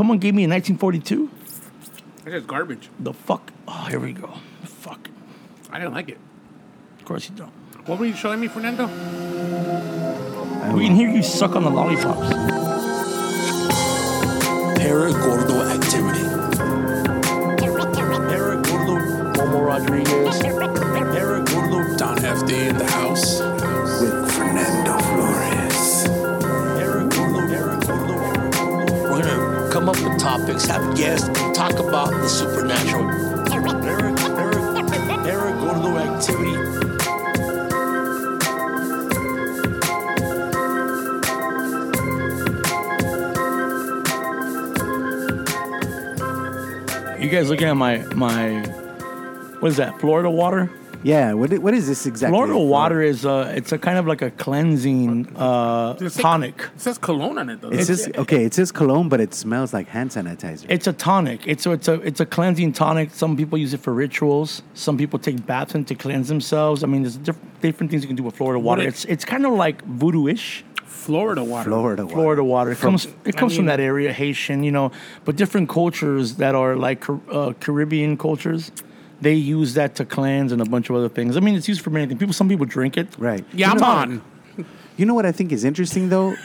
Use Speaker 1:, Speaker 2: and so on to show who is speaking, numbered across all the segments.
Speaker 1: Someone gave me a 1942.
Speaker 2: That shit's garbage.
Speaker 1: The fuck? Oh, here we go. Fuck.
Speaker 2: I didn't like it.
Speaker 1: Of course you don't.
Speaker 2: What were you showing me, Fernando?
Speaker 1: We can hear you suck on the lollipops.
Speaker 3: Paragordo activity. Paragordo Momo Rodriguez. Paragordo Don FD in the house. With Fernando Flores. Paragordo, Paragordo, Paragordo. We're gonna come up with topics, have guests, talk about the supernatural. Parag- Parag- Paragordo activity.
Speaker 1: You guys looking at my my what is that? Florida water.
Speaker 4: Yeah. What, i- what is this exactly?
Speaker 1: Florida water is uh it's a kind of like a cleansing uh
Speaker 2: Does it say-
Speaker 1: tonic.
Speaker 2: It says cologne on it though.
Speaker 4: It
Speaker 2: That's-
Speaker 4: says okay. It says cologne, but it smells like hand sanitizer.
Speaker 1: It's a tonic. It's a, it's a it's a cleansing tonic. Some people use it for rituals. Some people take baths in to cleanse themselves. I mean, there's different, different things you can do with Florida water.
Speaker 2: it-
Speaker 1: It's it's kind of like voodoo-ish.
Speaker 2: Florida water.
Speaker 4: Florida water.
Speaker 1: Florida water. It comes it comes from
Speaker 2: mean-
Speaker 1: that area, Haitian, you know, but different cultures that are like Car- uh, Caribbean cultures, they use that to cleanse and a bunch of other things. I mean, it's used for many things. People, some people drink it.
Speaker 4: Right.
Speaker 2: Yeah, I'm on.
Speaker 4: You know what I think is interesting though,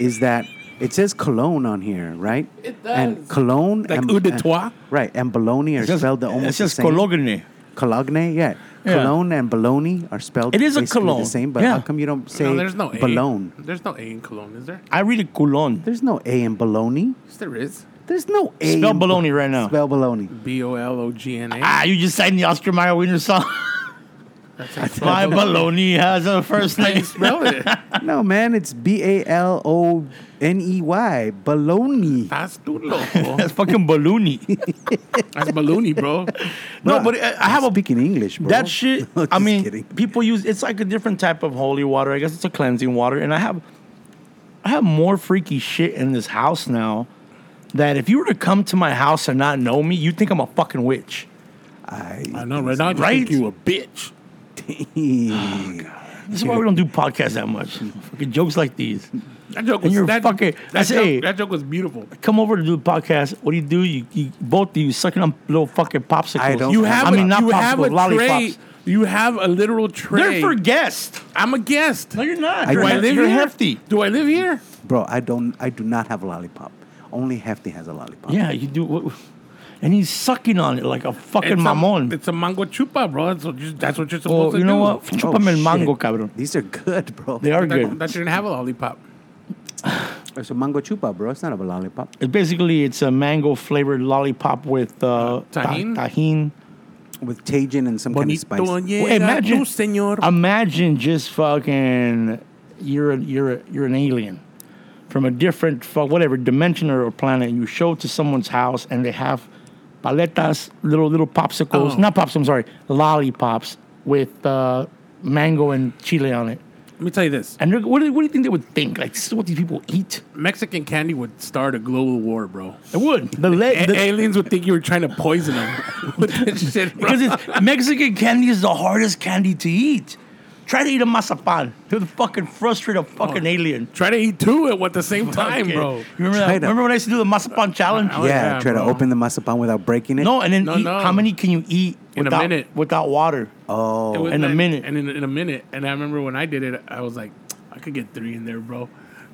Speaker 4: is that it says cologne on here, right?
Speaker 2: It does.
Speaker 4: And cologne,
Speaker 2: Like
Speaker 4: and,
Speaker 2: eau de toi?
Speaker 4: right? And bologna are
Speaker 1: It's
Speaker 4: spelled the
Speaker 1: it's
Speaker 4: almost
Speaker 1: just
Speaker 4: the same.
Speaker 1: cologne.
Speaker 4: Cologne, yeah.
Speaker 1: Yeah.
Speaker 4: Cologne and bologna are spelled.
Speaker 1: It is a
Speaker 4: basically
Speaker 1: cologne,
Speaker 4: The same, but
Speaker 1: yeah.
Speaker 4: how come you don't say
Speaker 2: No, there's no A.
Speaker 4: bologna?
Speaker 2: There's no A in cologne, is there?
Speaker 1: I read it cologne.
Speaker 4: There's no a in bologna.
Speaker 2: Yes, there is.
Speaker 4: There's no a.
Speaker 1: Spell
Speaker 4: in bo-
Speaker 1: bologna right now.
Speaker 4: Spell bologna.
Speaker 2: B O L O G N A.
Speaker 1: Ah, you just sang the Oscar Mayer Wiener song. My baloney has a first name.
Speaker 2: Spell it.
Speaker 4: No, man, it's B A L O N E Y. Bologna.
Speaker 2: That's too loco.
Speaker 1: That's fucking baloney.
Speaker 2: That's baloney, bro.
Speaker 1: No, but uh, I I have a
Speaker 4: speaking English, bro.
Speaker 1: That shit.
Speaker 4: No,
Speaker 1: I
Speaker 4: just
Speaker 1: mean,
Speaker 4: kidding.
Speaker 1: people use it's like a different type of holy water. I guess it's a cleansing water. And I have, I have more freaky shit in this house now. That if you were to come to my house and not know me, you'd think I'm a fucking witch.
Speaker 2: I
Speaker 1: Oh,
Speaker 4: I,
Speaker 2: know, right now, I just
Speaker 1: Right?
Speaker 2: think you a bitch.
Speaker 1: This is why we don't do podcasts that much. Fucking jokes like these.
Speaker 2: That joke
Speaker 1: And
Speaker 2: was
Speaker 1: you're
Speaker 2: that,
Speaker 1: fucking-
Speaker 2: that,
Speaker 1: that's A.
Speaker 2: joke, that joke was beautiful.
Speaker 1: Come over to do the podcast. What do you do? You, you both of you sucking on little fucking popsicles.
Speaker 4: I don't-
Speaker 2: You
Speaker 4: I
Speaker 2: have,
Speaker 1: I
Speaker 2: a,
Speaker 1: mean, not
Speaker 2: you
Speaker 1: popsicles,
Speaker 2: have a
Speaker 1: lollipops.
Speaker 2: tray. You have a literal
Speaker 1: They're
Speaker 2: tray.
Speaker 1: for guests.
Speaker 2: I'm a guest.
Speaker 1: No, you're not.
Speaker 4: I
Speaker 1: you're
Speaker 2: Do I
Speaker 1: hef-
Speaker 2: live
Speaker 1: you're
Speaker 2: here?
Speaker 1: hefty.
Speaker 2: Do I live here?
Speaker 4: bro, I don't. I do not have a lollipop. Only Hefty has a lollipop.
Speaker 1: Yeah, you do. what- And he's sucking on it like a fucking
Speaker 2: it's
Speaker 1: mamon.
Speaker 2: A, it's a mango chupa, bro. That's what, you, that's what you're supposed
Speaker 1: Well,
Speaker 2: to
Speaker 1: you know
Speaker 2: do.
Speaker 1: what?
Speaker 4: Oh,
Speaker 1: Chúpame el
Speaker 4: shit.
Speaker 1: mango, cabrón.
Speaker 4: These are good, bro.
Speaker 1: They are
Speaker 2: That,
Speaker 1: good.
Speaker 2: that shouldn't have a lollipop.
Speaker 4: It's a mango chupa, bro. It's not a lollipop.
Speaker 1: It's basically, it's a mango flavored lollipop with uh, ta-
Speaker 2: Tajin?
Speaker 1: tajin.
Speaker 4: With tajin and some kind of spice.
Speaker 1: Well, imagine,
Speaker 2: señor.
Speaker 1: imagine just fucking you're a, you're a, you're an alien from a different fu- whatever dimension or planet. and You show it to someone's house and they have paletas, little little popsicles,
Speaker 2: Oh.
Speaker 1: not pops. I'm sorry, lollipops with uh, mango and chile on it.
Speaker 2: Let me tell you this.
Speaker 1: And they're- what do, what do you think they would think? Like this is what these people eat.
Speaker 2: Mexican candy would start a global war, bro.
Speaker 1: It would. The, le-
Speaker 2: A-
Speaker 1: the,
Speaker 2: aliens would think you were trying to poison them with that shit, bro.
Speaker 1: Because it's, Mexican candy is the hardest candy to eat. Try to eat a mazapan. You're the fucking frustrated fucking alien.
Speaker 2: Try to eat two at what the same Oh. time,
Speaker 1: Fucking-
Speaker 2: bro.
Speaker 1: You remember, that?
Speaker 4: Try to-
Speaker 1: remember when I used to do the mazapan challenge?
Speaker 2: I-
Speaker 4: yeah,
Speaker 2: Oh, yeah,
Speaker 4: try
Speaker 2: bro.
Speaker 4: to open the masapan without breaking it.
Speaker 1: No, and then
Speaker 2: No,
Speaker 1: eat-
Speaker 2: no.
Speaker 1: how many can you eat
Speaker 2: In a
Speaker 1: without,
Speaker 2: minute.
Speaker 1: without water?
Speaker 2: It
Speaker 4: Oh,
Speaker 2: was
Speaker 1: in a
Speaker 2: like-
Speaker 1: minute.
Speaker 2: And in, in a minute. And I remember when I did it, I was like, I could get three in there, bro.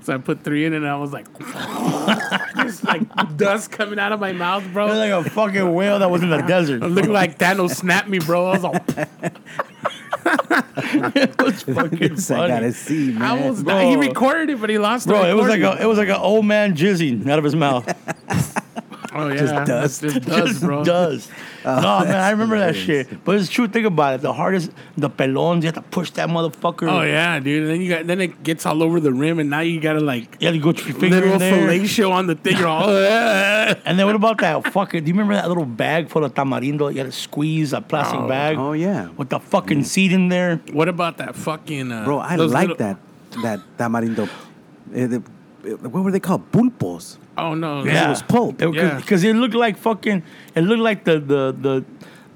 Speaker 2: So I put three in and I was like, just like dust coming out of my mouth,
Speaker 1: It was
Speaker 2: bro.
Speaker 1: like a fucking whale that was in the desert.
Speaker 2: I'm looking like Thanos snapped me, bro. I was like,
Speaker 1: it was fucking
Speaker 4: This I gotta
Speaker 1: funny.
Speaker 4: see, man.
Speaker 2: I was
Speaker 1: Bro.
Speaker 2: He recorded it, but he lost
Speaker 1: Bro,
Speaker 2: the
Speaker 1: it was like
Speaker 2: recording.
Speaker 1: a it was like an old man jizzing out of his mouth.
Speaker 2: Oh yeah,
Speaker 4: dust.
Speaker 2: Just dust, bro. Oh,
Speaker 1: does. no, man, I remember that shit. But it's true. Think about it. The hardest, the pelons, you have to push that motherfucker.
Speaker 2: Oh yeah, dude. And then you got then it gets all over the rim, and now you gotta like
Speaker 1: You had to go to your finger
Speaker 2: literal
Speaker 1: in there.
Speaker 2: fellatio on the thing. You're all "Ugh."
Speaker 1: And then what about that fucking? Do you remember that little bag full of tamarindo? You had to squeeze a plastic
Speaker 2: Oh.
Speaker 1: bag.
Speaker 4: Oh, yeah.
Speaker 1: With the fucking seed in there.
Speaker 2: What about that fucking uh,
Speaker 4: bro, I
Speaker 2: those
Speaker 4: like
Speaker 2: little-
Speaker 4: that that tamarindo. Eh, the- eh, what were they called? Pulpos.
Speaker 2: Oh no,
Speaker 4: was pulp.
Speaker 1: Because it,
Speaker 2: Yeah.
Speaker 1: looked like fucking. It looked like the the the.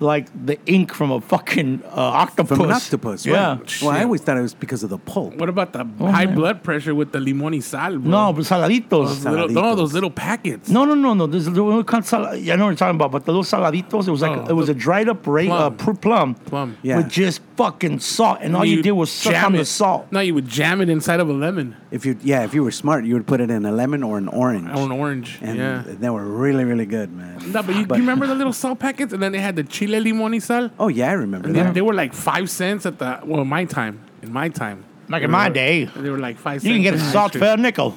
Speaker 1: like the ink from a fucking uh, octopus.
Speaker 4: From an octopus, right?
Speaker 1: Yeah.
Speaker 4: Well, I always thought it was because of the pulp.
Speaker 2: What about the
Speaker 1: Oh,
Speaker 2: high
Speaker 1: man.
Speaker 2: blood pressure with the limon y sal? Bro?
Speaker 1: No, but saladitos.
Speaker 2: those little, no,
Speaker 4: Saladitos.
Speaker 2: those little packets.
Speaker 1: No, no, no, no. This is the one called sal- I know what you're talking about, but the little saladitos. It was like
Speaker 2: Oh,
Speaker 1: it was a dried up ra- plum. Uh,
Speaker 2: plum.
Speaker 1: pr- plum,
Speaker 2: Plum.
Speaker 4: Yeah.
Speaker 1: with just fucking salt, and all you, did was suck
Speaker 2: jam
Speaker 1: on the
Speaker 2: it.
Speaker 1: salt.
Speaker 2: No, you would jam it inside of a lemon
Speaker 4: If you, yeah, if you were smart, you would put it in a lemon or an orange.
Speaker 2: or an orange.
Speaker 4: and
Speaker 2: yeah.
Speaker 4: they were really, really good, man.
Speaker 2: No, but you, you remember the little salt packets, and then they had the chile limon y sal.
Speaker 4: Oh yeah, I remember
Speaker 2: They,
Speaker 4: that.
Speaker 2: they were like five cents at the well, my time. In my time,
Speaker 1: Like in my day, you
Speaker 2: they were like five.
Speaker 1: can
Speaker 2: cents
Speaker 1: get a
Speaker 2: in my
Speaker 1: salt
Speaker 2: shit.
Speaker 1: for a nickel.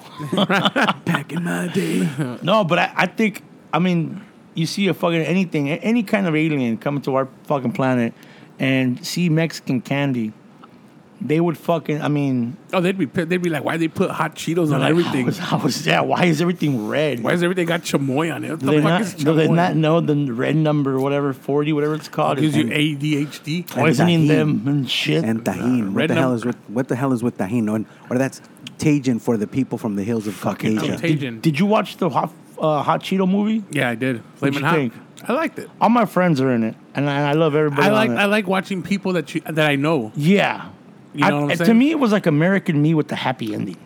Speaker 4: Back in my day.
Speaker 1: No, but I, I think I mean you see a fucking anything, a- any kind of alien coming to our fucking planet and see Mexican candy, they would fucking I mean
Speaker 2: Oh, they'd be pissed. they'd be like, why they put hot Cheetos on
Speaker 1: like,
Speaker 2: everything?
Speaker 1: How is, how is that? Why is everything red?
Speaker 2: why is everything got chamoy on it? What
Speaker 1: do
Speaker 2: the
Speaker 1: they
Speaker 2: fuck
Speaker 1: not
Speaker 2: is
Speaker 1: do they
Speaker 2: chamoy?
Speaker 1: not know the red number, whatever forty, whatever it's called,
Speaker 2: Gives
Speaker 1: is
Speaker 2: you ADHD.
Speaker 1: poisoning
Speaker 4: And
Speaker 1: them and shit?
Speaker 4: And tahine. what
Speaker 2: Uh, red
Speaker 4: the hell
Speaker 2: num-
Speaker 4: is with what the hell is with tahine? Or, or that's Tajin for the people from the hills of Caucasia.
Speaker 2: Tajin. Cajun.
Speaker 1: Did, did you watch the hot uh, hot Cheeto movie?
Speaker 2: Yeah, I did.
Speaker 1: What'd
Speaker 2: Flamin'
Speaker 1: you
Speaker 2: hot.
Speaker 1: think?
Speaker 2: I liked it.
Speaker 1: All my friends are in it, and I, I love everybody.
Speaker 2: I
Speaker 1: on
Speaker 2: like
Speaker 1: it.
Speaker 2: I like watching people that you that I know.
Speaker 1: yeah.
Speaker 2: You know what I'm
Speaker 1: I, to
Speaker 2: saying?
Speaker 1: me, it was like American Me with the happy ending.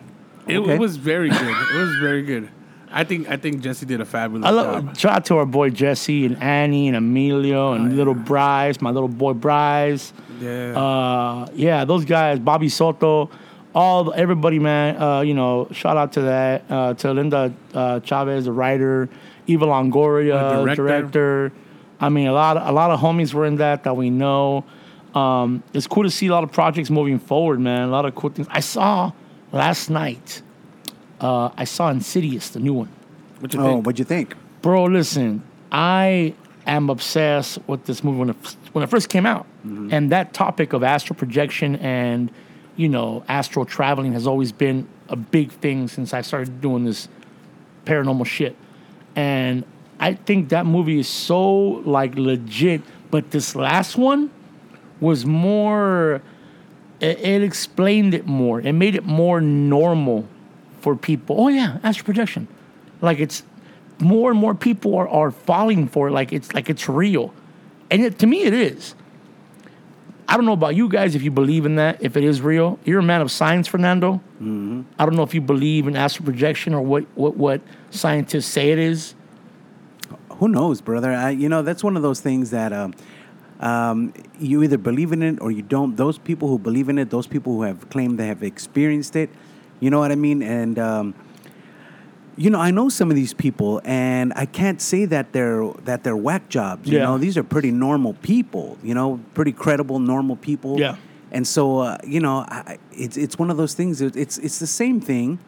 Speaker 2: It,
Speaker 4: Okay.
Speaker 2: it was very good. It was very good. I think I think Jesse did a fabulous
Speaker 1: I love
Speaker 2: job.
Speaker 1: shout out to our boy Jesse and Annie and Emilio and little Bryce, my little boy Bryce.
Speaker 2: Oh, Yeah.
Speaker 1: Uh, yeah, those guys, Bobby Soto, all the- everybody, man. Uh, you know, shout out to that uh, to Linda uh, Chavez, the writer, Eva Longoria,
Speaker 2: The
Speaker 1: director.
Speaker 2: director.
Speaker 1: I mean, a lot a lot of homies were in that that we know. Um, it's cool to see a lot of projects moving forward, man. A lot of cool things. I saw last night. Uh, I saw Insidious, the new one.
Speaker 2: what you
Speaker 4: Oh,
Speaker 2: think?
Speaker 4: what'd you think?
Speaker 1: Bro, listen, I am obsessed with this movie when it, f- when it first came out. And that topic of astral projection and, you know, astral traveling has always been a big thing since I started doing this paranormal shit. And I think that movie is so like legit, but this last one was more it, it explained it more. It made it more normal for people. Oh yeah, astral projection. Like it's more and more people are, are falling for it. Like it's like it's real. And it, to me it is. I don't know about you guys if you believe in that, if it is real. You're a man of science, Fernando. I don't know if you believe in astral projection or what, what, what scientists say it is.
Speaker 4: Who knows, brother? I, you know, that's one of those things that um, um, you either believe in it or you don't. Those people who believe in it, those people who have claimed they have experienced it, you know what I mean? And um, you know, I know some of these people, and I can't say that they're that they're whack jobs. You
Speaker 1: Yeah.
Speaker 4: know, these are pretty normal people. You know, pretty credible, normal people.
Speaker 1: Yeah.
Speaker 4: And so, uh, you know, I, I- it's it's one of those things. It- It's it's the same thing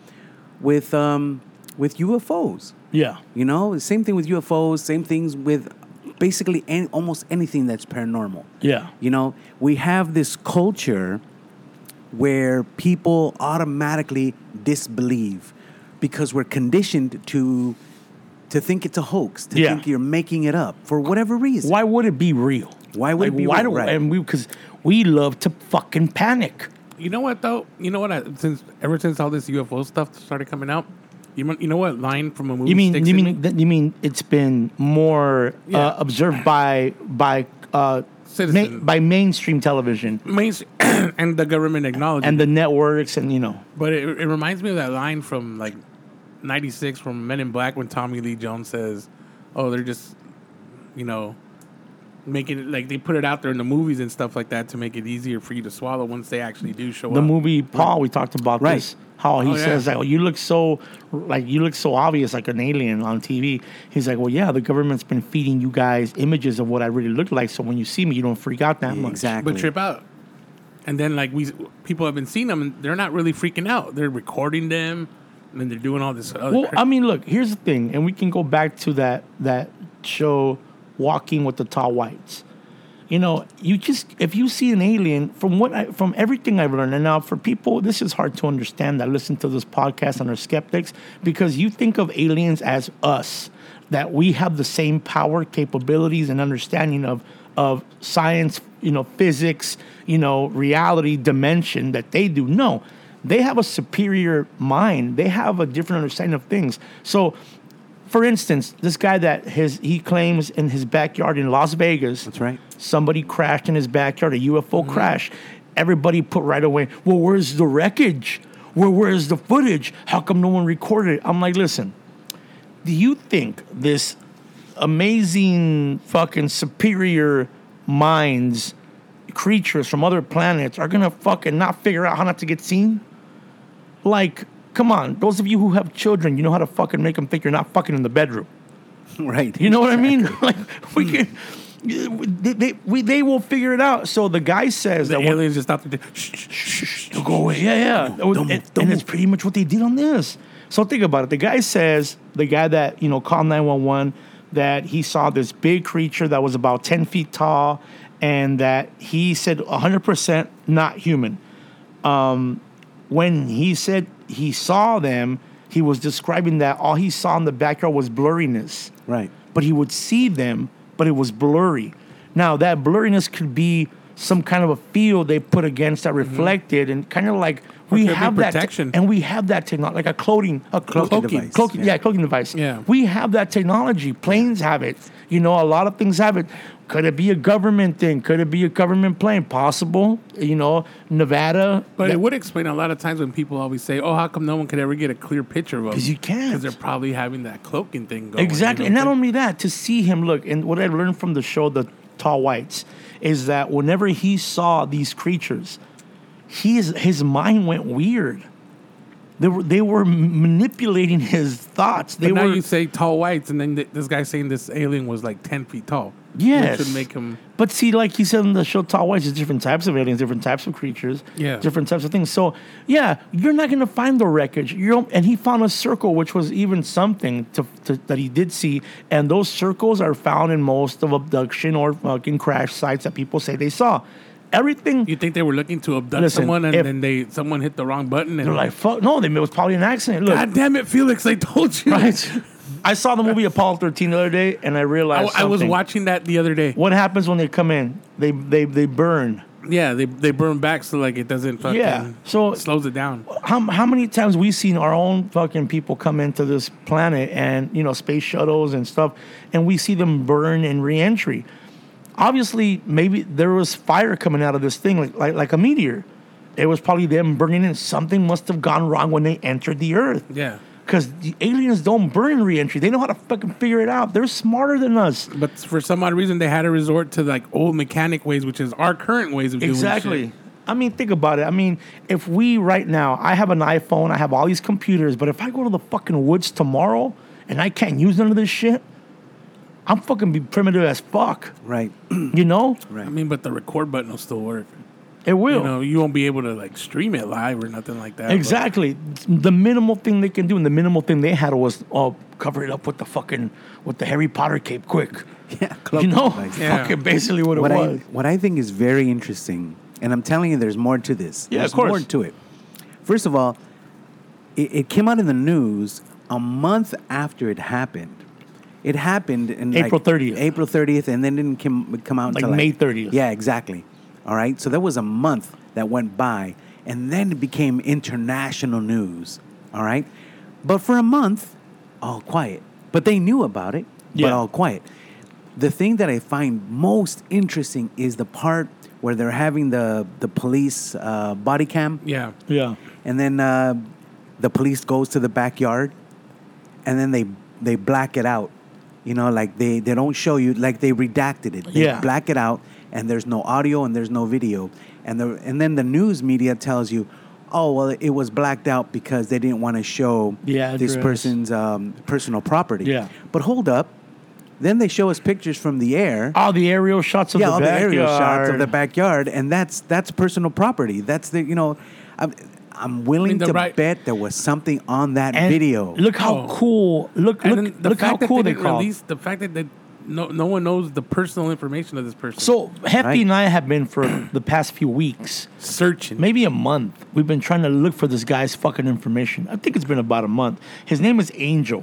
Speaker 4: with um, with UFOs.
Speaker 1: Yeah.
Speaker 4: You know, same thing with UFOs, same things with basically any, almost anything that's paranormal.
Speaker 1: Yeah.
Speaker 4: You know, we have this culture where people automatically disbelieve because we're conditioned to to think it's a hoax, to
Speaker 1: Yeah.
Speaker 4: think you're making it up for whatever reason.
Speaker 1: Why would it be real?
Speaker 4: Why would it be
Speaker 1: why
Speaker 4: real, right?
Speaker 1: And we because we love to fucking panic.
Speaker 2: You know what though? You know what? I, since ever since all this UFO stuff started coming out, you mon- you know what line from a movie?
Speaker 1: You mean
Speaker 2: sticks
Speaker 1: you
Speaker 2: in
Speaker 1: mean
Speaker 2: me?
Speaker 1: that you mean it's been more uh,
Speaker 2: Yeah.
Speaker 1: observed by by uh, ma-
Speaker 2: Citizens.
Speaker 1: by mainstream television
Speaker 2: Mainst- and the government acknowledged
Speaker 1: and the
Speaker 2: it.
Speaker 1: networks and you know
Speaker 2: But it, it reminds me of that line from like '96 from Men in Black when Tommy Lee Jones says, "Oh, they're just, you know, making it like they put it out there in the movies and stuff like that to make it easier for you to swallow once they actually do show
Speaker 1: the
Speaker 2: up."
Speaker 1: movie Paul we talked about
Speaker 4: Right.
Speaker 1: this how he
Speaker 2: Oh, yeah.
Speaker 1: says like oh, you look so like you look so obvious like an alien on TV he's like well yeah the government's been feeding you guys images of what I really look like so when you see me you don't freak out that much
Speaker 4: exactly.
Speaker 2: but trip out. And then like we people have been seeing them and they're not really freaking out. They're recording them and then they're doing all this other.
Speaker 1: Well,
Speaker 2: cra-
Speaker 1: I mean, look. Here's the thing, and we can go back to that that show, Walking with the Tall Whites. You know, you just if you see an alien, from what I, from everything I've learned, and now for people, this is hard to understand that listen to this podcast and are skeptics because you think of aliens as us, that we have the same power, capabilities, and understanding of of science, you know, physics, you know, reality, dimension that they do. No, they have a superior mind. They have a different understanding of things. So For instance, this guy that his he claims in his backyard in Las Vegas.
Speaker 4: That's right.
Speaker 1: Somebody crashed in his backyard, a UFO crash. Everybody put right away. Well, where's the wreckage? Where where's the footage? How come no one recorded it? I'm like, listen. Do you think this amazing fucking superior minds, creatures from other planets are gonna fucking not figure out how not to get seen? Like, come on, those of you who have children, you know how to fucking make them think you're not fucking in the bedroom.
Speaker 4: right.
Speaker 1: You know what I mean? Like, we can. They, they, we, they will figure it out. So the guy says
Speaker 2: The
Speaker 1: that when-
Speaker 2: aliens just stopped. and did- Shh, shh, shh.
Speaker 1: you go away. Yeah, yeah.
Speaker 4: don't
Speaker 1: and,
Speaker 4: move, don't
Speaker 1: and it's
Speaker 4: move.
Speaker 1: pretty much what they did on this. So think about it. The guy says, the guy that, you know, called 911, that he saw this big creature that was about 10 feet tall and that he said 100% not human. Um, when he said he saw them, he was describing that all he saw in the backyard was blurriness
Speaker 4: Right.
Speaker 1: but he would see them, but it was blurry. Now that blurriness could be some kind of a field they put against that reflected, and kind of like we
Speaker 2: Mm-hmm. could be
Speaker 1: have that
Speaker 2: protection.
Speaker 1: and we have that technology, like a clothing, a clo-
Speaker 4: Cloaking
Speaker 1: cloaking,
Speaker 4: device,
Speaker 1: cloaking-
Speaker 4: yeah.
Speaker 1: yeah. cloaking device.
Speaker 2: Yeah.
Speaker 1: we have that technology. Planes have it. You know, a lot of things have it. Could it be a government thing? Could it be a government plane? Possible. You know, Nevada.
Speaker 2: But
Speaker 1: that-
Speaker 2: it would explain a lot of times when people always say, "Oh, how come no one could ever get a clear picture of them?"
Speaker 1: 'Cause you can't.
Speaker 2: Because they're probably having that cloaking thing going.
Speaker 1: Exactly.
Speaker 2: you
Speaker 1: And
Speaker 2: know?
Speaker 1: not only that, to see him look, and what I learned from the show, The Tall Whites, is that whenever he saw these creatures, his, his mind went weird. They were, they were manipulating his thoughts. They
Speaker 2: But now
Speaker 1: were,
Speaker 2: you say tall whites, and then th- this guy saying this alien was like ten feet tall.
Speaker 1: Yes.
Speaker 2: which would make him.
Speaker 1: But see, like you said in the show, Tall Whites, there's different types of aliens, different types of creatures,
Speaker 2: Yeah.
Speaker 1: different types of things. So, yeah, you're not going to find the wreckage. You're, and he found a circle, which was even something to, to, that he did see. And those circles are found in most of abduction or fucking crash sites that people say they saw. Everything
Speaker 2: You think they were looking to abduct
Speaker 1: Listen,
Speaker 2: someone, and
Speaker 1: if-
Speaker 2: then they someone hit the wrong button, and
Speaker 1: they're like, fuck, no, they, it was probably an accident. Look,
Speaker 2: "God damn it, Felix! I told you."
Speaker 1: right? I saw the movie Apollo 13 the other day, and I
Speaker 2: I,
Speaker 1: realized
Speaker 2: I was
Speaker 1: something.
Speaker 2: watching that the other day.
Speaker 1: What happens when they come in? They they they burn.
Speaker 2: Yeah, they they burn back so like it doesn't fucking
Speaker 1: Yeah, so-
Speaker 2: slows it down.
Speaker 1: how, how many times we seen our own fucking people come into this planet and you know space shuttles and stuff and we see them burn in reentry obviously maybe there was fire coming out of this thing like like, like a meteor it was probably them burning and something must have gone wrong when they entered the earth
Speaker 2: Yeah,
Speaker 1: because the aliens don't burn in reentry they know how to fucking figure it out they're smarter than us
Speaker 2: but for some odd reason they had to resort to like old mechanic ways, which is our current ways of doing
Speaker 1: Exactly.
Speaker 2: shit.
Speaker 1: I mean, think about it. I mean, if we right now, I have an iPhone, I have all these computers, but if I go to the fucking woods tomorrow and I can't use none of this shit, I'm fucking be primitive as fuck.
Speaker 4: Right.
Speaker 1: You know,
Speaker 4: Right.
Speaker 2: I mean, but the record button will still work.
Speaker 1: it will.
Speaker 2: You know, you won't be able to like stream it live or nothing like that. but-
Speaker 1: Exactly. The minimal thing they can do, and the minimal thing they had was uh, cover it up with the fucking with the Harry Potter cape, quick.
Speaker 4: Yeah.
Speaker 1: you
Speaker 4: cloaking
Speaker 1: know,
Speaker 4: device.
Speaker 2: Yeah.
Speaker 1: fucking basically what it
Speaker 4: what I
Speaker 1: was.
Speaker 4: what I think is very interesting, and I'm telling you, there's more to this.
Speaker 1: Yeah, of
Speaker 4: There's
Speaker 1: course.
Speaker 4: more to it. First of all, it, it came out in the news a month after it happened. It happened in like,
Speaker 1: April 30th.
Speaker 4: April 30th, and then didn't come, come out
Speaker 1: Like
Speaker 4: until
Speaker 1: May 30th.
Speaker 4: Yeah, exactly. All right, so there was a month that went by, and then it became international news. All right, but for a month, all quiet. But they knew about it. But
Speaker 1: Yeah.
Speaker 4: all quiet. The thing that I find most interesting is the part where they're having the the police uh, body cam,
Speaker 2: Yeah.
Speaker 1: yeah.
Speaker 4: and then uh, the police goes to the backyard, and then they they black it out. You know, like they they don't show you like they redacted it. They
Speaker 1: Yeah.
Speaker 4: black it out, and there's no audio and there's no video, and the and then the news media tells you. Oh well, it was blacked out because they didn't want to show
Speaker 1: The
Speaker 4: this
Speaker 1: address.
Speaker 4: person's um, personal property.
Speaker 1: Yeah.
Speaker 4: But hold up, then they show us pictures from the air
Speaker 1: All the aerial shots of
Speaker 4: yeah,
Speaker 1: the
Speaker 4: all the
Speaker 1: backyard.
Speaker 4: aerial shots of the backyard, and that's that's personal property. That's the you know, I'm, I'm willing
Speaker 2: I mean, the
Speaker 4: to
Speaker 2: right-
Speaker 4: bet there was something on that
Speaker 1: And
Speaker 4: video.
Speaker 1: Look how
Speaker 2: Oh.
Speaker 1: cool! Look,
Speaker 2: And
Speaker 1: look,
Speaker 2: then the
Speaker 1: look
Speaker 2: fact
Speaker 1: how
Speaker 2: that
Speaker 1: cool they,
Speaker 2: they, didn't
Speaker 1: called.
Speaker 2: release the fact that they, no no one knows the personal information of this person.
Speaker 1: So Hefty
Speaker 4: Right.
Speaker 1: and I have been for the past few weeks,
Speaker 2: searching.
Speaker 1: maybe a month. We've been trying to look for this guy's fucking information. I think it's been about a month. His name is Angel.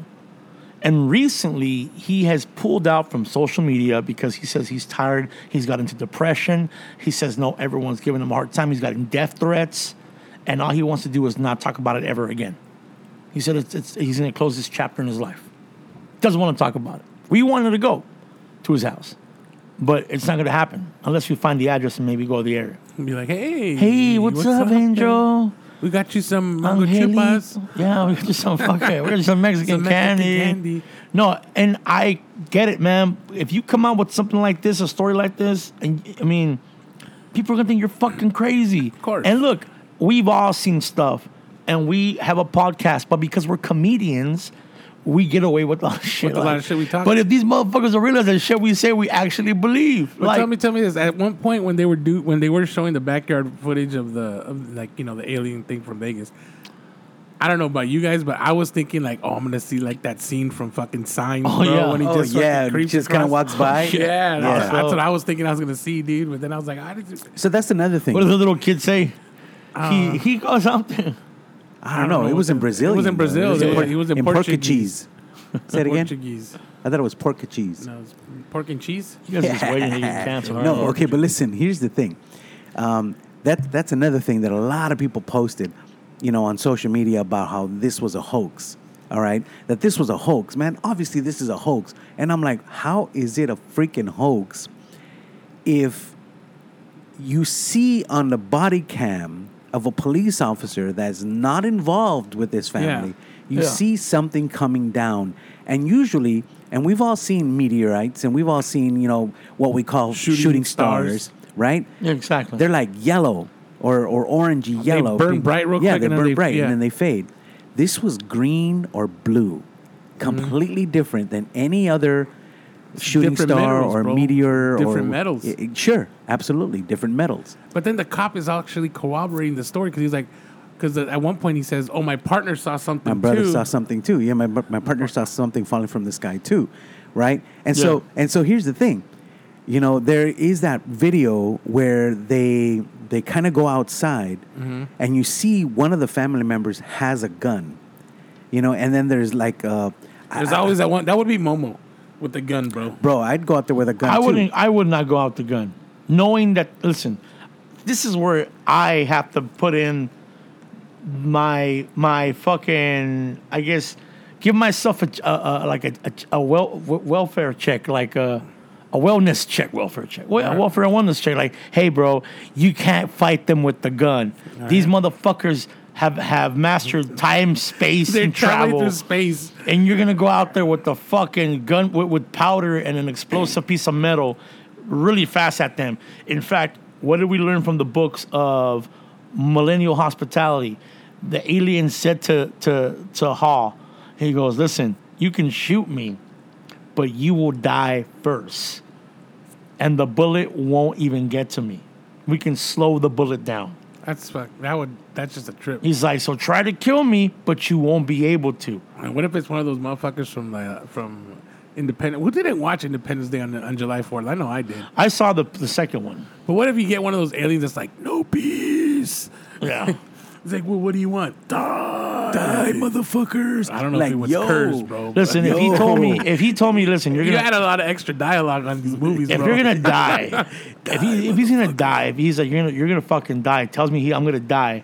Speaker 1: And recently, he has pulled out from social media because he says he's tired. He's got into depression. He says, no, everyone's giving him a hard time. He's gotten death threats. And all he wants to do is not talk about it ever again. He said it's, it's, he's going to close this chapter in his life. doesn't want to talk about it. We wanted to go to his house, but it's not going to happen unless we find the address and maybe go to the area.
Speaker 2: And be like, hey,
Speaker 1: Hey, what's, up, Angel?
Speaker 2: We got you some mango
Speaker 1: Angelito.
Speaker 2: chupas.
Speaker 1: Yeah, we got you some fucking, we got you some Mexican,
Speaker 2: Some Mexican
Speaker 1: candy.
Speaker 2: candy.
Speaker 1: No, and I get it, man. If you come out with something like this, a story like this, and I mean, people are gonna think you're fucking crazy. Of
Speaker 2: course.
Speaker 1: And look, we've all seen stuff, and we have a podcast, but because we're comedians. We get away with a lot of shit.
Speaker 2: With a lot
Speaker 1: like-
Speaker 2: of shit we talk-
Speaker 1: But if these motherfuckers will realize that shit we say, we actually believe.
Speaker 2: But tell me, tell me this. At one point, when they were do when they were showing the backyard footage of the of like you know the alien thing from Vegas, I don't know about you guys, but I was thinking like, oh, I'm gonna see like that scene from fucking Signs,
Speaker 1: Oh,
Speaker 2: bro,
Speaker 1: yeah.
Speaker 2: when he
Speaker 4: Oh,
Speaker 2: just fucking
Speaker 4: yeah,
Speaker 2: creeps
Speaker 4: just kinda
Speaker 2: across-
Speaker 4: walks by.
Speaker 2: yeah, and I was-
Speaker 1: Yeah.
Speaker 2: that's what I was thinking I was gonna see, dude. But then I was like, I didn't.
Speaker 4: So that's another thing.
Speaker 1: what does the little kid say?
Speaker 2: Uh.
Speaker 1: he he goes out there.
Speaker 4: I don't know. It was in Brazil.
Speaker 2: It was in Brazil, yeah.
Speaker 4: Port-
Speaker 2: It was in
Speaker 4: Portuguese. Say it again.
Speaker 2: Portuguese.
Speaker 4: I thought it was Portuguese.
Speaker 2: No, it's pork and cheese.
Speaker 1: You guys are just waiting to get canceled. aren't
Speaker 4: No,
Speaker 1: you?
Speaker 4: okay, but listen, here's the thing. Um, that that's another thing that a lot of people posted, you know, on social media about how this was a hoax. All right, that this was a hoax, man. Obviously, this is a hoax, and I'm like, how is it a freaking hoax if you see on the body cam of a police officer that's not involved with this family? You
Speaker 1: Yeah.
Speaker 4: see something coming down, and usually, and we've all seen meteorites, and we've all seen, you know, what we call shooting,
Speaker 2: Shooting
Speaker 4: stars,
Speaker 2: stars.
Speaker 4: right?
Speaker 1: Yeah, exactly.
Speaker 4: They're like yellow or, or orangey yellow.
Speaker 2: burn bright real
Speaker 4: yeah,
Speaker 2: quick
Speaker 4: they
Speaker 2: and then
Speaker 4: burn
Speaker 2: they-
Speaker 4: bright
Speaker 2: yeah.
Speaker 4: and then they fade. This was green or blue,
Speaker 2: Mm-hmm.
Speaker 4: completely different than any other shooting
Speaker 2: different
Speaker 4: star
Speaker 2: minerals,
Speaker 4: or
Speaker 2: bro.
Speaker 4: meteor or
Speaker 2: Different metals.
Speaker 4: I- I- sure, absolutely different metals.
Speaker 2: But then the cop is actually corroborating the story because he's like, because at one point he says, "Oh, my partner saw something
Speaker 4: My brother
Speaker 2: too."
Speaker 4: saw something too. Yeah, my, br- my partner saw something falling from the sky too, right? And so
Speaker 1: Yeah.
Speaker 4: and so here's the thing, you know, there is that video where they they kind of go outside,
Speaker 2: Mm-hmm.
Speaker 4: and you see one of the family members has a gun, you know, and then there's like, uh, I-
Speaker 2: There's
Speaker 4: I-
Speaker 2: always that one. That would be Momo with the gun, bro.
Speaker 4: bro, I'd go out there with a gun.
Speaker 1: I
Speaker 4: too.
Speaker 1: wouldn't. I would not go out the gun, knowing that. Listen, this is where I have to put in my my fucking. I guess give myself a, ch- a, a like a, a, ch- a well w- welfare check, like a a wellness check, welfare check, well, a welfare and wellness check. Like, hey, bro, you can't fight them with the gun. These motherfuckers. Have, have mastered time, space,
Speaker 2: They're
Speaker 1: and travel
Speaker 2: traveling through space.
Speaker 1: and you're gonna go out there with the fucking gun with, with powder and an explosive piece of metal really fast at them. In fact, what did we learn from the books of millennial hospitality? The alien said to to to Hall, he goes, "Listen, you can shoot me, but you will die first, and the bullet won't even get to me. We can slow the bullet down."
Speaker 2: That's fuck. That would. That's just a trip.
Speaker 1: He's like, "So try to kill me, but you won't be able to."
Speaker 2: And what if it's one of those motherfuckers from the from Independence? Who didn't watch Independence Day on, on July Fourth? I know I did.
Speaker 1: I saw the the second one.
Speaker 2: But what if you get one of those aliens that's like, no peace?
Speaker 1: Yeah.
Speaker 2: It's like, well, what do you want? Die, motherfuckers! I don't know
Speaker 4: Like,
Speaker 2: if it was
Speaker 4: yo.
Speaker 2: cursed, bro. but-
Speaker 1: Listen, if he told me, if he told me, listen, you're
Speaker 2: you
Speaker 1: gonna,
Speaker 2: had a lot of extra dialogue on these movies,
Speaker 1: if
Speaker 2: bro.
Speaker 1: you're gonna die, if he, if he's gonna die, if he's like, you're gonna, you're gonna fucking die, tells me he, I'm gonna die.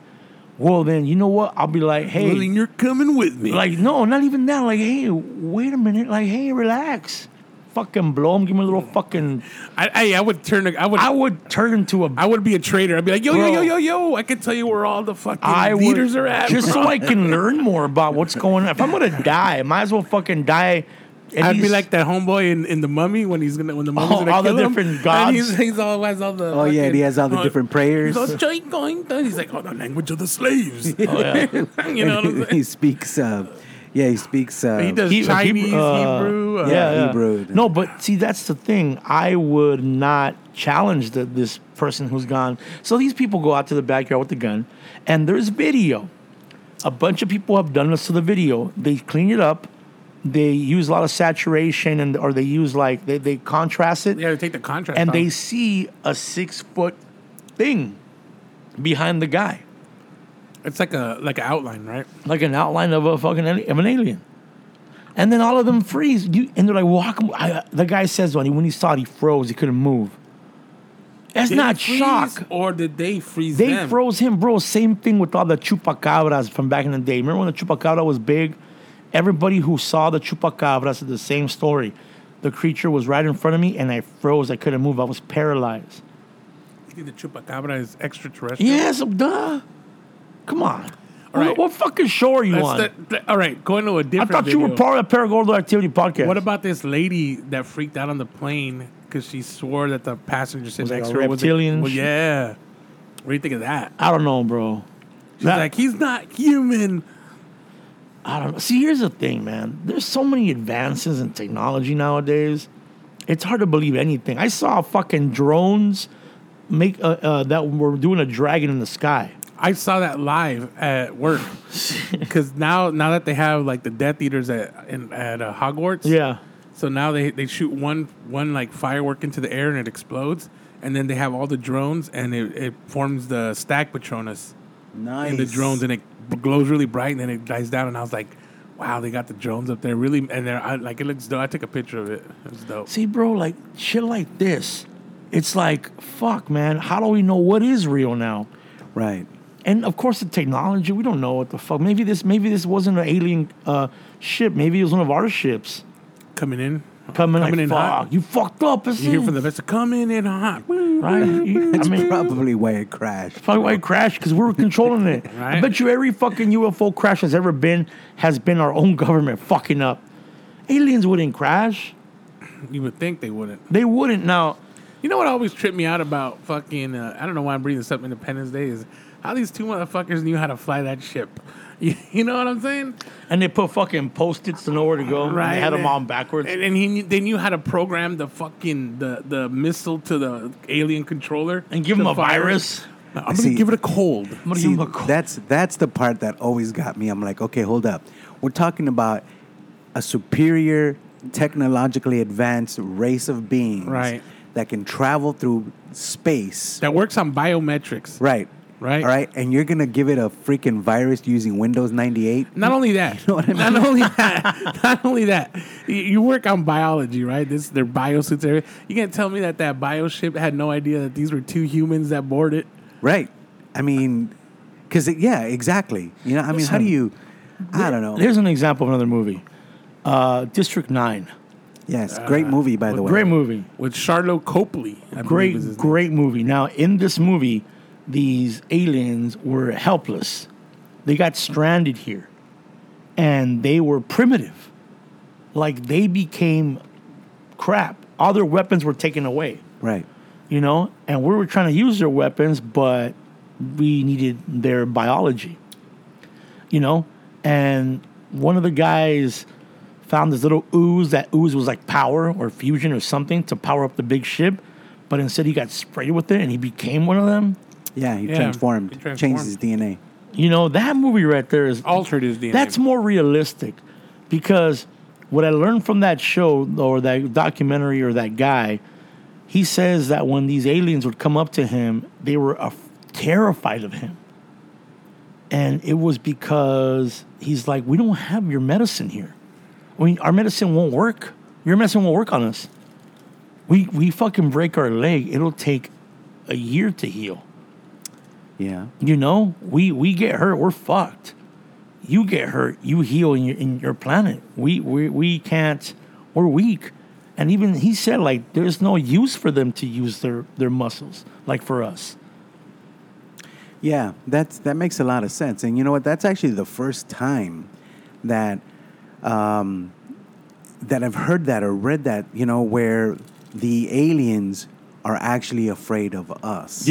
Speaker 1: Well, then you know what? I'll be like,
Speaker 2: Willing,
Speaker 1: hey,
Speaker 2: you're coming with me.
Speaker 1: like, no, not even that. Like, hey, wait a minute. Like, hey, relax. Fucking blow him. Give me a little fucking.
Speaker 2: I, I, I would turn. I would.
Speaker 1: I
Speaker 2: I,
Speaker 1: would turn into a.
Speaker 2: would be a traitor. I'd be like, yo,
Speaker 1: Bro.
Speaker 2: yo, yo, yo, yo. I can tell you where all the fucking
Speaker 1: I would-
Speaker 2: leaders are at.
Speaker 1: just
Speaker 2: bro.
Speaker 1: so I can learn more about what's going on. If I'm gonna die, I might as well fucking die. at
Speaker 2: I'd be
Speaker 1: least-
Speaker 2: like that homeboy in, in the mummy when he's gonna when the mummy's
Speaker 1: Oh,
Speaker 2: gonna
Speaker 1: all the
Speaker 2: kill him.
Speaker 1: different
Speaker 2: And
Speaker 1: gods.
Speaker 2: he's, he's always all the. uh,
Speaker 4: Oh, yeah, and he has all the different prayers.
Speaker 2: He's, all, "Join, going, going." he's like, oh, the language of the slaves.
Speaker 1: Oh, yeah.
Speaker 2: you know what I'm
Speaker 4: he
Speaker 2: saying?
Speaker 4: speaks. Uh, yeah, he speaks. Uh,
Speaker 2: He does
Speaker 1: He-
Speaker 2: Chinese, Hebrew.
Speaker 1: uh,
Speaker 2: uh,
Speaker 1: yeah, yeah.
Speaker 4: Hebrew.
Speaker 1: No, but see, that's the thing. I would not challenge the, this person who's gone. So these people go out to the backyard with the gun, and there's video. A bunch of people have done this to the video. They clean it up. They use a lot of saturation, and or they use like they, they contrast it
Speaker 2: Yeah, they take the contrast.
Speaker 1: and
Speaker 2: off.
Speaker 1: they see a six foot thing behind the guy,
Speaker 2: it's like a like an outline, right?
Speaker 1: like an outline of a fucking ali- of an alien. And then all of them freeze. You and they're like, "Well, how come?" I, the guy says when he when he saw it, he froze. He couldn't move. That's
Speaker 2: Did
Speaker 1: not
Speaker 2: it freeze,
Speaker 1: shock.
Speaker 2: or did they freeze?
Speaker 1: They
Speaker 2: them?
Speaker 1: froze him, bro. Same thing with all the chupacabras from back in the day. Remember when the chupacabra was big, Everybody who saw the chupacabra said the same story. The creature was right in front of me, and I froze. I couldn't move. I was paralyzed.
Speaker 2: You think the chupacabra is extraterrestrial?
Speaker 1: Yes, duh. Come on.
Speaker 2: All right.
Speaker 1: What, what fucking show are you
Speaker 2: That's
Speaker 1: on?
Speaker 2: the- the- all right, going to a
Speaker 1: I
Speaker 2: different.
Speaker 1: thought you were
Speaker 2: video.
Speaker 1: part of the Paragordo Activity Podcast.
Speaker 2: What about this lady that freaked out on the plane because she swore that the passenger sitting
Speaker 1: Was it
Speaker 2: next
Speaker 1: a
Speaker 2: to her was a-
Speaker 1: reptilian?
Speaker 2: Well, yeah. What do you think of that?
Speaker 1: I don't know, bro.
Speaker 2: She's
Speaker 1: That-
Speaker 2: like, he's not human.
Speaker 1: I don't know. See, here's the thing, man. There's so many advances in technology nowadays. It's hard to believe anything. I saw fucking drones make uh, uh, that were doing a dragon in the sky.
Speaker 2: I saw that live at work because now now that they have like the Death Eaters at in, at uh, Hogwarts,
Speaker 1: Yeah.
Speaker 2: So now they they shoot one one like firework into the air and it explodes, and then they have all the drones and it, it forms the stack Patronus
Speaker 4: Nice.
Speaker 2: in the drones and it b- glows really bright and then it dies down and I was like, wow, they got the drones up there really and they're I, like it looks dope. I took a picture of it. It was dope.
Speaker 1: See, bro, like shit like this. It's like fuck, man. How do we know what is real now?
Speaker 4: Right.
Speaker 1: And of course, the technology. We don't know what the fuck. Maybe this. Maybe this wasn't an alien uh, ship. Maybe it was one of our ships
Speaker 2: Coming in,
Speaker 1: coming.
Speaker 2: Coming
Speaker 1: like,
Speaker 2: in
Speaker 1: fuck,
Speaker 2: hot.
Speaker 1: You fucked up.
Speaker 2: you hear from the best coming in hot.
Speaker 1: right. You- I
Speaker 4: That's
Speaker 1: mean,
Speaker 4: probably why it crashed.
Speaker 1: Probably why it crashed because we were controlling it. I
Speaker 2: Right.
Speaker 1: bet you every fucking UFO crash has ever been has been our own government fucking up. Aliens wouldn't crash.
Speaker 2: You would think they wouldn't.
Speaker 1: They wouldn't now.
Speaker 2: You know what always tripped me out about fucking, uh, I don't know why I'm bringing this up Independence Day, is how these two motherfuckers knew how to fly that ship. You, you know what I'm saying?
Speaker 1: And they put fucking post-its to nowhere to go. Right. They had them
Speaker 2: and-
Speaker 1: on backwards.
Speaker 2: And, and he, knew- they knew how to program the fucking, the, the missile to the alien controller.
Speaker 1: And give 'em
Speaker 2: to
Speaker 1: a
Speaker 2: fire it.
Speaker 1: virus.
Speaker 2: No, I'm going
Speaker 4: See-
Speaker 2: to give it a cold.
Speaker 1: I'm gonna
Speaker 4: See,
Speaker 1: give 'em a call.
Speaker 4: that's that's the part that always got me. I'm like, okay, hold up. We're talking about a superior, technologically advanced race of beings
Speaker 2: Right.
Speaker 4: that can travel through space.
Speaker 2: That works on biometrics.
Speaker 4: Right.
Speaker 2: Right.
Speaker 4: All right. And you're gonna give it a freaking virus using Windows 98.
Speaker 2: Not only that, not only that, not only that, you, you work on biology, right? This their biosuits. everything. You can't tell me that that bio ship had no idea that these were two humans that boarded.
Speaker 4: Right. I mean, because yeah, exactly. You know, I mean, how do you? I don't know.
Speaker 1: Here's an example of another movie. Uh, District Nine.
Speaker 4: Yes, great movie
Speaker 2: Uh,
Speaker 4: by the way.
Speaker 1: Great movie.
Speaker 2: with Charlo Copley. I believe is
Speaker 1: Great,
Speaker 2: his
Speaker 1: great movie. Now in this movie, these aliens were helpless. They got stranded here, and they were primitive. Like they became crap. All their weapons were taken away.
Speaker 4: Right.
Speaker 1: You know, and we were trying to use their weapons, but we needed their biology. You know, and one of the guys found this little ooze. That ooze was like power or fusion or something to power up the big ship. But instead, he got sprayed with it and he became one of them.
Speaker 4: Yeah, he
Speaker 2: Yeah,
Speaker 4: transformed,
Speaker 2: he
Speaker 4: changed his DNA.
Speaker 1: You know, that movie right there is
Speaker 2: altered his DNA.
Speaker 1: That's more realistic because what I learned from that show or that documentary or that guy, he says that when these aliens would come up to him, they were af- terrified of him. And it was because he's like, We don't have your medicine here. I mean, our medicine won't work. Your medicine won't work on us. We, we fucking break our leg, it'll take a year to heal.
Speaker 4: Yeah.
Speaker 1: You know, we we get hurt, we're fucked. You get hurt, you heal in your in your planet. We we we can't. We're weak. And even he said like there's no use for them to use their their muscles like for us.
Speaker 4: Yeah, that's that makes a lot of sense. And you know what? That's actually the first time that um, that I've heard that or read that. You know, where the aliens are actually afraid of us.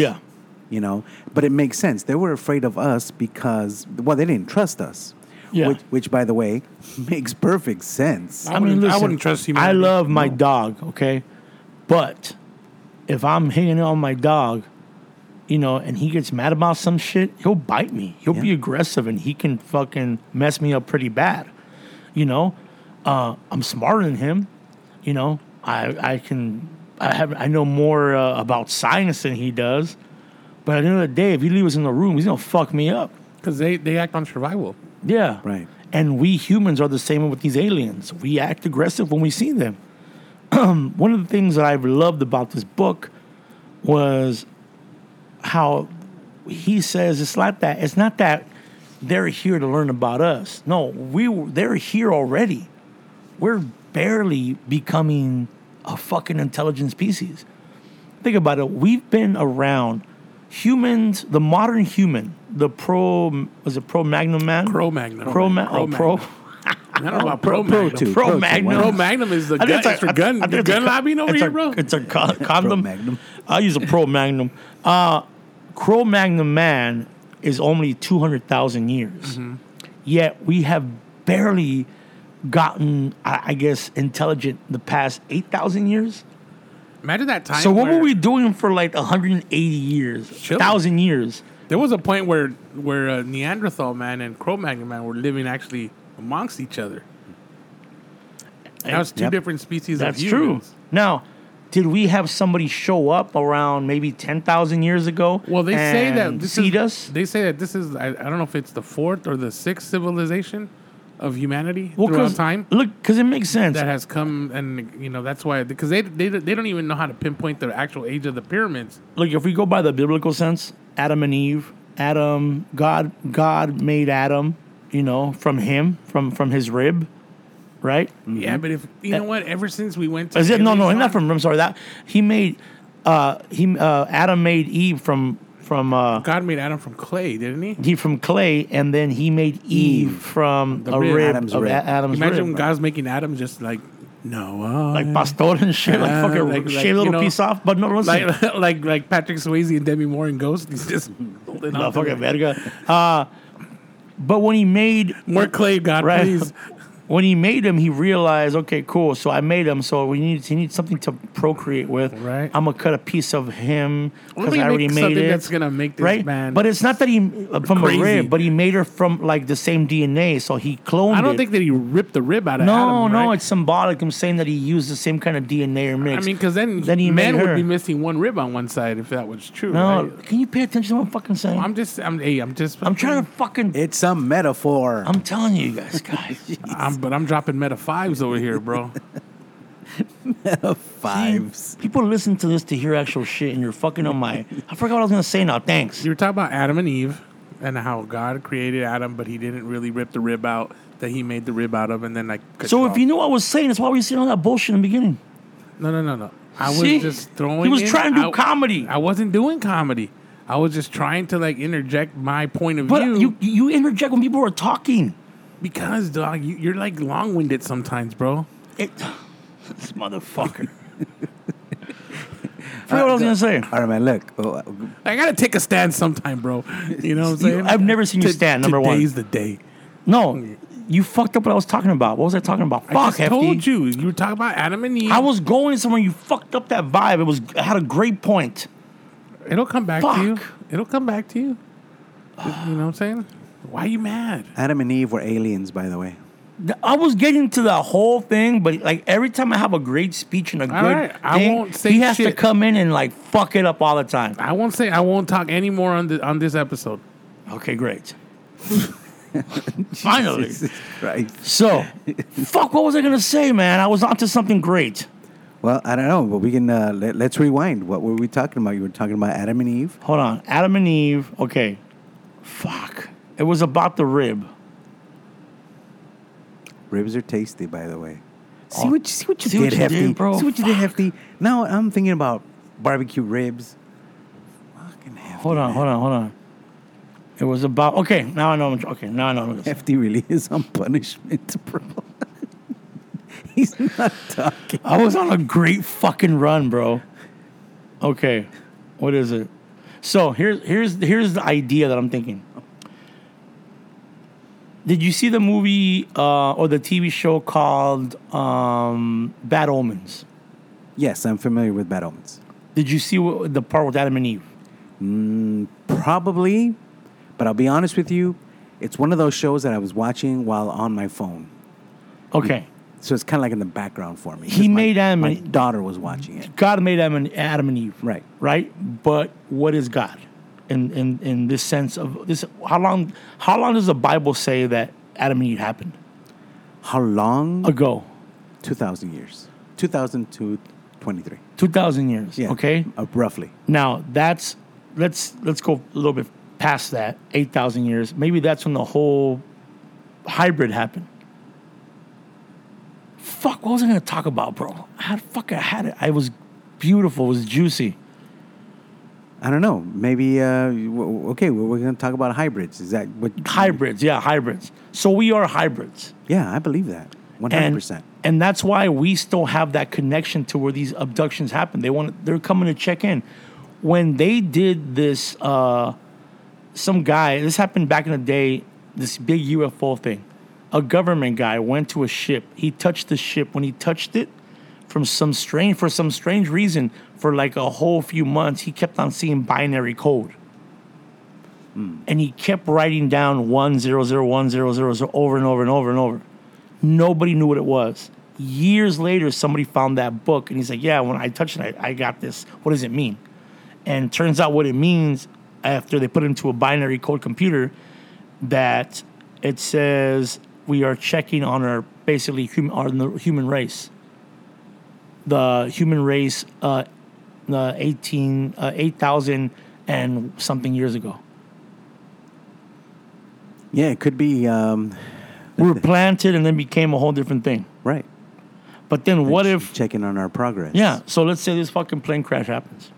Speaker 4: You know, but it makes sense. They were afraid of us because well, they didn't trust us.
Speaker 1: Yeah.
Speaker 4: Which, which, by the way, makes perfect sense.
Speaker 2: I wouldn't- I wouldn't trust humanity.
Speaker 1: I love my dog, okay? But if I'm hanging on my dog, you know, and he gets mad about some shit, he'll bite me. He'll be
Speaker 4: Yeah.
Speaker 1: aggressive and he can fucking mess me up pretty bad. You know, uh, I'm smarter than him. You know, I I can I have I know more uh, about science than he does. But at the end of the day, if he leaves us in the room, he's gonna fuck me up.
Speaker 2: because they, they act on survival.
Speaker 1: Yeah.
Speaker 4: Right.
Speaker 1: And we humans are the same with these aliens. We act aggressive when we see them. One of the things that I've loved about this book was how he says it's like that. It's not that they're here to learn about us. No, we were- they're here already. We're barely becoming a fucking intelligent species. Think about it. We've been around humans, the modern human, the pro was it pro Magnum man?
Speaker 2: Cro-Magnon.
Speaker 1: Pro ma- oh, pro.
Speaker 2: Cro-Magnon. I don't know about
Speaker 4: Pro-
Speaker 2: Pro
Speaker 4: Pro
Speaker 2: Magnum.
Speaker 4: Two.
Speaker 1: Oh, Pro
Speaker 2: Pro
Speaker 1: Magnum.
Speaker 2: Magnum is the
Speaker 1: I
Speaker 2: gun,
Speaker 1: think it's a-
Speaker 2: extra
Speaker 1: I-
Speaker 2: gun,
Speaker 1: I think
Speaker 2: the
Speaker 1: it's a
Speaker 2: gun
Speaker 1: co-
Speaker 2: lobbying over
Speaker 1: it's
Speaker 2: here,
Speaker 1: a-
Speaker 2: bro.
Speaker 1: It's a co- condom.
Speaker 4: Magnum.
Speaker 1: I use a Pro Magnum. Uh, Cro Magnum man is only 200,000 years.
Speaker 2: Mm-hmm.
Speaker 1: Yet we have barely gotten, I, I guess, intelligent the past 8,000 years.
Speaker 2: Imagine that time.
Speaker 1: So what
Speaker 2: where
Speaker 1: were we doing for like 180 years,
Speaker 2: Chilling.
Speaker 1: 1,000 years?
Speaker 2: There was a point where where uh, Neanderthal man and Cro-Magnon man were living actually amongst each other. That was two
Speaker 4: Yep.
Speaker 2: different species
Speaker 1: That's
Speaker 2: of
Speaker 1: true.
Speaker 2: humans.
Speaker 1: Now, did we have somebody show up around maybe 10,000 years ago?
Speaker 2: Well, they say that
Speaker 1: and
Speaker 2: this
Speaker 1: seed
Speaker 2: is,
Speaker 1: us?
Speaker 2: They say that this is I, I don't know if it's the fourth or the sixth civilization of humanity
Speaker 1: Well,
Speaker 2: throughout
Speaker 1: 'cause-
Speaker 2: time
Speaker 1: Look, because it makes sense.
Speaker 2: that has come and you know that's why because they, they they don't even know how to pinpoint the actual age of the pyramids.
Speaker 1: look, if we go by the biblical sense, Adam and Eve, Adam, God, God made Adam, you know, from him, from from his rib, right?
Speaker 2: Yeah, but if you know what, ever since we went
Speaker 1: Mm-hmm.
Speaker 2: to
Speaker 1: Eh, Is it no, no,
Speaker 2: aliens
Speaker 1: not
Speaker 2: on-
Speaker 1: from. I'm sorry, that he made, uh, he uh, Adam made Eve from from uh,
Speaker 2: God made Adam from clay, didn't he?
Speaker 1: he from clay, and then he made Eve, from a
Speaker 2: rib.
Speaker 1: rib,
Speaker 4: Adam's
Speaker 1: of
Speaker 4: rib.
Speaker 1: A- Adam's
Speaker 2: Imagine
Speaker 1: rib,
Speaker 2: God's making Adam just like uh, Noah,
Speaker 1: like pastor and shit, like
Speaker 2: Yeah,
Speaker 1: fucking
Speaker 2: like- like,
Speaker 1: shave
Speaker 2: you
Speaker 1: a little
Speaker 2: know,
Speaker 1: piece off. But no, listen,
Speaker 2: like like like Patrick Swayze and Demi Moore in Ghost. He's just holding
Speaker 1: no,
Speaker 2: on to
Speaker 1: fucking
Speaker 2: it.
Speaker 1: verga. Uh, but when he made
Speaker 2: more clay, God,
Speaker 1: Right.
Speaker 2: please.
Speaker 1: when he made him, he realized, okay, cool. So I made him. So we need he needs something to procreate with.
Speaker 2: Right.
Speaker 1: I'm gonna cut a piece of him
Speaker 2: Let
Speaker 1: because
Speaker 2: me
Speaker 1: I already
Speaker 2: make
Speaker 1: made
Speaker 2: something
Speaker 1: it.
Speaker 2: that's gonna make this
Speaker 1: right.
Speaker 2: man-
Speaker 1: But it's not that he uh, from
Speaker 2: Crazy.
Speaker 1: a rib, but he made her from like the same DNA. So he cloned.
Speaker 2: I don't
Speaker 1: it.
Speaker 2: think that he ripped the rib out of
Speaker 1: No,
Speaker 2: Adam.
Speaker 1: no,
Speaker 2: right?
Speaker 1: it's symbolic. I'm saying that he used the same kind of DNA or
Speaker 2: I
Speaker 1: mix.
Speaker 2: mean, because then,
Speaker 1: Then he
Speaker 2: men
Speaker 1: made
Speaker 2: would
Speaker 1: her.
Speaker 2: be missing one rib on one side if that was true.
Speaker 1: no,
Speaker 2: right?
Speaker 1: can you pay attention to what I'm fucking saying? I'm,
Speaker 2: I'm just, I'm, hey, I'm just,
Speaker 1: trying to fucking.
Speaker 4: It's a metaphor.
Speaker 1: I'm telling you guys, guys.
Speaker 2: I'm, but I'm dropping meta fives over here, bro.
Speaker 4: Fives.
Speaker 1: People listen to this to hear actual shit, and you're fucking on my. I forgot what I was gonna say now. Thanks.
Speaker 2: you were talking about Adam and Eve and how God created Adam, but He didn't really rip the rib out that He made the rib out of, and then like. cut
Speaker 1: So if
Speaker 2: off.
Speaker 1: you knew what I was saying, that's why we were saying all that bullshit in the beginning.
Speaker 2: No, no, no, no. I was
Speaker 1: See?
Speaker 2: just throwing.
Speaker 1: He was
Speaker 2: in-
Speaker 1: trying to do
Speaker 2: I-
Speaker 1: comedy.
Speaker 2: I wasn't doing comedy. I was just trying to like interject my point of
Speaker 1: But
Speaker 2: view
Speaker 1: you you interject when people are talking.
Speaker 2: because dog, you, you're like long winded sometimes, bro.
Speaker 1: It, this motherfucker. I forgot what
Speaker 2: Uh,
Speaker 1: I was gonna say.
Speaker 4: All right, man. Look, oh,
Speaker 2: I gotta take a stand sometime, bro. You know what I'm
Speaker 1: You-
Speaker 2: saying?
Speaker 1: I've never seen you
Speaker 2: To-
Speaker 1: stand, number one.
Speaker 2: today's the day.
Speaker 1: No, you fucked up what I was talking about. What was I talking about?
Speaker 2: I
Speaker 1: Fuck,
Speaker 2: just told
Speaker 1: hefty.
Speaker 2: you. You were talking about Adam and Eve.
Speaker 1: I was going somewhere. You fucked up that vibe. It was I had a great point.
Speaker 2: It'll come back to you.
Speaker 1: Fuck.
Speaker 2: It'll come back to you. You know what I'm saying? Why you mad?
Speaker 4: Adam and Eve were aliens, by the way.
Speaker 1: Th- I was getting to the whole thing, but like every time I have a great speech and a good
Speaker 2: right, I
Speaker 1: thing,
Speaker 2: won't say
Speaker 1: he has to
Speaker 2: shit.
Speaker 1: come in and like fuck it up all the time.
Speaker 2: I won't say. I won't talk any more on the on this episode.
Speaker 1: Okay, great. Finally.
Speaker 4: Right.
Speaker 1: So, fuck, what was I going to say, man? I was onto something great.
Speaker 4: Well, I don't know, but we can uh, let, let's rewind. What were we talking about? You were talking about Adam and Eve.
Speaker 1: Hold on. Adam and Eve. Okay. Fuck. It was about the rib.
Speaker 4: Ribs are tasty, by the way. See what you, see what you
Speaker 1: See
Speaker 4: did,
Speaker 1: what you
Speaker 4: hefty.
Speaker 1: did, bro.
Speaker 4: See what you did, hefty. Now I'm thinking about barbecue ribs. Fucking hefty.
Speaker 1: Hold on, hold on, hold on. It was about. Okay, now I know. I'm, okay, now I know. I'm gonna-
Speaker 4: Hefty really is on punishment, bro. He's not talking.
Speaker 1: I was on a great fucking run, bro. Okay, what is it? So here's here's here's the idea that I'm thinking. Did you see the movie uh, or the TV show called um, Bad Omens?
Speaker 4: Yes, I'm familiar with bad omens.
Speaker 1: Did you see what, the part with Adam and Eve?
Speaker 4: Probably, but I'll be honest with you, it's one of those shows that I was watching while on my phone. Mm-hmm.
Speaker 1: Okay,
Speaker 4: So it's kind of like in the background for me.
Speaker 1: He
Speaker 4: 'cause my-
Speaker 1: made Adam
Speaker 4: My
Speaker 1: and-
Speaker 4: daughter was watching it.
Speaker 1: God made Adam and, Adam and Eve,
Speaker 4: Right.
Speaker 1: Right, but what is God? In, in in this sense of this, how long how long does the Bible say that Adam and Eve happened
Speaker 4: How long?
Speaker 1: ago?
Speaker 4: 2,000 years. 2000 to 23.
Speaker 1: Two thousand years.
Speaker 4: Yeah.
Speaker 1: Okay.
Speaker 4: Uh, roughly.
Speaker 1: Now that's let's let's go a little bit past that, 8,000 years, maybe that's when the whole hybrid happened. Fuck, what was I going to talk about, bro? I had, fuck, I had it. I was beautiful. It was juicy.
Speaker 4: I don't know. Maybe uh, w- okay. We're, we're going to talk about hybrids. Is that what?
Speaker 1: Hybrids, yeah, hybrids. So we are hybrids.
Speaker 4: Yeah, I believe that. One hundred
Speaker 1: And,
Speaker 4: percent.
Speaker 1: and that's why we still have that connection to where these abductions happen. They want they're coming to check in. When they did this, uh, some guy, this happened back in the day, this big UFO thing. A government guy went to a ship. He touched the ship. When he touched it, from some strange for some strange reason, for like a whole few months, he kept on seeing binary code.
Speaker 4: Hmm.
Speaker 1: And he kept writing down one zero zero one zero zero zero over and over and over and over. Nobody knew what it was. Years later, somebody found that book and he's like, Yeah, when I touched it, I, I got this. What does it mean? And turns out what it means after they put it into a binary code computer that it says we are checking on our basically hum, on the human race. The human race, uh, uh, 18, uh, 8,000 and something years ago.
Speaker 4: Yeah, it could be. Um,
Speaker 1: We were planted and then became a whole different thing.
Speaker 4: right.
Speaker 1: But then what
Speaker 4: Just
Speaker 1: if
Speaker 4: checking on our progress?
Speaker 1: Yeah. So let's say this fucking plane crash happens.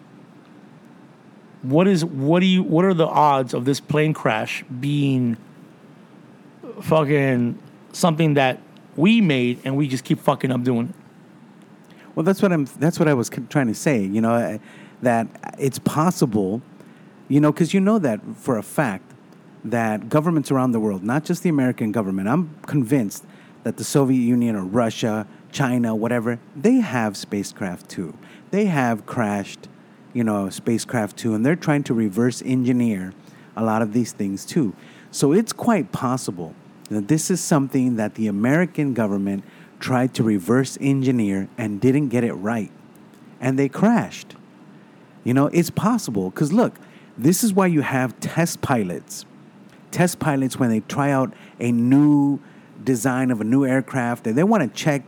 Speaker 1: What is what do you what are the odds of this plane crash being fucking something that we made and we just keep fucking up doing it?
Speaker 4: Well, that's what I'm. That's what I was c- trying to say. You know, I- that it's possible. You know, because you know that for a fact that governments around the world, not just the American government, I'm convinced that the Soviet Union or Russia, China, whatever, they have spacecraft too. They have crashed, you know, spacecraft too, and they're trying to reverse engineer a lot of these things too. So it's quite possible that this is something that the American government tried to reverse engineer and didn't get it right. And they crashed. You know, it's possible because look, this is why you have test pilots. Test pilots, when they try out a new design of a new aircraft, and they want to check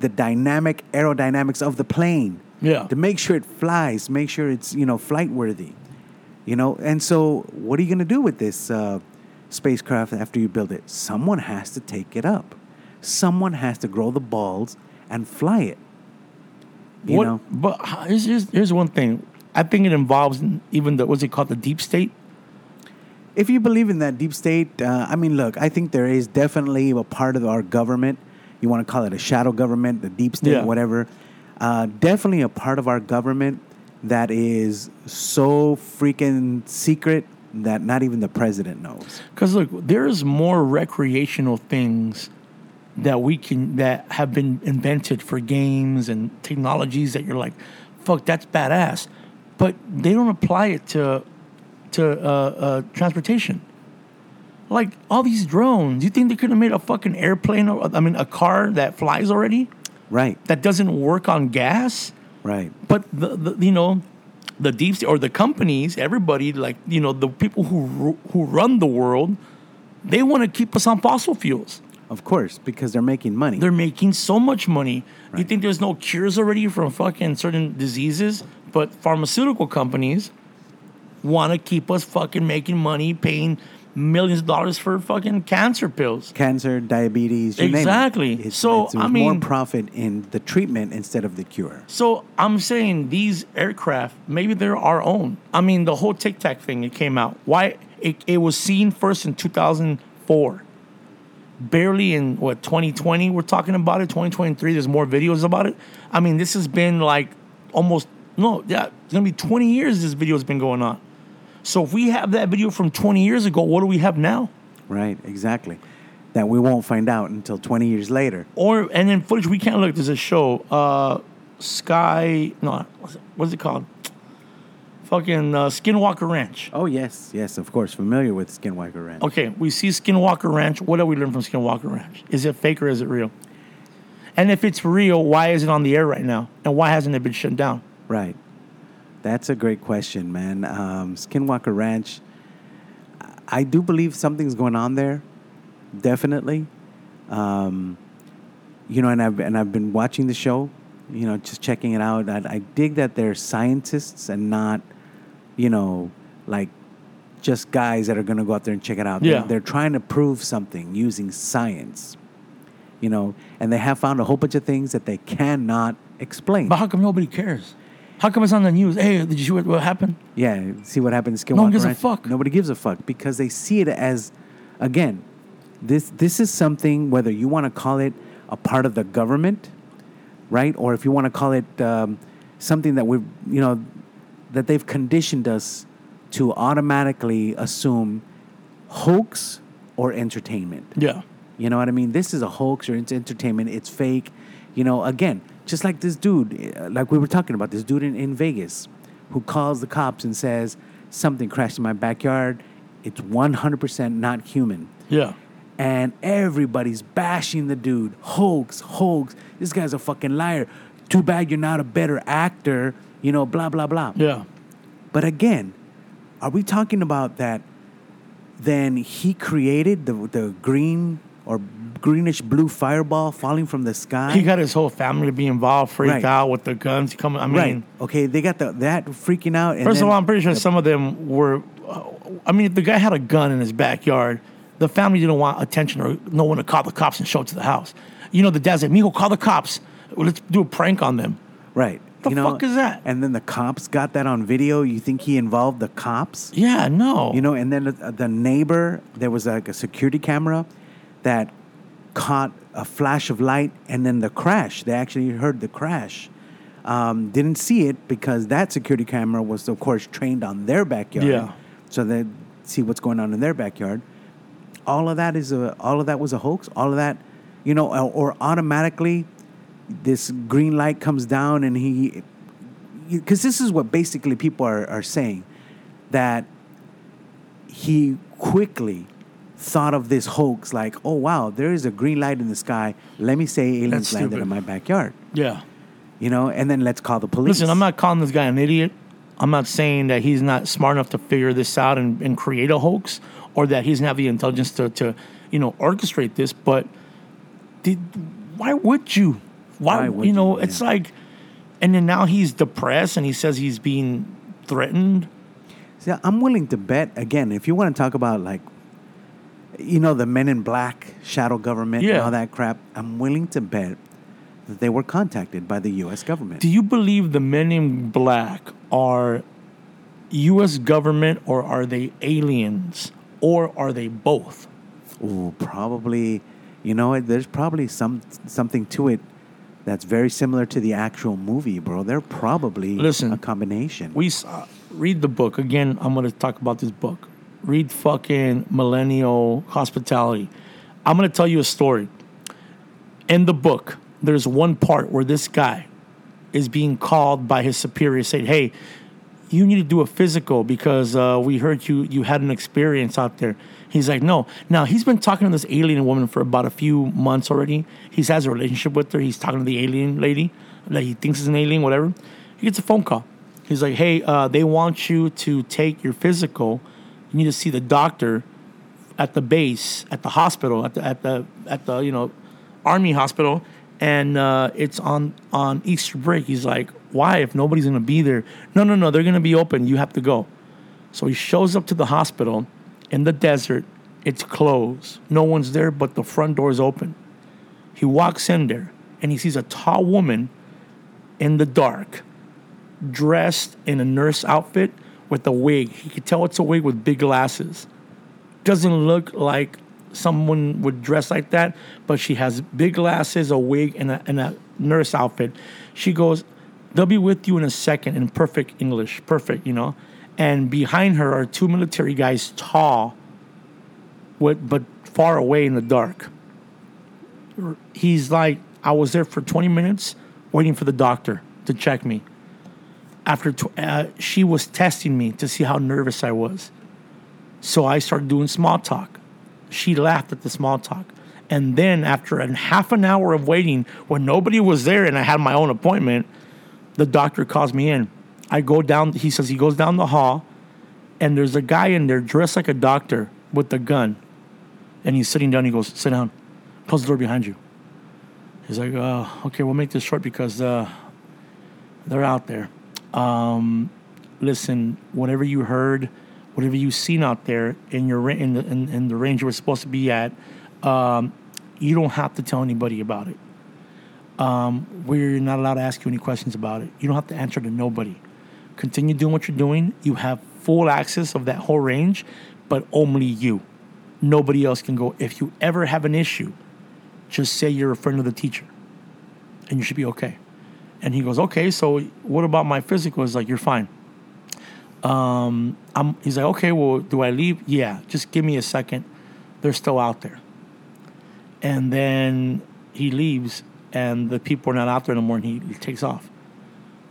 Speaker 4: the dynamic aerodynamics of the plane
Speaker 1: Yeah.
Speaker 4: to make sure it flies, make sure it's, you know, flight worthy. You know, and so what are you going to do with this uh, spacecraft after you build it? Someone has to take it up, someone has to grow the balls and fly it. You
Speaker 1: what,
Speaker 4: know?
Speaker 1: But h- here's, here's here's one thing. I think it involves even the what's it called the deep state.
Speaker 4: if you believe in that deep state, uh, I mean, look, I think there is definitely a part of our government. You want to call it a shadow government, the deep state,
Speaker 1: Yeah.
Speaker 4: whatever. Uh, definitely a part of our government that is so freaking secret that not even the president knows.
Speaker 1: Because look, there's more recreational things that we can that have been invented for games and technologies that you're like, fuck, that's badass, but they don't apply it to to uh, uh, transportation. Like all these drones, you think they could have made a fucking airplane? Or, I mean, a car that flies already
Speaker 4: Right,
Speaker 1: that doesn't work on gas?
Speaker 4: right.
Speaker 1: but the, the you know the deep sea or the companies everybody like you know the people who ru- who run the world they want to keep us on fossil fuels
Speaker 4: Of course, because they're making money.
Speaker 1: they're making so much money you
Speaker 4: Right.
Speaker 1: think there's no cures already from fucking certain diseases but pharmaceutical companies want to keep us fucking making money paying millions of dollars for fucking cancer pills
Speaker 4: Cancer, diabetes, you name it.
Speaker 1: Exactly. So, I
Speaker 4: there's more
Speaker 1: mean-
Speaker 4: profit in the treatment instead of the cure.
Speaker 1: So I'm saying these aircraft, maybe they're our own. I mean, the whole Tic Tac thing, it came out. Why? It, it was seen first in 2004. Barely in what 2020 we're talking about it. 2023, there's more videos about it. I mean, this has been like almost no, yeah, it's gonna be 20 years. This video has been going on. So if we have that video from 20 years ago, what do we have now?
Speaker 4: Right, exactly. That we won't find out until 20 years later.
Speaker 1: or and then footage we can't look. There's a show, uh, Sky. No, what's it, what's it called? Fucking uh, Skinwalker Ranch.
Speaker 4: Oh yes, yes, of course. Familiar with Skinwalker Ranch.
Speaker 1: Okay, we see Skinwalker Ranch. What do we learn from Skinwalker Ranch? Is it fake or is it real? And if it's real, why is it on the air right now? And why hasn't it been shut down?
Speaker 4: Right. That's a great question, man. Um, Skinwalker Ranch. I- I do believe something's going on there, definitely. Um, you know, and I've and I've been watching the show. You know, just checking it out. I, I dig that they're scientists and not, you know, like just guys that are going to go out there and check it out.
Speaker 1: Yeah.
Speaker 4: They're, they're trying to prove something using science, you know, and they have found a whole bunch of things that they cannot explain.
Speaker 1: But how come nobody cares? How come it's on the news? Hey, did you see what, what happened?
Speaker 4: Yeah, see what happens.
Speaker 1: No one gives a fuck.
Speaker 4: Nobody gives a fuck because they see it as, again, this this is something whether you want to call it a part of the government, right, or if you want to call it um, something that we have you know that they've conditioned us to automatically assume hoax or entertainment.
Speaker 1: Yeah.
Speaker 4: You know what I mean? This is a hoax or it's entertainment. It's fake. You know, again, just like this dude, uh, like we were talking about, this dude in, in Vegas who calls the cops and says, something crashed in my backyard. It's 100% not human.
Speaker 1: Yeah.
Speaker 4: And everybody's bashing the dude. Hoax, hoax. This guy's a fucking liar. Too bad you're not a better actor. You know, blah, blah, blah.
Speaker 1: Yeah.
Speaker 4: But again, are we talking about that? Then he created the the green or greenish blue fireball falling from the sky.
Speaker 1: He got his whole family to be involved, freaked
Speaker 4: Right.
Speaker 1: out with the guns coming. I mean,
Speaker 4: right. Okay, they got the that freaking out. And
Speaker 1: First
Speaker 4: then-
Speaker 1: of all, I'm pretty sure some of them were. Uh, I mean, if the guy had a gun in his backyard, the family didn't want attention or no one to call the cops and show it to the house. You know, the dad's like, Mijo, call the cops. Well, let's do a prank on them.
Speaker 4: right.
Speaker 1: The
Speaker 4: you know,
Speaker 1: fuck is that?
Speaker 4: And then the cops got that on video. You think he involved the cops?
Speaker 1: Yeah, no.
Speaker 4: You know, and then the, the neighbor, there was like a security camera that caught a flash of light and then the crash. They actually heard the crash. Um, didn't see it because that security camera was, of course, trained on their backyard.
Speaker 1: Yeah.
Speaker 4: So they see what's going on in their backyard. All of that is a, all of that was a hoax. All of that, you know, or, or automatically this green light comes down and he, because this is what basically people are, are saying that he quickly thought of this hoax like, oh wow, there is a green light in the sky. Let me say aliens
Speaker 1: That's
Speaker 4: landed
Speaker 1: stupid.
Speaker 4: in my backyard.
Speaker 1: yeah.
Speaker 4: You know, and then let's call the police.
Speaker 1: Listen, I'm not calling this guy an idiot. I'm not saying that he's not smart enough to figure this out and, and create a hoax or that he doesn't have the intelligence to, to you know, orchestrate this, but did, why would you? Why,
Speaker 4: Why would
Speaker 1: you know,
Speaker 4: you?
Speaker 1: it's
Speaker 4: Yeah.
Speaker 1: like, and then now he's depressed and he says he's being threatened.
Speaker 4: See, I'm willing to bet again. If you want to talk about like, you know, the Men in Black shadow government and
Speaker 1: Yeah.
Speaker 4: all that crap, I'm willing to bet that they were contacted by the U.S. government.
Speaker 1: Do you believe the men in black are U.S. government or are they aliens or are they both?
Speaker 4: Ooh, probably. You know, what, there's probably some something to it that's very similar to the actual movie, bro. They're probably
Speaker 1: Listen,
Speaker 4: a combination.
Speaker 1: we saw, read the book again. I'm going to talk about this book. Read fucking Millennial Hospitality. I'm going to tell you a story. In the book, there's one part where this guy is being called by his superior, saying, "Hey, you need to do a physical because uh, we heard you you had an experience out there." He's like, "No." Now he's been talking to this alien woman for about a few months already. He has a relationship with her. He's talking to the alien lady that he thinks is an alien, whatever. He gets a phone call. He's like, "Hey, uh, they want you to take your physical. You need to see the doctor at the base, at the hospital, at the at the at the you know, army hospital, and uh, it's on on Easter break. He's like, why? If nobody's gonna be there, no, no, no, they're gonna be open. You have to go. So he shows up to the hospital in the desert. It's closed. No one's there, but the front door is open. He walks in there and he sees a tall woman in the dark, dressed in a nurse outfit with a wig. He could tell it's a wig with big glasses doesn't look like someone would dress like that, but she has big glasses, a wig, and a, and a nurse outfit. She goes, They'll be with you in a second in perfect English, perfect, you know. And behind her are two military guys, tall, with, but far away in the dark. He's like, I was there for 20 minutes waiting for the doctor to check me. After tw- uh, she was testing me to see how nervous I was. So I started doing small talk. She laughed at the small talk. And then after an half an hour of waiting when nobody was there and I had my own appointment, the doctor calls me in. I go down, he says he goes down the hall and there's a guy in there dressed like a doctor with a gun. And he's sitting down, he goes, Sit down. Close the door behind you. He's like, uh, okay, we'll make this short because uh, they're out there listen, whatever you heard whatever you've seen out there in your ra- in the in, in the range you were supposed to be at, um, you don't have to tell anybody about it. Um, we're not allowed to ask you any questions about it. You don't have to answer to nobody. Continue doing what you're doing. You have full access of that whole range, but only you. Nobody else can go. If you ever have an issue, just say you're a friend of the teacher, and you should be okay. And he goes, okay. So what about my physical? Is like you're fine. I'm, he's like, okay, well, do I leave? Yeah, just give me a second. They're still out there. And then he leaves, and the people are not out there anymore, and he, he takes off.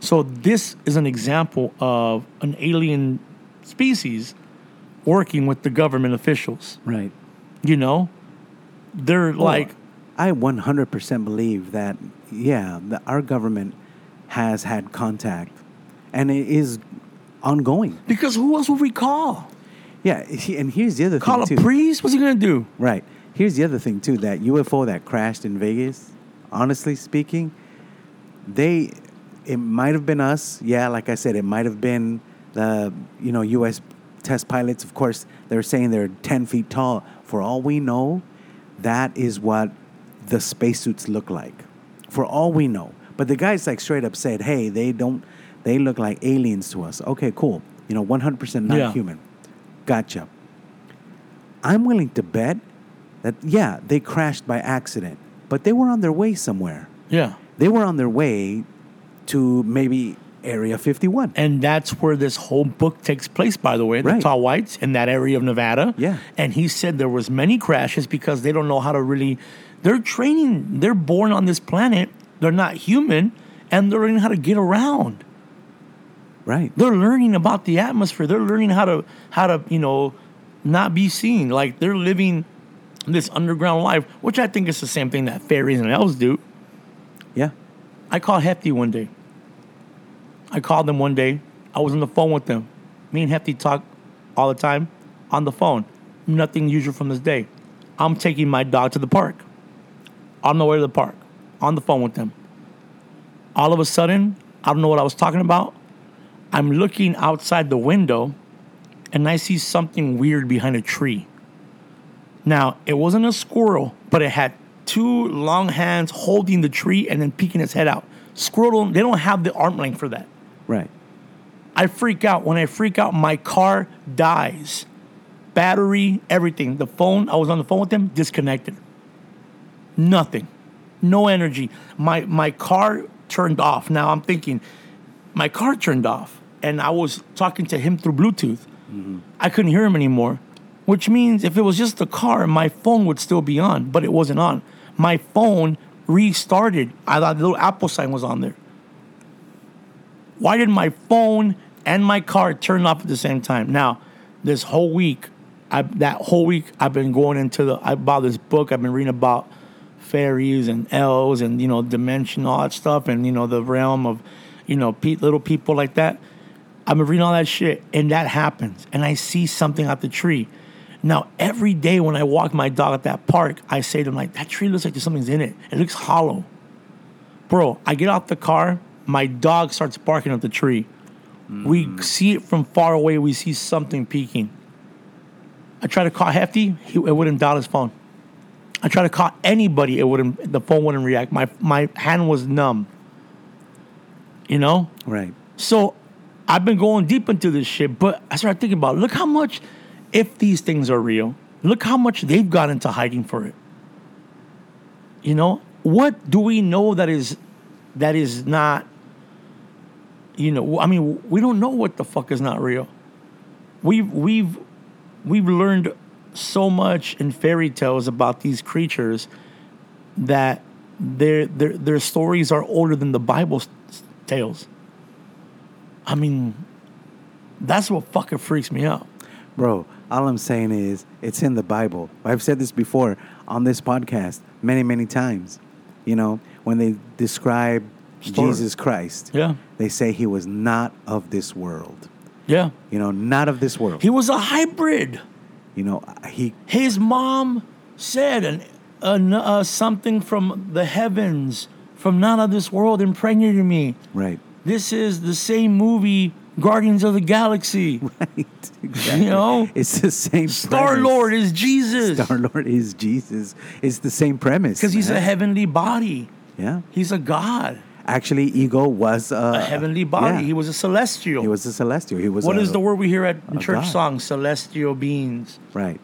Speaker 1: So this is an example of an alien species working with the government officials.
Speaker 4: Right.
Speaker 1: You know, they're like,
Speaker 4: I 100% believe that, yeah, the, our government has had contact and it is ongoing.
Speaker 1: because who else would we call?
Speaker 4: Yeah, he- and here's the other
Speaker 1: Call a
Speaker 4: thing. too.
Speaker 1: priest? What's he gonna do?
Speaker 4: Right. Here's the other thing too. That UFO that crashed in Vegas. Honestly speaking, they it might have been us. Yeah, like I said, it might have been the you know U.S. test pilots. Of course, they're saying they're ten feet tall. For all we know, that is what the spacesuits look like. For all we know, but the guys like straight up said, "Hey, they don't. They look like aliens to us." Okay, cool. You know, one hundred percent not
Speaker 1: Yeah.
Speaker 4: human. Gotcha. I'm willing to bet that, yeah, they crashed by accident, but they were on their way somewhere.
Speaker 1: Yeah.
Speaker 4: They were on their way to maybe Area 51.
Speaker 1: And that's where this whole book takes place, by the way, the
Speaker 4: Right.
Speaker 1: Tall Whites in that area of Nevada.
Speaker 4: Yeah.
Speaker 1: And he said there was many crashes because they don't know how to really they're training, they're born on this planet, they're not human, and they're learning how to get around.
Speaker 4: Right.
Speaker 1: They're learning about the atmosphere. They're learning how to how to, you know, not be seen. Like they're living this underground life, which I think is the same thing that fairies and elves do.
Speaker 4: Yeah.
Speaker 1: I called Hefty one day. I called them one day. I was on the phone with them. Me and Hefty talk all the time on the phone. Nothing usual from this day. I'm taking my dog to the park. On the way to the park, on the phone with them. All of a sudden, I don't know what I was talking about. I'm looking outside the window and I see something weird behind a tree. Now, it wasn't a squirrel, but it had two long hands holding the tree and then peeking its head out. Squirrel, don't- they don't have the arm length for that.
Speaker 4: Right.
Speaker 1: I freak out. When I freak out, my car dies. Battery, everything. The phone, I was on the phone with them, disconnected. Nothing. No energy. My my car turned off. Now I'm thinking, my car turned off. And I was talking to him through Bluetooth. I couldn't hear him anymore. Which means if it was just the car, my phone would still be on, but it wasn't on. My phone restarted. I thought the little Apple sign was on there. Why did my phone and my car turn off at the same time? Now, this whole week, I, that whole week, I've been going into the. I bought this book. I've been reading about fairies and elves and you know dimension, all that stuff, and you know the realm of, you know, pe- little people like that. I've been reading all that shit, and that happens, and I see something out the tree. Now, every day when I walk my dog at that park, I say to him like, "That tree looks like there's something's in it. It looks hollow." Bro, I get out the car, my dog starts barking at the tree. We see it from far away, we see something peeking. I try to call Hefty, he, it wouldn't dial his phone. I try to call anybody, it wouldn't the phone wouldn't react. My my hand was numb. You know?
Speaker 4: Right.
Speaker 1: So I've been going deep into this shit, but I started thinking about look how much, if these things are real, look how much they've got into hiding for it. You know, what do we know that is that is not, you know, I mean, we don't know what the fuck is not real. We've we've we've learned so much in fairy tales about these creatures that their their their stories are older than the Bible's tales. I mean, that's what fucking freaks me out.
Speaker 4: Bro, all I'm saying is it's in the Bible. I've said this before on this podcast many, many times. You know, when they describe
Speaker 1: Story.
Speaker 4: Jesus Christ,
Speaker 1: Yeah.
Speaker 4: they say he was not of this world.
Speaker 1: Yeah.
Speaker 4: You know, not of this world.
Speaker 1: He was a hybrid.
Speaker 4: you know, he
Speaker 1: His mom said an, an, uh, something from the heavens, from none of this world, impregnated me.
Speaker 4: right.
Speaker 1: This is the same movie Guardians of the Galaxy.
Speaker 4: Right.
Speaker 1: You know?
Speaker 4: It's the same
Speaker 1: Star Lord is Jesus.
Speaker 4: Star Lord is Jesus. It's the same premise.
Speaker 1: Because he's a
Speaker 4: man.
Speaker 1: heavenly body.
Speaker 4: Yeah.
Speaker 1: He's a god.
Speaker 4: Actually, Ego was a,
Speaker 1: A heavenly body.
Speaker 4: Uh, yeah.
Speaker 1: He was a celestial.
Speaker 4: He was a celestial. He was
Speaker 1: What
Speaker 4: a,
Speaker 1: is the word we hear at church
Speaker 4: god.
Speaker 1: songs? Celestial beings.
Speaker 4: Right.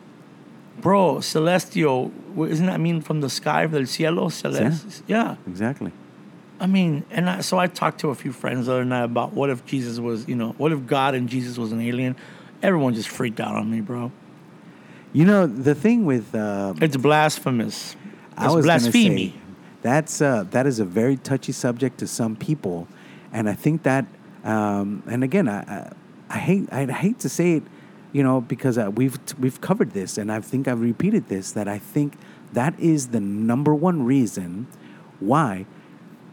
Speaker 1: Bro, celestial, wh- isn't that mean from the sky, del cielo? Celest- yeah.
Speaker 4: Exactly.
Speaker 1: I mean, and I, so I talked to a few friends the other night about what if Jesus was, you know, what if God and Jesus was an alien? Everyone just freaked out on me, bro.
Speaker 4: You know the thing with uh,
Speaker 1: It's blasphemous.
Speaker 4: I
Speaker 1: It's
Speaker 4: was gonna say,
Speaker 1: blasphemy.
Speaker 4: That's uh, that is a very touchy subject to some people, and I think that, um, and again, I, I, I hate I hate to say it, you know, because uh, we've we've covered this, and I think I've repeated this that I think that is the number one reason why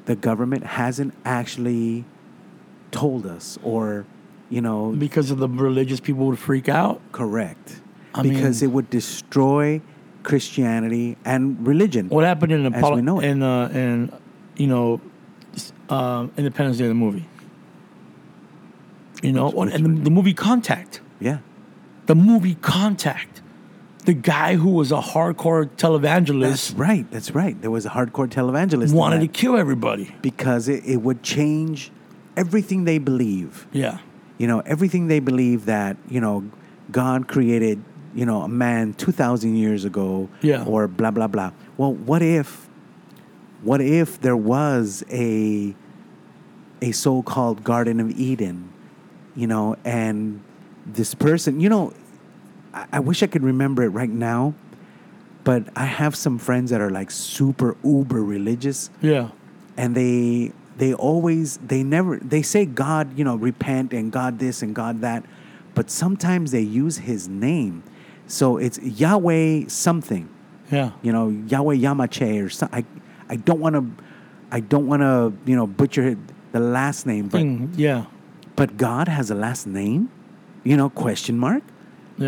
Speaker 4: the government hasn't actually told us or you know
Speaker 1: Because of the religious people would freak out.
Speaker 4: correct
Speaker 1: I
Speaker 4: because
Speaker 1: mean-
Speaker 4: it would destroy christianity and religion
Speaker 1: What happened in
Speaker 4: As
Speaker 1: Apollo
Speaker 4: we know it.
Speaker 1: in uh, in you know s- uh, Independence Day the movie? You know,
Speaker 4: Which-
Speaker 1: what-
Speaker 4: which
Speaker 1: and the, the movie Contact.
Speaker 4: yeah
Speaker 1: The movie Contact. The guy who was a hardcore
Speaker 4: That's
Speaker 1: televangelist
Speaker 4: right. That's right. There was a hardcore televangelist in
Speaker 1: wanted to
Speaker 4: that
Speaker 1: kill everybody.
Speaker 4: because it, it would change everything they believe.
Speaker 1: Yeah.
Speaker 4: You know, everything they believe that you know God created you know a man two thousand years ago.
Speaker 1: Yeah.
Speaker 4: Or blah blah blah. Well, what if, what if there was a a so-called Garden of Eden, you know, and this person, you know, I, I wish I could remember it right now, but I have some friends that are like super uber religious,
Speaker 1: Yeah.
Speaker 4: and they they always they never they say God, you know, repent and God this and God that, but sometimes they use His name, so it's Yahweh something,
Speaker 1: Yeah.
Speaker 4: you know Yahweh Yamache or something. I, I don't want to, I don't want to, you know, butcher the last name, but
Speaker 1: Thing- Mm, Yeah.
Speaker 4: but God has a last name, you know? Question mark.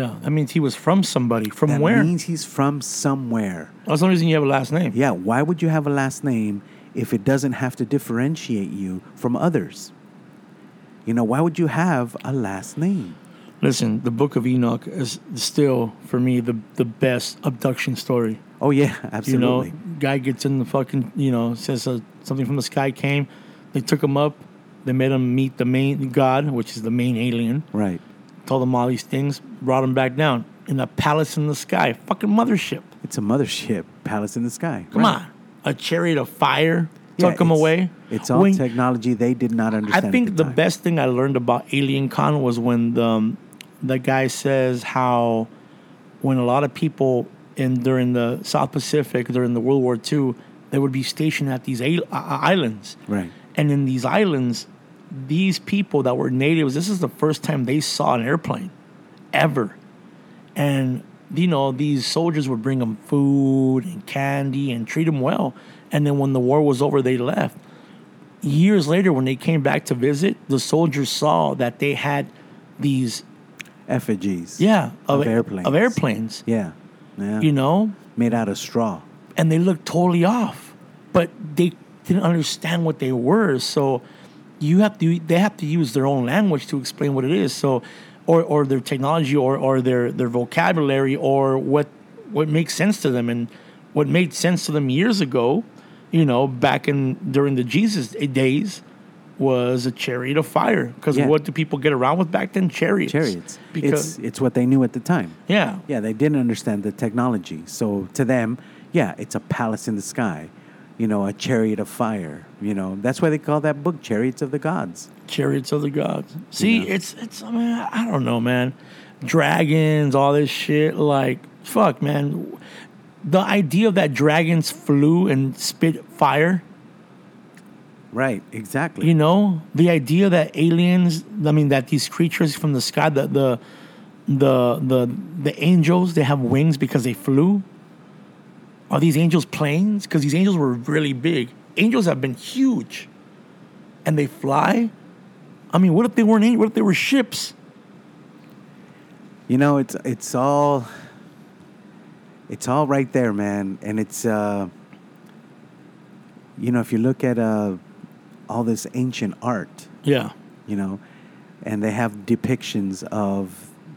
Speaker 1: Yeah. That means he was from somebody. From
Speaker 4: That
Speaker 1: where?
Speaker 4: means he's from somewhere.
Speaker 1: That's the only reason you have a last name.
Speaker 4: Yeah. Why would you have a last name if it doesn't have to differentiate you from others? You know, why would you have a last name?
Speaker 1: Listen, the Book of Enoch is still for me the the best abduction story.
Speaker 4: Oh yeah,
Speaker 1: You know,
Speaker 4: absolutely.
Speaker 1: guy gets in the fucking, you know, says uh, something from the sky came. They took him up. They made him meet the main god, which is the main alien.
Speaker 4: Right.
Speaker 1: Told him all these things. Brought him back down in a palace in the sky. Fucking mothership.
Speaker 4: It's a mothership, palace in the sky.
Speaker 1: Come
Speaker 4: Right.
Speaker 1: on. A chariot of fire
Speaker 4: Yeah,
Speaker 1: took him
Speaker 4: it's-
Speaker 1: away.
Speaker 4: It's all
Speaker 1: When-
Speaker 4: technology they did not
Speaker 1: I
Speaker 4: understand. at
Speaker 1: think the
Speaker 4: time.
Speaker 1: best thing I learned about Alien Con was when the um, the guy says how when a lot of people in during the South Pacific during the World War II they would be stationed at these a- i- islands,
Speaker 4: Right.
Speaker 1: and in these islands, these people that were natives, this is the first time they saw an airplane ever, and you know these soldiers would bring them food and candy and treat them well, and then when the war was over, they left years later when they came back to visit the soldiers saw that they had these
Speaker 4: effigies.
Speaker 1: yeah
Speaker 4: Of airplanes.
Speaker 1: of airplanes
Speaker 4: Yeah. Yeah.
Speaker 1: you know
Speaker 4: Made out of straw.
Speaker 1: and they looked totally off but they didn't understand what they were so you have to they have to use their own language to explain what it is so or or their technology or or their their vocabulary or what what makes sense to them and what made sense to them years ago you know back in during the jesus days was a chariot of fire because
Speaker 4: Yeah.
Speaker 1: what do people get around with back then chariots
Speaker 4: chariots.
Speaker 1: because
Speaker 4: it's it's what they knew at the time.
Speaker 1: yeah
Speaker 4: Yeah, they didn't understand the technology. So to them, yeah, it's a palace in the sky, you know, a chariot of fire. You know, that's why they call that book "Chariots of the Gods."
Speaker 1: chariots of the gods. See,
Speaker 4: Yeah.
Speaker 1: it's it's I mean I don't know, man. Dragons, all this shit, like fuck, man. The idea that dragons flew and spit fire,
Speaker 4: Right. Exactly.
Speaker 1: you know, the idea that aliens, I mean, that these creatures from the sky, the the the the, the angels, they have wings because they flew. Are these angels planes? Because these angels were really big. Angels have been huge, and they fly. I mean, what if they weren't? an- What if they were ships?
Speaker 4: You know, it's it's all it's all right there, man. And it's uh you know, if you look at uh all this ancient art,
Speaker 1: Yeah,
Speaker 4: you know, and they have depictions of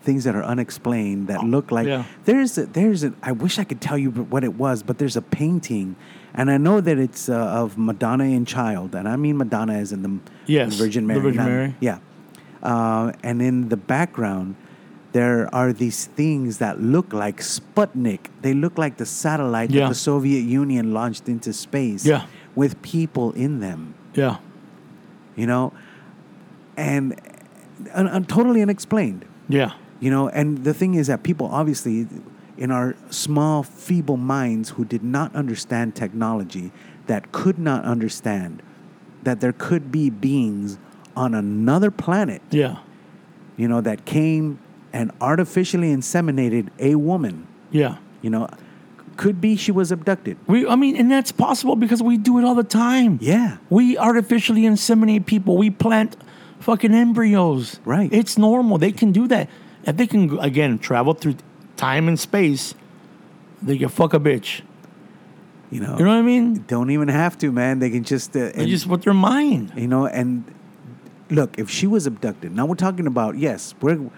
Speaker 4: things that are unexplained that look like
Speaker 1: yeah.
Speaker 4: there's a, there's a, I wish I could tell you what it was, but there's a painting, and I know that it's uh, of Madonna and Child, and I mean Madonna as in the
Speaker 1: Yes,
Speaker 4: Virgin
Speaker 1: the
Speaker 4: Mary,
Speaker 1: Virgin
Speaker 4: not-
Speaker 1: Mary.
Speaker 4: yeah. Uh, and in the background, there are these things that look like Sputnik. They look like the satellite
Speaker 1: Yeah.
Speaker 4: that the Soviet Union launched into space
Speaker 1: Yeah.
Speaker 4: with people in them,
Speaker 1: Yeah.
Speaker 4: you know? And un- un- totally unexplained,
Speaker 1: Yeah.
Speaker 4: you know? And the thing is that people, obviously, in our small, feeble minds who did not understand technology, that could not understand that there could be beings on another planet
Speaker 1: Yeah.
Speaker 4: you know, that came and artificially inseminated a woman,
Speaker 1: Yeah.
Speaker 4: you know, could be she was abducted.
Speaker 1: We, I mean, and that's possible because we do it all the time.
Speaker 4: Yeah.
Speaker 1: We artificially inseminate people. We plant fucking embryos.
Speaker 4: Right.
Speaker 1: It's normal. They can do that. If they can, again, travel through time and space, they can fuck a bitch.
Speaker 4: You know,
Speaker 1: You know what I mean?
Speaker 4: don't even have to, man. They can just, uh,
Speaker 1: They
Speaker 4: and-
Speaker 1: just with their mind.
Speaker 4: you know, and look, if she was abducted, now we're talking about, yes, we're,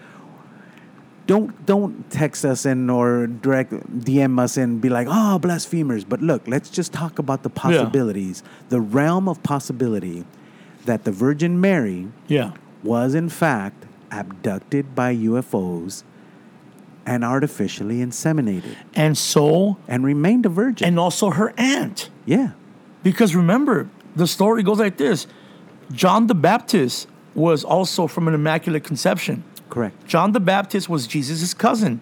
Speaker 4: don't don't text us in or direct DM us and be like, oh, blasphemers. But look, let's just talk about the possibilities, the realm of possibility that the Virgin Mary,
Speaker 1: Yeah.
Speaker 4: was in fact abducted by UFOs and artificially inseminated
Speaker 1: And so,
Speaker 4: and remained a virgin.
Speaker 1: and also her aunt.
Speaker 4: yeah.
Speaker 1: Because remember, the story goes like this John the Baptist was also from an Immaculate Conception.
Speaker 4: Correct.
Speaker 1: John the Baptist was Jesus' cousin,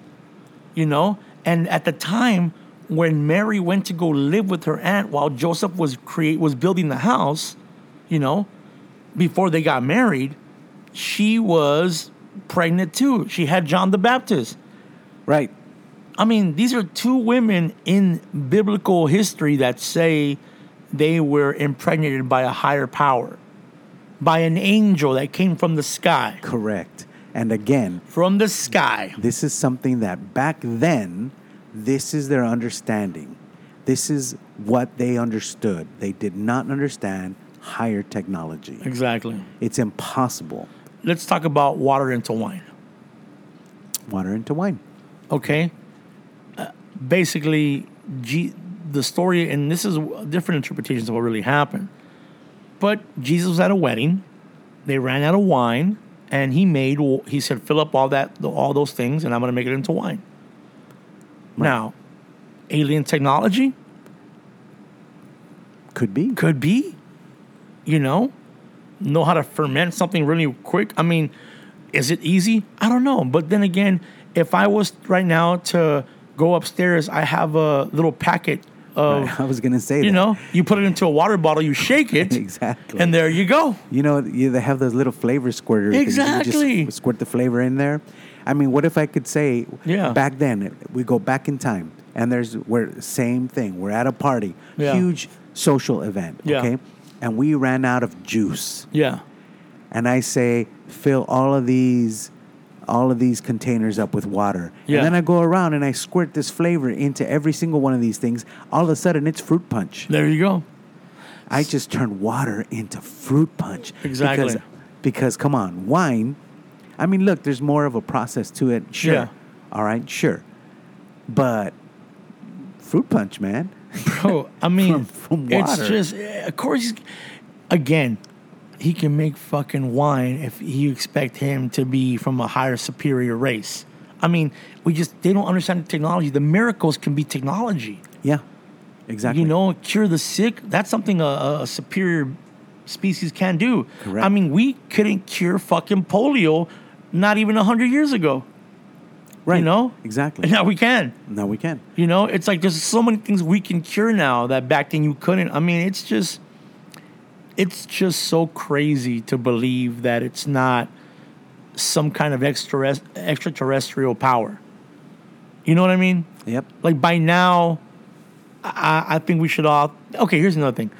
Speaker 1: you know? And at the time when Mary went to go live with her aunt while Joseph was create was building the house, you know, before they got married, she was pregnant too. She had John the Baptist.
Speaker 4: Right.
Speaker 1: I mean, these are two women in biblical history that say they were impregnated by a higher power, by an angel that came from the sky.
Speaker 4: Correct. And again,
Speaker 1: From the sky.
Speaker 4: this is something that back then, this is their understanding. This is what they understood. They did not understand higher technology.
Speaker 1: Exactly.
Speaker 4: It's impossible.
Speaker 1: Let's talk about water into wine.
Speaker 4: Water into wine.
Speaker 1: Okay. Uh, basically, G- the story, and this is different interpretations of what really happened. But Jesus was at a wedding. They ran out of wine, and he made. He said, "Fill up all that, all those things, and I'm going to make it into wine." Now, alien technology
Speaker 4: Could be.
Speaker 1: could be, you know, know how to ferment something really quick. I mean, is it easy? I don't know. But then again, if I was right now to go upstairs, I have a little packet of,
Speaker 4: I was going to say
Speaker 1: you
Speaker 4: that.
Speaker 1: know, you put it into a water bottle, you shake it,
Speaker 4: Exactly.
Speaker 1: and there you go.
Speaker 4: You know, you, they have those little flavor squirters. that You
Speaker 1: Exactly.
Speaker 4: just squirt the flavor in there. I mean, what if I could say,
Speaker 1: Yeah.
Speaker 4: back then, we go back in time, and there's, we're, same thing. We're at a party,
Speaker 1: Yeah.
Speaker 4: huge social event,
Speaker 1: Yeah.
Speaker 4: okay? And we ran out of juice.
Speaker 1: Yeah,
Speaker 4: And I say, fill all of these, all of these containers up with water.
Speaker 1: Yeah.
Speaker 4: And then I go around and I squirt this flavor into every single one of these things. All of a sudden, it's fruit punch.
Speaker 1: there you go.
Speaker 4: I just turned water into fruit punch.
Speaker 1: Exactly.
Speaker 4: Because, because, come on, wine. I mean, look, there's more of a process to it. Sure.
Speaker 1: Yeah.
Speaker 4: All right, sure. But fruit punch, man.
Speaker 1: Bro, I mean,
Speaker 4: From- from water.
Speaker 1: it's just, eh, of course, he's- again, he can make fucking wine if you expect him to be from a higher, superior race. I mean, we just, they don't understand the technology. The miracles can be technology.
Speaker 4: Yeah. Exactly.
Speaker 1: You know, cure the sick, that's something a- a, a superior species can do.
Speaker 4: Correct.
Speaker 1: I mean, we couldn't cure fucking polio not even 100 years ago.
Speaker 4: right.
Speaker 1: You know?
Speaker 4: Exactly.
Speaker 1: And now we can.
Speaker 4: Now we can.
Speaker 1: You know, it's like there's so many things we can cure now that back then you couldn't. I mean, it's just it's just so crazy to believe that it's not some kind of extra extraterrestrial power. You know what I mean?
Speaker 4: Yep.
Speaker 1: Like by now, I, I think we should all. Okay, here's another thing.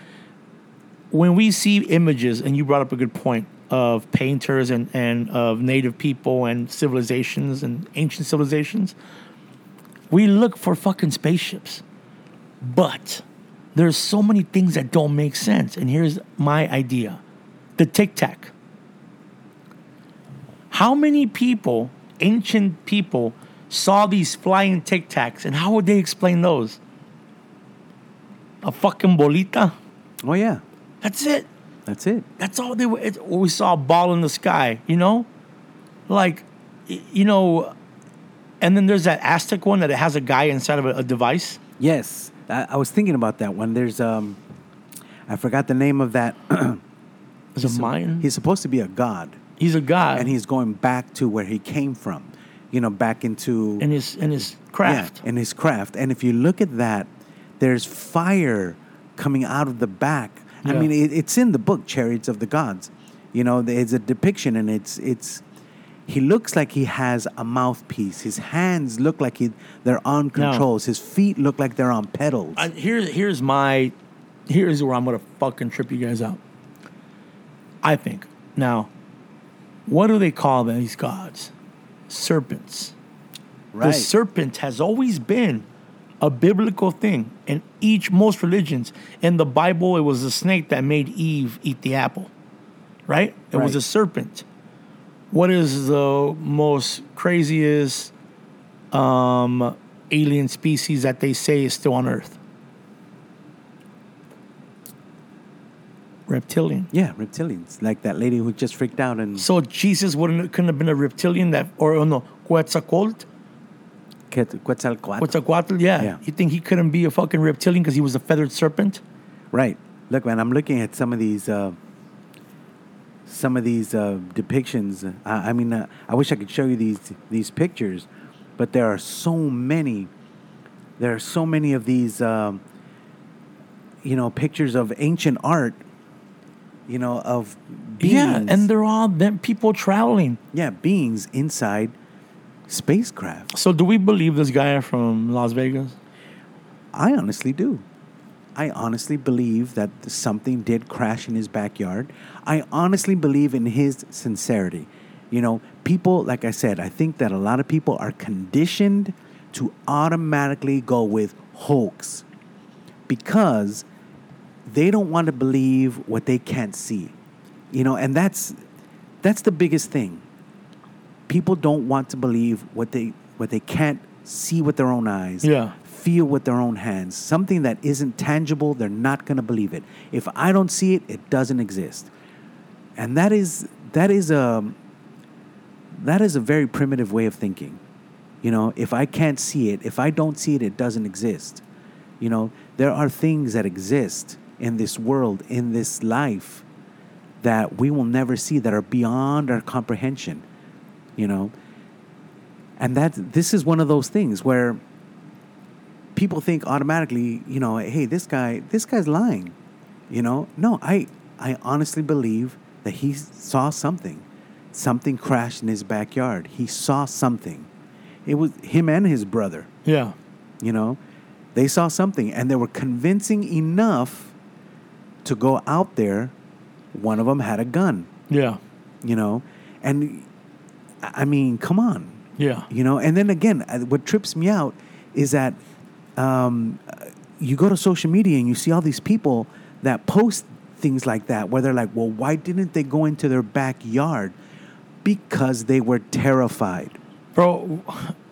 Speaker 1: When we see images, and you brought up a good point of painters and, and of native people and civilizations and ancient civilizations, we look for fucking spaceships. But there's so many things that don't make sense. And here's my idea the tic tac. How many people, ancient people, saw these flying tic tacs and how would they explain those? A fucking bolita?
Speaker 4: Oh yeah,
Speaker 1: That's it.
Speaker 4: that's it.
Speaker 1: That's all they were. It, we saw a ball in the sky, you know? Like, y- you know, and then there's that Aztec one that it has a guy inside of a, a device.
Speaker 4: Yes, I, I was thinking about that one. There's um, I forgot the name of that.
Speaker 1: It's a Mayan. He's,
Speaker 4: he's supposed to be a god,
Speaker 1: a god.
Speaker 4: and he's going back to where he came from. You know, back into
Speaker 1: in his, in his craft.
Speaker 4: Yeah, in his craft. And if you look at that, there's fire coming out of the back. I
Speaker 1: Yeah.
Speaker 4: mean, it, it's in the book Chariots of the Gods. You know, th- it's a depiction, and it's it's. He looks like he has a mouthpiece. His hands look like he they're on controls. His feet look like they're on pedals.
Speaker 1: I, here, here's my, here's where I'm gonna fucking trip you guys out. I think now, what do they call these gods? Serpents. The serpent has always been a biblical thing in each most religions. In the Bible, it was the snake that made Eve eat the apple, right? It was
Speaker 4: Right.
Speaker 1: a serpent. What is the most craziest um, alien species that they say is still on Earth? Reptilian.
Speaker 4: yeah, reptilians, like that lady who just freaked out and
Speaker 1: So Jesus wouldn't couldn't have been a reptilian that, or oh no, Quetzalcoatl.
Speaker 4: Quet- Quetzalcoatl.
Speaker 1: Quetzalcoatl, yeah.
Speaker 4: Yeah.
Speaker 1: You think he couldn't be a fucking reptilian because he was a feathered serpent?
Speaker 4: Right. Look, man, I'm looking at some of these, uh, some of these uh, depictions. I, I mean, uh, I wish I could show you these these pictures, but there are so many. There are so many of these, um, you know, pictures of ancient art. You know, of beings.
Speaker 1: Yeah, and they're all them people traveling.
Speaker 4: yeah, beings inside spacecraft.
Speaker 1: So do we believe this guy from Las Vegas?
Speaker 4: I honestly do. I honestly believe that something did crash in his backyard. I honestly believe in his sincerity. You know, people, like I said, I think that a lot of people are conditioned to automatically go with hoax because they don't want to believe what they can't see. You know, and that's that's the biggest thing. People don't want to believe what they what they can't see with their own eyes
Speaker 1: Yeah.
Speaker 4: feel with their own hands. Something that isn't tangible, they're not going to believe it. If I don't see it, it doesn't exist. And that is that is a that is a very primitive way of thinking. You know, if I can't see it, if I don't see it, it doesn't exist. You know, there are things that exist in this world, in this life that we will never see that are beyond our comprehension, you know. And that this is one of those things where people think automatically, you know, hey, this guy, this guy's lying. You know, no, I, I honestly believe that he saw something. Something crashed in his backyard. He saw something. It was him and his brother,
Speaker 1: Yeah.
Speaker 4: you know. They saw something and they were convincing enough to go out there. One of them had a gun,
Speaker 1: Yeah.
Speaker 4: you know. And I I mean, come on
Speaker 1: Yeah.
Speaker 4: you know and then again uh, what trips me out is that um, uh, you go to social media and you see all these people that post things like that where they're like well why didn't they go into their backyard because they were terrified
Speaker 1: Bro,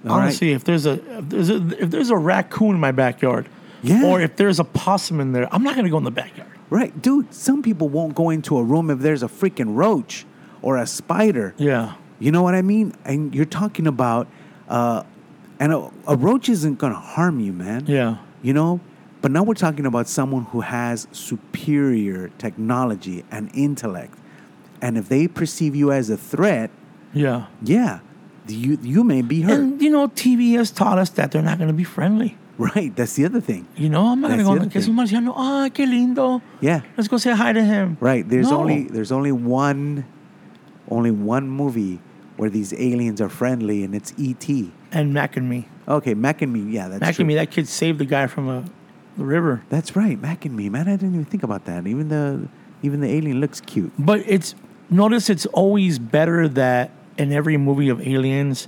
Speaker 1: honestly, if there's a if there's a if there's a raccoon in my backyard,
Speaker 4: Yeah.
Speaker 1: or if there's a possum in there, I'm not gonna go in the backyard.
Speaker 4: right dude some people won't go into a room if there's a freaking roach or a spider
Speaker 1: Yeah.
Speaker 4: You know what I mean? And you're talking about, uh, and a, a roach isn't going to harm you, man.
Speaker 1: Yeah.
Speaker 4: You know? But now we're talking about someone who has superior technology and intellect. And if they perceive you as a threat,
Speaker 1: Yeah.
Speaker 4: yeah, you, you may be hurt.
Speaker 1: And you know, TV has taught us that they're not gonna be friendly.
Speaker 4: right. That's the other thing.
Speaker 1: You know, I'm not
Speaker 4: That's
Speaker 1: gonna
Speaker 4: the
Speaker 1: go
Speaker 4: other
Speaker 1: in the
Speaker 4: thing.
Speaker 1: someone's gonna know, ah, que lindo.
Speaker 4: Yeah.
Speaker 1: Let's go say hi to him.
Speaker 4: Right. There's
Speaker 1: No.
Speaker 4: only there's only one only one movie where these aliens are friendly and it's E.T.
Speaker 1: and Mac and me.
Speaker 4: Okay, Mac and me. Yeah, that's
Speaker 1: Mac
Speaker 4: true.
Speaker 1: and me, that kid saved the guy from a, the river.
Speaker 4: That's right, Mac and me, man. I didn't even think about that. Even the even the alien looks cute.
Speaker 1: But it's notice it's always better that in every movie of aliens,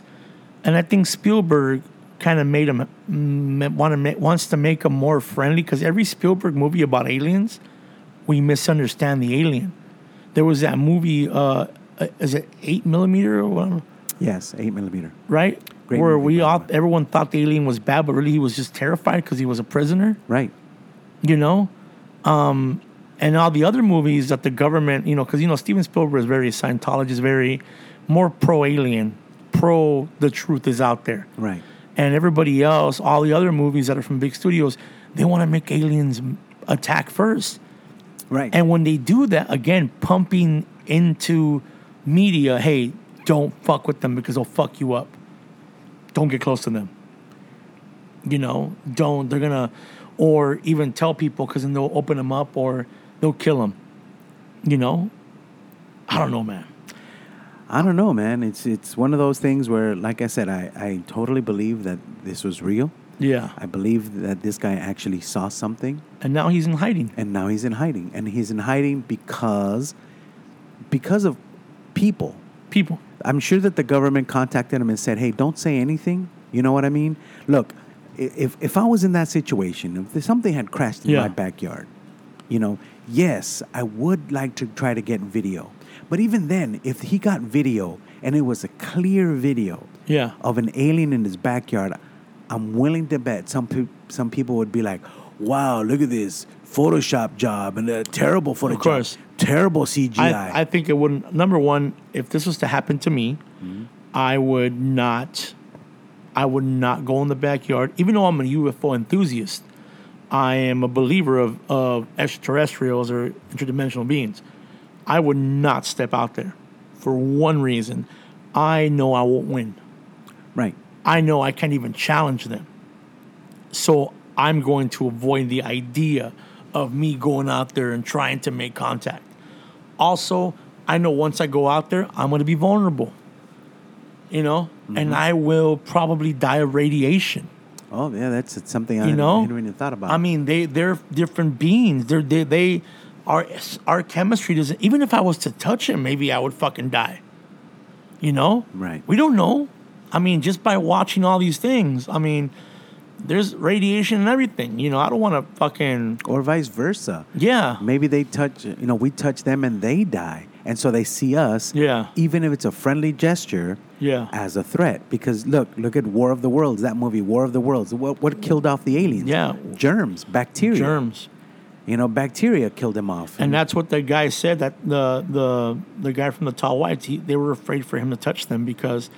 Speaker 1: and I think Spielberg kind of made him mm, want to ma- wants to make him more friendly because every Spielberg movie about aliens, we misunderstand the alien. There was that movie uh, uh, is it eight millimeter or whatever?
Speaker 4: Yes, eight millimeter.
Speaker 1: Right?
Speaker 4: Great
Speaker 1: Where
Speaker 4: movie,
Speaker 1: we
Speaker 4: by the
Speaker 1: all
Speaker 4: way.
Speaker 1: everyone thought the alien was bad, but really he was just terrified because he was a prisoner.
Speaker 4: Right.
Speaker 1: you know um and all the other movies that the government you know because you know steven spielberg is very scientologist very more pro alien pro the truth is out there
Speaker 4: Right.
Speaker 1: and everybody else all the other movies that are from big studios they want to make aliens m- attack first
Speaker 4: Right.
Speaker 1: and when they do that again pumping into media hey don't fuck with them because they'll fuck you up don't get close to them you know don't they're gonna or even tell people because then they'll open them up or they'll kill them you know i don't know man
Speaker 4: I don't know, man. It's it's one of those things where, like I said, I, I totally believe that this was real.
Speaker 1: yeah
Speaker 4: I believe that this guy actually saw something,
Speaker 1: and now he's in hiding
Speaker 4: and now he's in hiding, and he's in hiding because because of people.
Speaker 1: people
Speaker 4: I'm sure that the government contacted him and said, "Hey, don't say anything." You know what I mean? Look, i- if if I was in that situation, if there's something had crashed in
Speaker 1: Yeah.
Speaker 4: my backyard, you know, yes, I would like to try to get video. But even then, if he got video and it was a clear video
Speaker 1: yeah
Speaker 4: of an alien in his backyard, I'm willing to bet some peop some people would be like, "Wow, look at this Photoshop job and a terrible Photoshop,
Speaker 1: course.
Speaker 4: terrible CGI."
Speaker 1: I, I think it wouldn't. Number one, if this was to happen to me, I would not. I would not go in the backyard, even though I'm a UFO enthusiast. I am a believer of, of extraterrestrials or interdimensional beings. I would not step out there for one reason. I know I won't win.
Speaker 4: right,
Speaker 1: I know I can't even challenge them. So I'm going to avoid the idea of me going out there and trying to make contact. Also, I know once I go out there, I'm going to be vulnerable, you know, and I will probably die of radiation.
Speaker 4: Oh yeah, that's it's something I
Speaker 1: You
Speaker 4: hadn't-
Speaker 1: know?
Speaker 4: hadn't even thought about.
Speaker 1: I mean, they they're different beings. They're, they they our our chemistry doesn't. Even if I was to touch him, maybe I would fucking die. You know,
Speaker 4: Right.
Speaker 1: We don't know. I mean, just by watching all these things, I mean, there's radiation and everything. You know, I don't want to fucking
Speaker 4: or vice versa.
Speaker 1: yeah.
Speaker 4: Maybe they touch, you know, we touch them and they die, and so they see us.
Speaker 1: Yeah.
Speaker 4: Even if it's a friendly gesture.
Speaker 1: Yeah.
Speaker 4: As a threat, because look, look at War of the Worlds. That movie, War of the Worlds. What what killed off the aliens?
Speaker 1: Yeah.
Speaker 4: Germs, bacteria.
Speaker 1: Germs,
Speaker 4: You know, bacteria killed them off.
Speaker 1: and that's what the guy said. That the the the guy from the Tall Whites, he, they were afraid for him to touch them because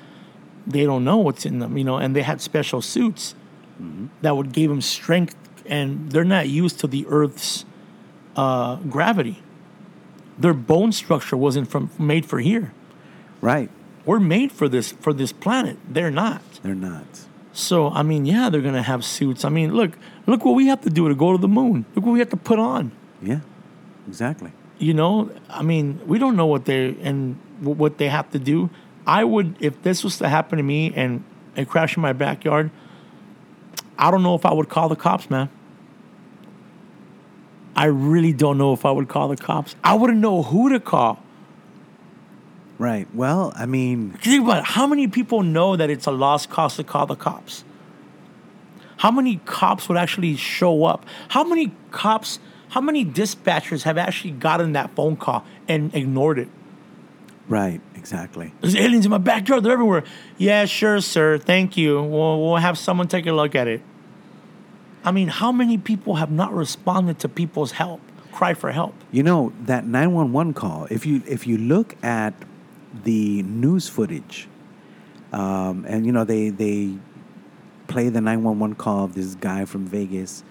Speaker 1: they don't know what's in them, you know. And they had special suits that would give them strength, and they're not used to the Earth's uh, gravity. Their bone structure wasn't from made for here.
Speaker 4: right.
Speaker 1: We're made for this for this planet. They're not.
Speaker 4: They're not.
Speaker 1: So I mean, yeah, they're gonna have suits. I mean, look, look what we have to do to go to the moon. Look what we have to put on.
Speaker 4: Yeah. Exactly.
Speaker 1: you know i mean we don't know what they and w- what they have to do i would if this was to happen to me and it crashed in my backyard i don't know if i would call the cops man i really don't know if i would call the cops i wouldn't know who to call
Speaker 4: Right. Well, I mean,
Speaker 1: think about it. how many people know that it's a lost cause to call the cops how many cops would actually show up how many cops how many dispatchers have actually gotten that phone call and ignored it
Speaker 4: right. Exactly.
Speaker 1: There's aliens in my backyard. They're everywhere. Yeah, sure, sir. Thank you. We'll, we'll have someone take a look at it. I mean, how many people have not responded to people's help, cry for help?
Speaker 4: You know that 911 call. If you if you look at the news footage, um, and you know they they play the 911 call of this guy from Vegas,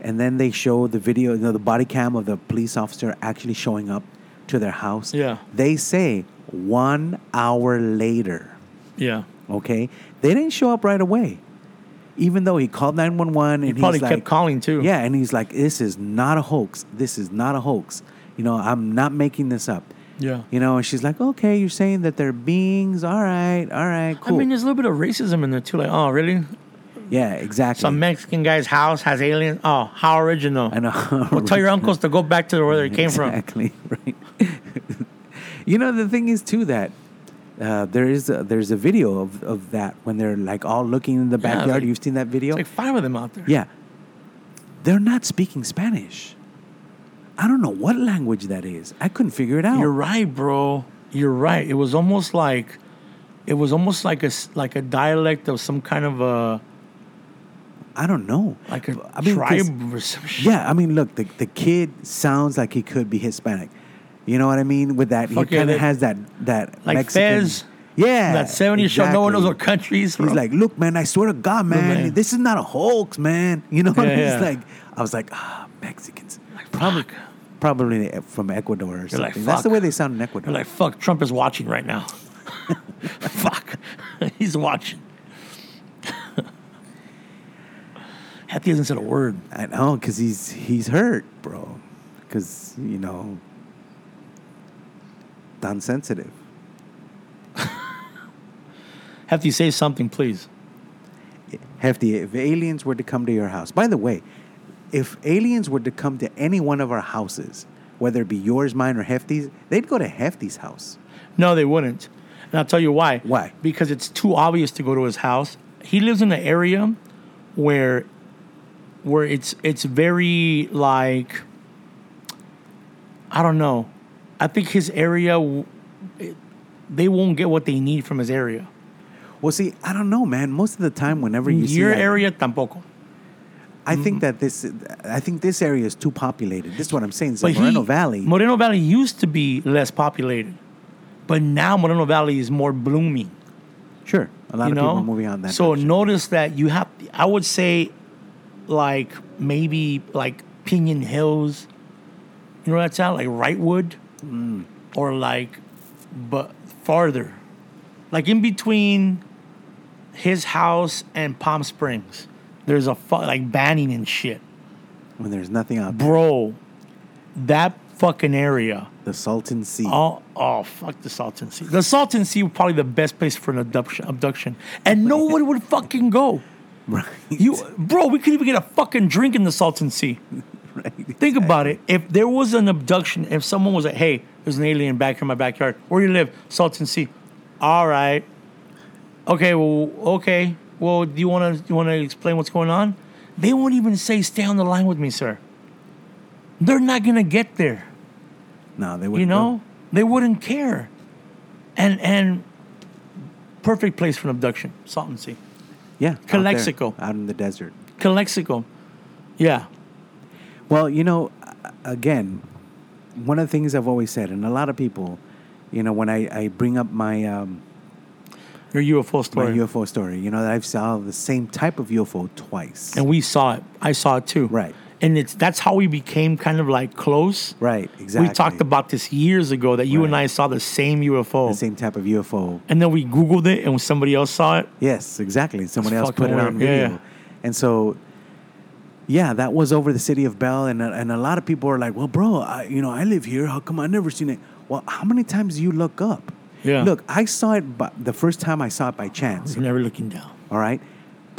Speaker 4: and then they show the video, you know, the body cam of the police officer actually showing up to their house.
Speaker 1: Yeah.
Speaker 4: They say one hour later.
Speaker 1: Yeah.
Speaker 4: Okay, they didn't show up right away, even though he called 911 and
Speaker 1: He probably
Speaker 4: he's
Speaker 1: kept
Speaker 4: like,
Speaker 1: calling too.
Speaker 4: yeah, and he's like, "This is not a hoax. This is not a hoax. You know, I'm not making this up."
Speaker 1: Yeah.
Speaker 4: You know, and she's like, "Okay, you're saying that they're beings. All right, all right, cool.
Speaker 1: I mean, there's a little bit of racism in there too. Like, oh, really?
Speaker 4: yeah, exactly.
Speaker 1: Some Mexican guy's house has aliens? Oh, how original.
Speaker 4: I know.
Speaker 1: Well, tell your uncles to go back to where they came from.
Speaker 4: exactly right. you know, the thing is too that. Uh, there is a, there's a video of, of that when they're like all looking in the
Speaker 1: Yeah,
Speaker 4: backyard.
Speaker 1: like-
Speaker 4: You've seen that video?
Speaker 1: It's like five of them out there.
Speaker 4: Yeah. They're not speaking Spanish. I don't know what language that is. I couldn't figure it out.
Speaker 1: You're right, bro. You're right. It was almost like, it was almost like a s- like a dialect of some kind of a
Speaker 4: I don't know.
Speaker 1: like a
Speaker 4: I mean, 'cause-
Speaker 1: tribe or some shit.
Speaker 4: Yeah, I mean, look, the, the kid sounds like he could be Hispanic. You know what I mean? With that,
Speaker 1: Fuck
Speaker 4: he
Speaker 1: yeah,
Speaker 4: kind of
Speaker 1: that-
Speaker 4: has that that
Speaker 1: Like
Speaker 4: Mexican.
Speaker 1: Fez,
Speaker 4: yeah,
Speaker 1: That 70s show. No one knows
Speaker 4: exactly.
Speaker 1: what countries.
Speaker 4: He's like, look, man, I swear to God, man,
Speaker 1: man.
Speaker 4: this is not a hoax, man. You know,
Speaker 1: Yeah,
Speaker 4: he's
Speaker 1: yeah.
Speaker 4: like, I was like, ah, Mexicans,
Speaker 1: probably.
Speaker 4: probably from Ecuador or something.
Speaker 1: like,
Speaker 4: That's the
Speaker 1: fuck.
Speaker 4: way they sound in Ecuador.
Speaker 1: You're like, fuck, Trump is watching right now. fuck. He's watching. Hefty hasn't said a word.
Speaker 4: I know, because he's he's hurt, bro. Because you know, non sensitive.
Speaker 1: Hefty, say something, please.
Speaker 4: hefty. If aliens were to come to your house, by the way, if aliens were to come to any one of our houses, whether it be yours, mine, or Hefty's, they'd go to Hefty's house.
Speaker 1: No, they wouldn't. And I'll tell you why.
Speaker 4: Why?
Speaker 1: Because it's too obvious to go to his house. He lives in an area where where it's it's very like I don't know. I think his area w- it- they won't get what they need from his area.
Speaker 4: Well, see, I don't know, man. Most of the time, whenever you see
Speaker 1: Your
Speaker 4: that-
Speaker 1: area Mm-hmm. tampoco.
Speaker 4: I think that this, I think this area is too populated. This is what I'm saying. So
Speaker 1: But he-
Speaker 4: Moreno Valley,
Speaker 1: Moreno Valley used to be less populated, but now Moreno Valley is more blooming.
Speaker 4: sure, a lot
Speaker 1: you
Speaker 4: of
Speaker 1: know,
Speaker 4: people are moving on that.
Speaker 1: So
Speaker 4: direction.
Speaker 1: notice that you have. I would say, like maybe like Pinion Hills. You know what that sound like Wrightwood,
Speaker 4: Mm.
Speaker 1: or like, but farther, like in between his house and Palm Springs. There's a fu- like banning and shit,
Speaker 4: when there's nothing out there,
Speaker 1: bro. That fucking area.
Speaker 4: the Salton Sea.
Speaker 1: Oh, oh, fuck the Salton Sea. The Salton Sea was probably the best place for an abduction, abduction, and nobody would fucking go.
Speaker 4: right.
Speaker 1: You, bro, we could even get a fucking drink in the Salton Sea. Think about it. If there was an abduction, if someone was like, "Hey, there's an alien back here in my backyard. Where you live? Salton Sea. All right. Okay. Well, okay. Well, do you want to you want to explain what's going on? They won't even say, "Stay on the line with me, sir." They're not gonna get there
Speaker 4: no, they
Speaker 1: you
Speaker 4: wouldn't.
Speaker 1: know they wouldn't care and and perfect place for an abduction salt and sea
Speaker 4: go. yeah, out there,
Speaker 1: Calexico.
Speaker 4: out in the desert.
Speaker 1: calexico yeah
Speaker 4: Well, you know, a- again, one of the things I've always said, and a lot of people, you know, when I, I bring up my um,
Speaker 1: your ufo
Speaker 4: my
Speaker 1: story
Speaker 4: UFO story, you know, that I've saw the same type of UFO twice.
Speaker 1: and we saw it i saw it too
Speaker 4: Right.
Speaker 1: and it's that's how we became kind of like close
Speaker 4: right, exactly.
Speaker 1: we talked about this years ago that you and
Speaker 4: Right.
Speaker 1: i saw the same ufo
Speaker 4: the same type of UFO.
Speaker 1: and then we googled it and somebody else saw it
Speaker 4: Yes, exactly. Someone else
Speaker 1: fucking
Speaker 4: put it on
Speaker 1: weird. Yeah,
Speaker 4: video,
Speaker 1: yeah.
Speaker 4: and so. Yeah, that was over the city of Bell, and a- and a lot of people are like, "Well, bro, I, you know, I live here. How come I never seen it?" Well, how many times do you look up?
Speaker 1: Yeah.
Speaker 4: Look, I saw it, but the first time I saw it by chance.
Speaker 1: you're never looking down
Speaker 4: All right.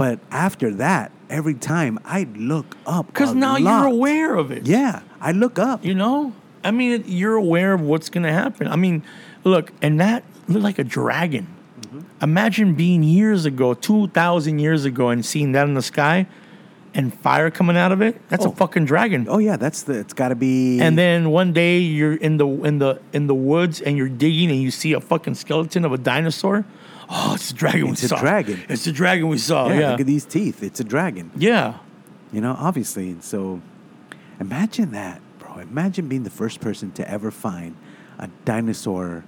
Speaker 4: But after that, every time I'd look up.
Speaker 1: because
Speaker 4: a
Speaker 1: now
Speaker 4: lot.
Speaker 1: you're aware of it
Speaker 4: Yeah. I look up.
Speaker 1: You know, I mean, it- you're aware of what's going to happen. I mean, look, and that looked like a dragon.
Speaker 4: Mm-hmm.
Speaker 1: Imagine being years ago, 2,000 years ago, and seeing that in the sky and fire coming out of it. That's
Speaker 4: Oh.
Speaker 1: a fucking dragon.
Speaker 4: Oh, yeah. That's the, it's got to be.
Speaker 1: And then one day you're in the in the in the woods and you're digging and you see a fucking skeleton of a dinosaur. Oh, it's a dragon
Speaker 4: It's
Speaker 1: we
Speaker 4: a
Speaker 1: saw.
Speaker 4: dragon.
Speaker 1: It's a dragon we saw.
Speaker 4: oh, yeah,
Speaker 1: Yeah.
Speaker 4: Look at these teeth. It's a dragon.
Speaker 1: yeah.
Speaker 4: You know, obviously. And so imagine that, bro. Imagine being the first person to ever find a dinosaur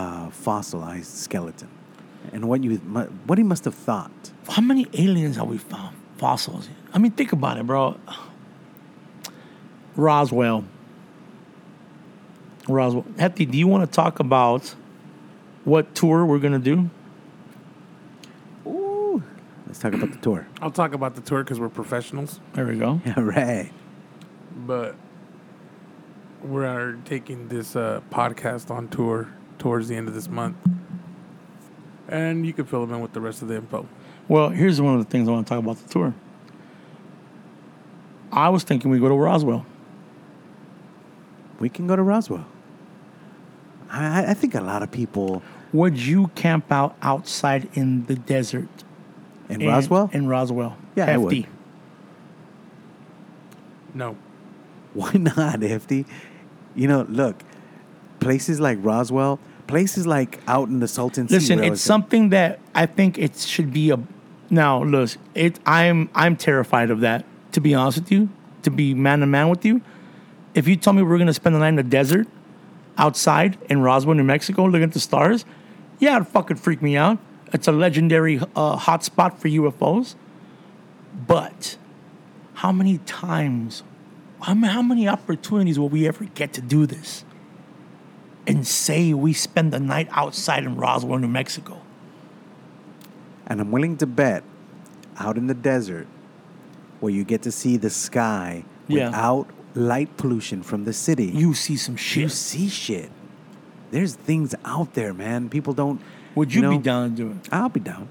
Speaker 4: uh, fossilized skeleton. And what you mu- what he must have thought.
Speaker 1: How many aliens have we found? Fossils. I mean, think about it, bro. Roswell. Roswell. Hefty, do you want to talk about what tour we're going to do?
Speaker 4: Ooh, let's talk about the tour.
Speaker 2: I'll talk about the tour because we're professionals,
Speaker 1: There we go.
Speaker 4: All right.
Speaker 2: but we are taking this uh, podcast on tour towards the end of this month, and you can fill them in with the rest of the info.
Speaker 1: Well, here's one of the things I want to talk about the tour. I was thinking we go to Roswell.
Speaker 4: We can go to Roswell. I, I- I think a lot of people
Speaker 1: Would you camp out outside in the desert?
Speaker 4: in
Speaker 1: In-
Speaker 4: Roswell.
Speaker 1: In Roswell.
Speaker 4: Yeah, I would.
Speaker 1: Hefty.
Speaker 2: No,
Speaker 4: why not, Hefty? You know, look, places like Roswell, places like out in the Sultan Sea.
Speaker 1: Listen,
Speaker 4: where I
Speaker 1: it's
Speaker 4: was at.
Speaker 1: something that I think it should be a. Now, look, it. I'm I'm terrified of that. To be honest with you, to be man to man with you, if you tell me we're gonna spend the night in the desert, outside in Roswell, New Mexico, looking at the stars, yeah, it'd fucking freak me out. It's a legendary uh, hotspot for UFOs. But how many times, how many, how many opportunities will we ever get to do this? And say we spend the night outside in Roswell, New Mexico.
Speaker 4: And I'm willing to bet out in the desert where you get to see the sky
Speaker 1: Yeah.
Speaker 4: without light pollution from the city.
Speaker 1: You see some
Speaker 4: you
Speaker 1: shit.
Speaker 4: see shit. There's things out there, man. People don't.
Speaker 1: Would you,
Speaker 4: know-
Speaker 1: be down to do it?
Speaker 4: I'll be down.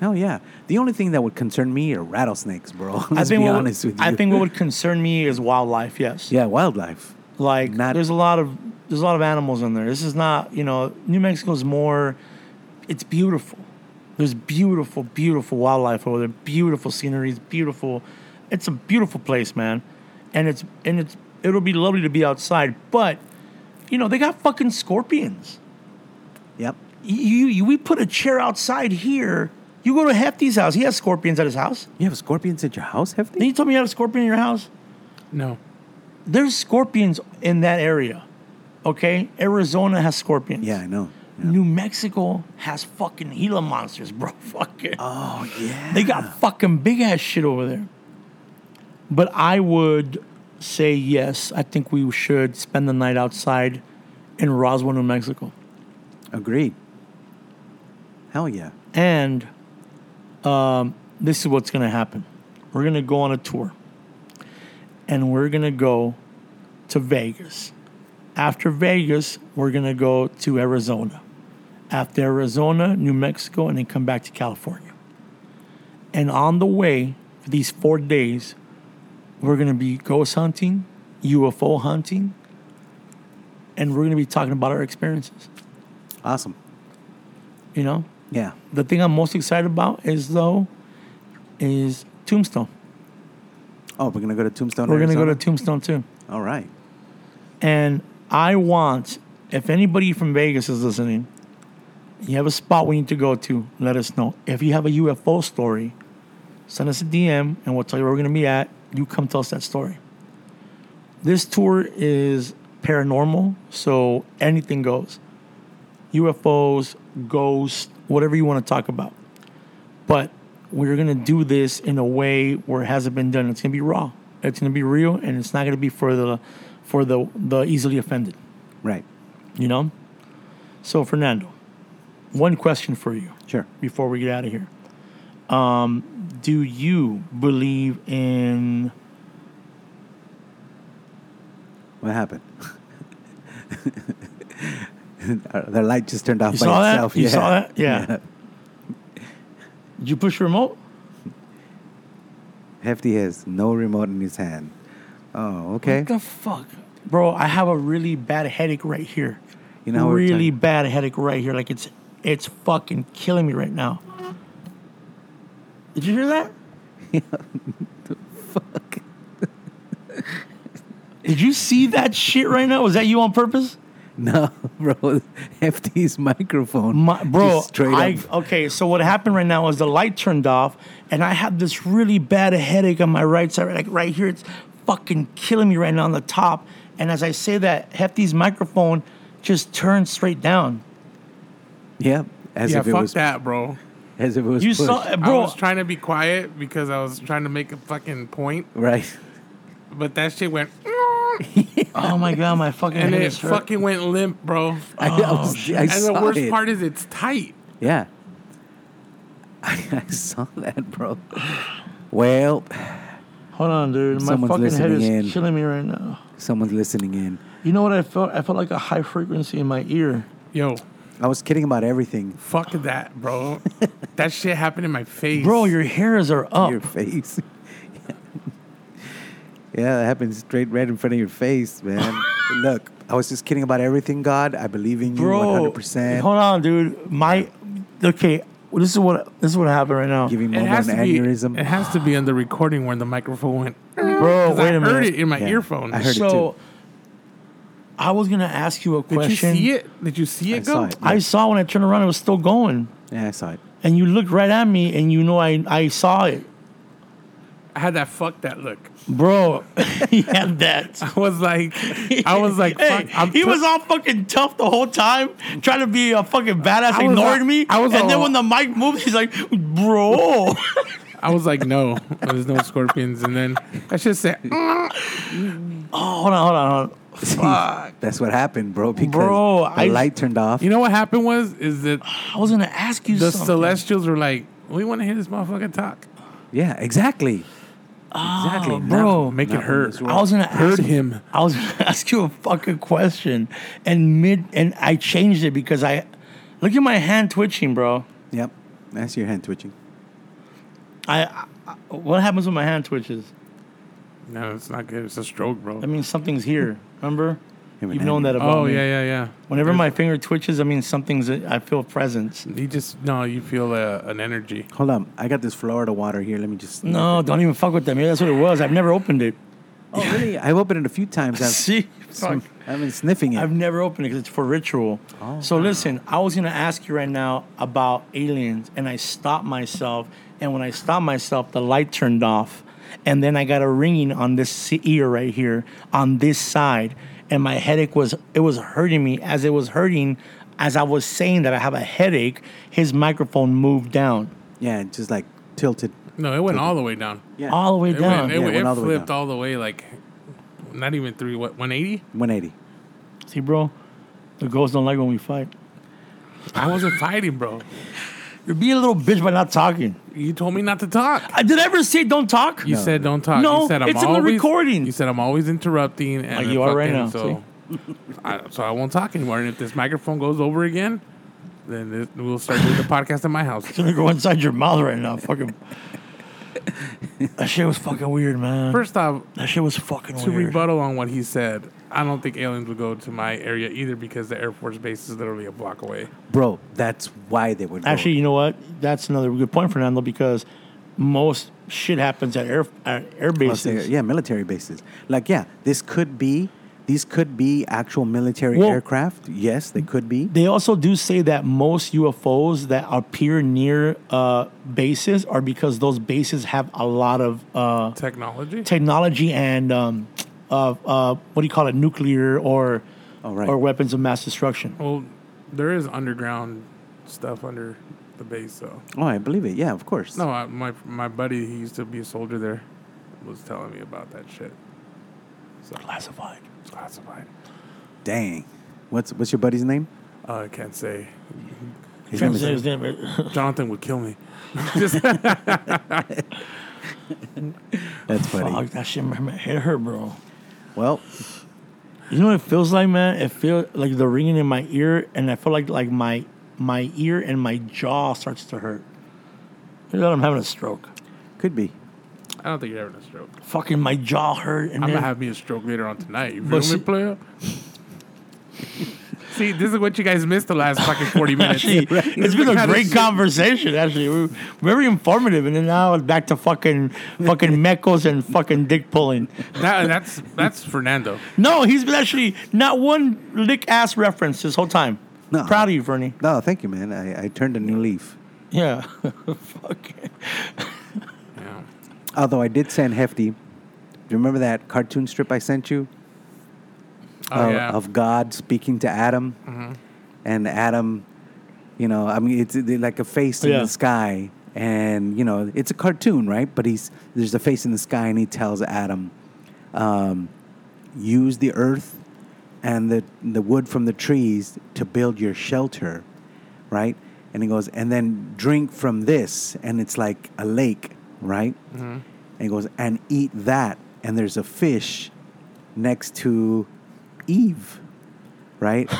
Speaker 4: Oh yeah. The only thing that would concern me are rattlesnakes, bro. Let's
Speaker 1: I think
Speaker 4: be
Speaker 1: what would-
Speaker 4: honest with you.
Speaker 1: I think what would concern me is wildlife. Yes.
Speaker 4: yeah, wildlife.
Speaker 1: Like
Speaker 4: Not-
Speaker 1: there's a lot of there's a lot of animals in there. This is not you know New Mexico's more. It's beautiful. There's beautiful, beautiful wildlife over there. Beautiful sceneries. Beautiful. It's a beautiful place, man. And it's and it's it'll be lovely to be outside. But you know they got fucking scorpions.
Speaker 4: Yep.
Speaker 1: You, you, you we put a chair outside here. You go to Hefty's house. He has scorpions at his house.
Speaker 4: You have scorpions at your house, Hefty?
Speaker 1: Then you told me you had a scorpion in your house.
Speaker 2: No.
Speaker 1: There's scorpions in that area. Okay? Arizona has scorpions.
Speaker 4: Yeah, I know.
Speaker 1: New Mexico has fucking Gila monsters, bro. Fucking.
Speaker 4: Oh yeah.
Speaker 1: they got fucking big ass shit over there. But I would say yes. I think we should spend the night outside in Roswell, New Mexico.
Speaker 4: Agreed. Hell yeah.
Speaker 1: And um, this is what's going to happen. We're going to go on a tour. And we're going to go to Vegas. After Vegas, we're going to go to Arizona. After Arizona, New Mexico, and then come back to California. And on the way for these four days, we're going to be ghost hunting, UFO hunting, and we're going to be talking about our experiences,
Speaker 4: Awesome.
Speaker 1: you know?
Speaker 4: Yeah.
Speaker 1: the thing I'm most excited about is though is Tombstone.
Speaker 4: Oh, we're gonna go to Tombstone.
Speaker 1: We're gonna go to
Speaker 4: Arizona?
Speaker 1: Tombstone too.
Speaker 4: All right.
Speaker 1: And I want if anybody from Vegas is listening, you have a spot we need to go to, let us know. If you have a UFO story, send us a DM and we'll tell you where we're gonna be at. You come tell us that story. This tour is paranormal, so anything goes. UFOs, ghosts, whatever you want to talk about. But we're going to do this in a way where it hasn't been done. It's going to be raw. It's going to be real, and it's not going to be for the for the the easily offended.
Speaker 4: Right.
Speaker 1: You know. So Fernando, one question for you
Speaker 4: Sure.
Speaker 1: before we get out of here. Um, do you believe in?
Speaker 4: What happened? the light just turned off
Speaker 1: You
Speaker 4: by
Speaker 1: saw that?
Speaker 4: itself.
Speaker 1: You
Speaker 4: yeah.
Speaker 1: saw that? Yeah. Did you push the remote?
Speaker 4: Hefty has no remote in his hand. Oh, okay.
Speaker 1: What the fuck, bro? I have a really bad headache right here.
Speaker 4: You know, we're
Speaker 1: really
Speaker 4: talking-
Speaker 1: bad headache right here. Like it's it's fucking killing me right now. Did you hear that?
Speaker 4: Fuck.
Speaker 1: Did you see that shit right now? Was that you on purpose,
Speaker 4: No, bro. Hefty's microphone.
Speaker 1: My, bro?
Speaker 4: just straight
Speaker 1: I,
Speaker 4: up.
Speaker 1: okay, so what happened right now is the light turned off, and I have this really bad headache on my right side, like right here. It's fucking killing me right now on the top. And as I say that, Hefty's microphone just turned straight down.
Speaker 4: Yeah. As
Speaker 2: yeah,
Speaker 4: if it
Speaker 2: fuck
Speaker 4: was
Speaker 2: that, bro.
Speaker 4: as if it was
Speaker 1: You
Speaker 4: pushed.
Speaker 1: saw,
Speaker 2: I
Speaker 1: bro.
Speaker 2: was trying to be quiet because I was trying to make a fucking point,
Speaker 4: right.
Speaker 2: but that shit went
Speaker 1: Oh my god, my fucking
Speaker 2: and
Speaker 1: head
Speaker 2: it
Speaker 1: is hurt.
Speaker 2: fucking went limp, bro. Oh,
Speaker 4: I, I was- I
Speaker 2: and the
Speaker 4: saw
Speaker 2: worst
Speaker 4: it.
Speaker 2: part is it's tight.
Speaker 4: Yeah. I, I saw that, bro. Well,
Speaker 1: Hold on, dude. My
Speaker 4: Someone's
Speaker 1: fucking head is
Speaker 4: listening in.
Speaker 1: killing me right now.
Speaker 4: someone's listening in.
Speaker 1: You know what I felt? I felt like a high frequency in my ear.
Speaker 2: Yo,
Speaker 4: I was kidding about everything.
Speaker 2: fuck that, bro. that shit happened in my face,
Speaker 1: Bro, your hairs are
Speaker 2: Oh.
Speaker 1: up.
Speaker 4: Your face. yeah, that happened straight right in front of your face, man. Look, I was just kidding about everything, God. I believe in you
Speaker 1: Bro,
Speaker 4: 100%.
Speaker 1: hold on, dude. My okay. well, this is what this is what happened right now,
Speaker 4: Giving
Speaker 2: It
Speaker 4: Momo
Speaker 2: has,
Speaker 4: an
Speaker 2: to be,
Speaker 4: aneurysm.
Speaker 2: it has to be on the recording when the microphone went.
Speaker 1: bro.
Speaker 2: 'Cause
Speaker 1: Oh, Wait
Speaker 2: I
Speaker 1: a
Speaker 2: heard
Speaker 1: minute.
Speaker 2: it in my
Speaker 4: Yeah,
Speaker 2: earphone.
Speaker 4: I heard it
Speaker 1: so,
Speaker 4: too.
Speaker 1: I was gonna ask you a
Speaker 2: Did
Speaker 1: question.
Speaker 2: you see it? Did you see it
Speaker 4: I
Speaker 2: go?
Speaker 4: saw it.
Speaker 1: I saw when I turned around, it was still going,
Speaker 4: Yeah, I saw it.
Speaker 1: and you looked right at me, and you know I I saw it,
Speaker 2: I had that fuck that look.
Speaker 1: bro. he had that.
Speaker 2: I was like, I was like,
Speaker 1: Hey,
Speaker 2: fuck, I'm
Speaker 1: he
Speaker 2: t-
Speaker 1: was all fucking tough the whole time, trying to be a fucking badass,
Speaker 2: I was
Speaker 1: ignoring
Speaker 2: all-
Speaker 1: me.
Speaker 2: I was
Speaker 1: and then
Speaker 2: all- Oh,
Speaker 1: when the mic moved, he's like, "Bro,
Speaker 2: I was like, no, there's no scorpions. And then I should say,
Speaker 1: oh, hold on, hold on, hold on.
Speaker 4: That's what happened, bro. Because
Speaker 1: Bro,
Speaker 4: the
Speaker 1: I-
Speaker 4: light turned off.
Speaker 2: you know what happened was is that
Speaker 1: I was gonna ask you
Speaker 2: the
Speaker 1: something."
Speaker 2: Celestials were like, we want to hear this motherfucker talk.
Speaker 4: yeah, exactly. exactly,
Speaker 1: Oh, bro.
Speaker 2: Make it
Speaker 4: Not in
Speaker 2: hurt.
Speaker 4: this world.
Speaker 1: I was gonna
Speaker 2: Heard
Speaker 1: ask,
Speaker 2: him.
Speaker 1: I was gonna ask you a fucking question, and mid and I changed it because I look at my hand twitching, bro.
Speaker 4: Yep. That's your hand twitching.
Speaker 1: I, I what happens when my hand twitches?
Speaker 2: No, it's not good. It's a stroke, bro.
Speaker 1: That means something's here. Remember,
Speaker 4: Him and
Speaker 1: you've known that
Speaker 4: Andy.
Speaker 1: about
Speaker 2: Oh
Speaker 1: me.
Speaker 2: yeah, yeah, yeah.
Speaker 1: Whenever my finger twitches, I mean something's. I feel presence.
Speaker 2: You just no, you feel uh, an energy.
Speaker 4: Hold on. I got this Florida water here. Let me just.
Speaker 1: No, don't even fuck with that. Maybe that's what it was. I've never opened it.
Speaker 4: Oh, really? I've opened it a few times. I've,
Speaker 1: See, fuck.
Speaker 4: I've been sniffing it.
Speaker 1: I've never opened it because it's for ritual. so listen, I was gonna ask you right now about aliens, and I stopped myself. And when I stopped myself, the light turned off, and then I got a ringing on this ear right here, on this side, and my headache was it was hurting me. As it was hurting, as I was saying that I have a headache, his microphone moved down
Speaker 4: yeah, just like tilted.
Speaker 2: No, it went all the way down.
Speaker 4: Yeah.
Speaker 1: all the way
Speaker 2: It,
Speaker 1: down.
Speaker 2: went, it,
Speaker 4: Yeah,
Speaker 2: went-
Speaker 4: went
Speaker 2: it
Speaker 4: all the way
Speaker 2: flipped
Speaker 4: down.
Speaker 2: all the way like, not even three. What one eighty?
Speaker 4: 180.
Speaker 1: See, bro, the ghosts don't like when we fight.
Speaker 2: I wasn't fighting, bro.
Speaker 1: You're being a little bitch by not talking.
Speaker 2: You told me not to talk.
Speaker 1: I did I ever say don't talk?
Speaker 2: You said don't talk.
Speaker 1: No,
Speaker 2: you said
Speaker 1: it's in the recording.
Speaker 2: You said I'm always interrupting. And
Speaker 1: Like you are right now,
Speaker 2: So, I, so I won't talk anymore. And if this microphone goes over again, then it, we'll start doing the podcast at my house.
Speaker 1: It's gonna go inside your mouth right now. Fucking. that shit was fucking weird, man.
Speaker 2: First off,
Speaker 1: that shit was fucking
Speaker 2: to
Speaker 1: weird.
Speaker 2: rebuttal on what he said, I don't think aliens would go to my area either because the Air Force Base is literally a block away.
Speaker 4: Bro, that's why they would go.
Speaker 1: Actually, you know what? That's another good point, Fernando, because most shit happens at air at air
Speaker 4: Plus they're-
Speaker 1: bases.
Speaker 4: yeah, military bases. Like, yeah, this could be. These could be actual military
Speaker 1: Well-
Speaker 4: aircraft. Yes, they could be.
Speaker 1: They also do say that most UFOs that appear near uh, bases are because those bases have a lot of uh,
Speaker 2: Technology?
Speaker 1: technology and um, uh, uh, what do you call it, nuclear or
Speaker 4: Oh, right.
Speaker 1: or weapons of mass destruction.
Speaker 2: well, there is underground stuff under the base, so.
Speaker 4: Oh, I believe it. Yeah, of course.
Speaker 2: No, I, my my buddy, he used to be a soldier there, was telling me about that shit. So
Speaker 1: Classified.
Speaker 2: it's classified.
Speaker 4: Dang. What's what's your buddy's name?
Speaker 2: Uh, I can't say.
Speaker 4: His
Speaker 1: Can't
Speaker 4: name is-
Speaker 1: say his name.
Speaker 2: Jonathan would kill me. Just-
Speaker 4: that's funny.
Speaker 1: Fuck, that shit made my head hurt, bro.
Speaker 4: Well,
Speaker 1: You know what it feels like, man? It feels like the ringing in my ear, and I feel like like my my ear and my jaw starts to hurt. You know, I'm having a stroke.
Speaker 4: could be.
Speaker 2: I don't think you're having a stroke.
Speaker 1: Fucking my jaw hurt, and
Speaker 2: I'm
Speaker 1: then,
Speaker 2: gonna have me a stroke later on tonight. You
Speaker 1: But
Speaker 2: feel
Speaker 1: see-
Speaker 2: me, player? See, this is what you guys missed the last fucking 40 minutes.
Speaker 1: actually, it's been a great conversation. Actually, we were very informative, and then now it's back to fucking fucking mecos and fucking dick pulling.
Speaker 2: That- that's that's Fernando.
Speaker 1: No, he's been actually not one lick ass reference this whole time.
Speaker 4: No.
Speaker 1: Proud of you, Vernie.
Speaker 4: No, thank you, man. I, I turned a new leaf.
Speaker 1: Yeah, fuck.
Speaker 2: Yeah.
Speaker 4: Although I did send Hefty. Do you remember that cartoon strip I sent you
Speaker 2: Oh,
Speaker 4: of,
Speaker 2: yeah. Mm-hmm.
Speaker 4: of God speaking to Adam, and Adam, you know, I mean, it's uh, like a face in
Speaker 1: Yeah.
Speaker 4: the sky, and you know, it's a cartoon, right? But he's there's a face in the sky, and he tells Adam, um, use the earth and the the wood from the trees to build your shelter, right? And he goes, and then drink from this, and it's like a lake, right? And he goes, and eat that, and there's a fish next to Eve, right?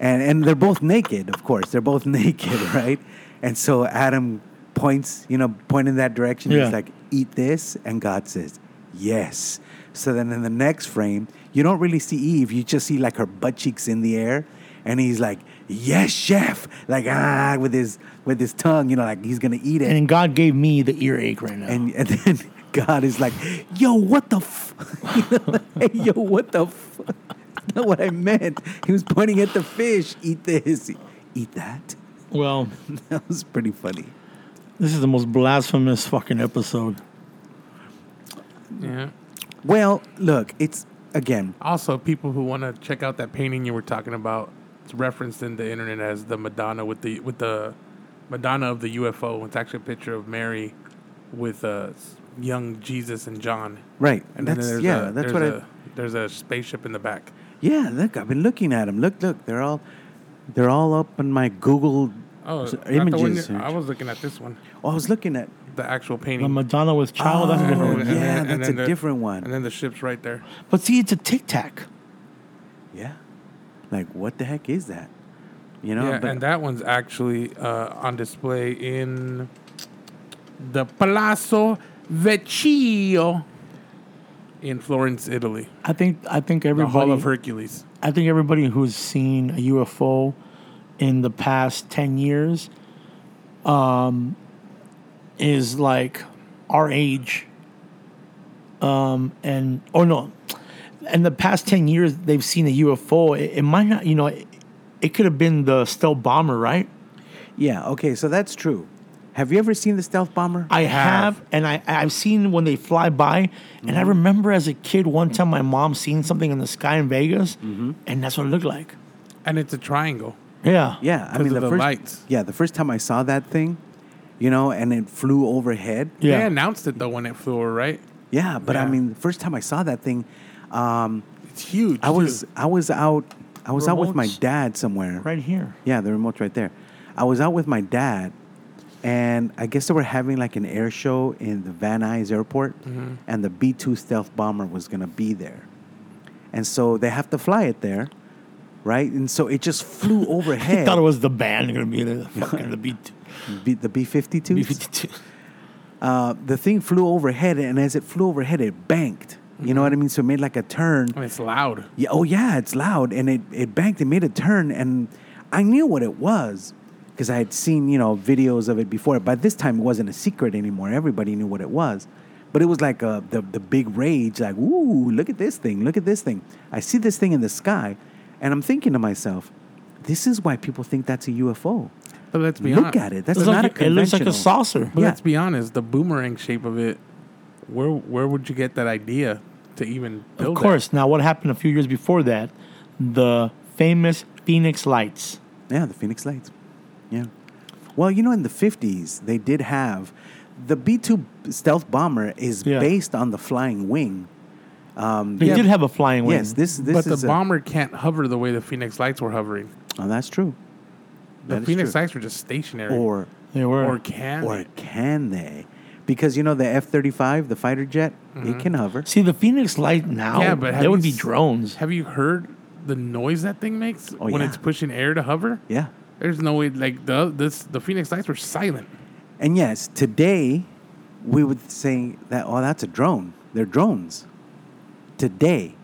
Speaker 4: and and they're both naked, of course. They're both naked, right? And so Adam points, you know, point in that direction.
Speaker 1: Yeah.
Speaker 4: He's like, "Eat this," and God says, "Yes." So then in the next frame, you don't really see Eve. You just see like her butt cheeks in the air, and he's like, "Yes, chef!" Like ah, with his with his tongue, you know, like he's gonna eat it.
Speaker 1: And God gave me the earache right now.
Speaker 4: and and then God is like, "Yo, what the? F-? You know, like, hey, yo, what the? F-? not what I meant. He was pointing at the fish. Eat this. Eat that.
Speaker 1: Well,
Speaker 4: That was pretty funny.
Speaker 1: this is the most blasphemous fucking episode.
Speaker 2: Yeah.
Speaker 4: Well, look, it's again.
Speaker 2: Also, people who want to check out that painting you were talking about, it's referenced in the internet as the Madonna with the with the Madonna of the UFO. It's actually a picture of Mary with uh, s- young Jesus and John.
Speaker 4: Right.
Speaker 2: And then
Speaker 4: that's
Speaker 2: there's
Speaker 4: yeah,
Speaker 2: a- there's
Speaker 4: that's what I
Speaker 2: a- There's a spaceship in the back.
Speaker 4: Yeah, look, I've been looking at them. Look, look, they're all they're all up on my Google
Speaker 2: Oh,
Speaker 4: s-
Speaker 2: not the one
Speaker 4: images.
Speaker 2: you- I
Speaker 4: search.
Speaker 2: was looking at this one,
Speaker 4: oh, I was looking at
Speaker 2: the actual
Speaker 1: The
Speaker 2: painting.
Speaker 1: Madonna with
Speaker 2: Oh,
Speaker 1: Child, that's a different one.
Speaker 4: yeah, that's a different one.
Speaker 2: And then the ship's right there.
Speaker 1: But see, it's a tic tac.
Speaker 4: Yeah. Like what the heck is that? You know,
Speaker 2: yeah,
Speaker 4: but
Speaker 2: and that one's actually uh, on display in the Palazzo Vecchio in Florence, Italy.
Speaker 1: I think I think
Speaker 2: The Hall
Speaker 1: everybody
Speaker 2: of Hercules.
Speaker 1: I think everybody who's seen a UFO in the past ten years, um, is like our age. Um, and or no, in the past ten years they've seen a UFO. It, it might not, you know, it, it could have been the stealth bomber, right?
Speaker 4: yeah, okay, so that's true. Have you ever seen the stealth bomber?
Speaker 1: I have, and I I've seen when they fly by, and
Speaker 2: Mm-hmm.
Speaker 1: I remember as a kid one time my mom seen something in the sky in Vegas,
Speaker 2: Mm-hmm.
Speaker 1: and that's what it looked like.
Speaker 2: And it's a triangle.
Speaker 1: Yeah,
Speaker 4: yeah, I
Speaker 2: 'Cause
Speaker 4: mean
Speaker 2: of
Speaker 4: the
Speaker 2: the
Speaker 4: first
Speaker 2: lights.
Speaker 4: Yeah, the first time I saw that thing, you know, and it flew overhead.
Speaker 2: They
Speaker 1: yeah.
Speaker 2: announced it though when it flew over, right?
Speaker 4: Yeah, but I
Speaker 2: Yeah.
Speaker 4: mean the first time I saw that thing, um,
Speaker 2: It's huge.
Speaker 4: I was
Speaker 2: too.
Speaker 4: I was out I was out with my
Speaker 1: Remotes.
Speaker 4: dad somewhere.
Speaker 1: right here.
Speaker 4: Yeah, the remote's right there. I was out with my dad, and I guess they were having like an air show in the Van Nuys airport,
Speaker 1: Mm-hmm.
Speaker 4: and the B 2 stealth bomber was going to be there. And so they have to fly it there, right? And so it just flew overhead.
Speaker 1: Thought it was the band going to be there. Fucking the beat.
Speaker 4: B- the B 52? Uh, the thing flew overhead, and as it flew overhead, it banked. You
Speaker 1: Mm-hmm.
Speaker 4: know what I mean? So it made like a turn.
Speaker 2: And it's loud.
Speaker 4: Yeah, oh yeah, it's loud, and it it banked and made a turn, and I knew what it was because I had seen you know videos of it before. By this time, it wasn't a secret anymore; everybody knew what it was. But it was like uh the the big rage, like ooh, look at this thing, look at this thing. I see this thing in the sky, and I'm thinking to myself, this is why people think that's a UFO.
Speaker 2: But let's be
Speaker 4: Look
Speaker 2: honest.
Speaker 4: at it; that's
Speaker 1: It's
Speaker 4: not
Speaker 1: like,
Speaker 4: a
Speaker 1: it looks like
Speaker 4: conventional-
Speaker 1: a saucer.
Speaker 2: But
Speaker 4: Yeah.
Speaker 2: let's be honest, the boomerang shape of it, where where would you get that idea to even build
Speaker 1: Of
Speaker 2: that?
Speaker 1: course. Now, what happened a few years before that? The famous Phoenix Lights.
Speaker 4: Yeah, the Phoenix Lights. Yeah. Well, you know, in the 50s, they did have the B 2 stealth bomber is
Speaker 1: Yeah.
Speaker 4: based on the flying wing.
Speaker 2: Mm,
Speaker 1: They did have a flying wing.
Speaker 4: Yes, this, this
Speaker 2: But
Speaker 4: is.
Speaker 2: the
Speaker 4: a-
Speaker 2: bomber can't hover the way the Phoenix lights were hovering.
Speaker 4: oh, that's true.
Speaker 2: The
Speaker 4: That is
Speaker 2: Phoenix
Speaker 4: true.
Speaker 2: lights were just stationary.
Speaker 4: Or,
Speaker 1: They were.
Speaker 2: or can
Speaker 4: or can they? Because, you know, the F 35, the fighter jet,
Speaker 1: Mm-hmm.
Speaker 4: it can hover.
Speaker 1: See, the Phoenix Light now,
Speaker 2: Yeah, but have
Speaker 1: they
Speaker 2: you
Speaker 1: would be
Speaker 2: s-
Speaker 1: drones.
Speaker 2: Have you heard the noise that thing makes
Speaker 4: Oh,
Speaker 2: when
Speaker 4: yeah.
Speaker 2: it's pushing air to hover?
Speaker 4: Yeah.
Speaker 2: There's no way. Like the this the Phoenix lights were silent.
Speaker 4: And yes, today we would say that, oh, that's a drone. They're drones. Today.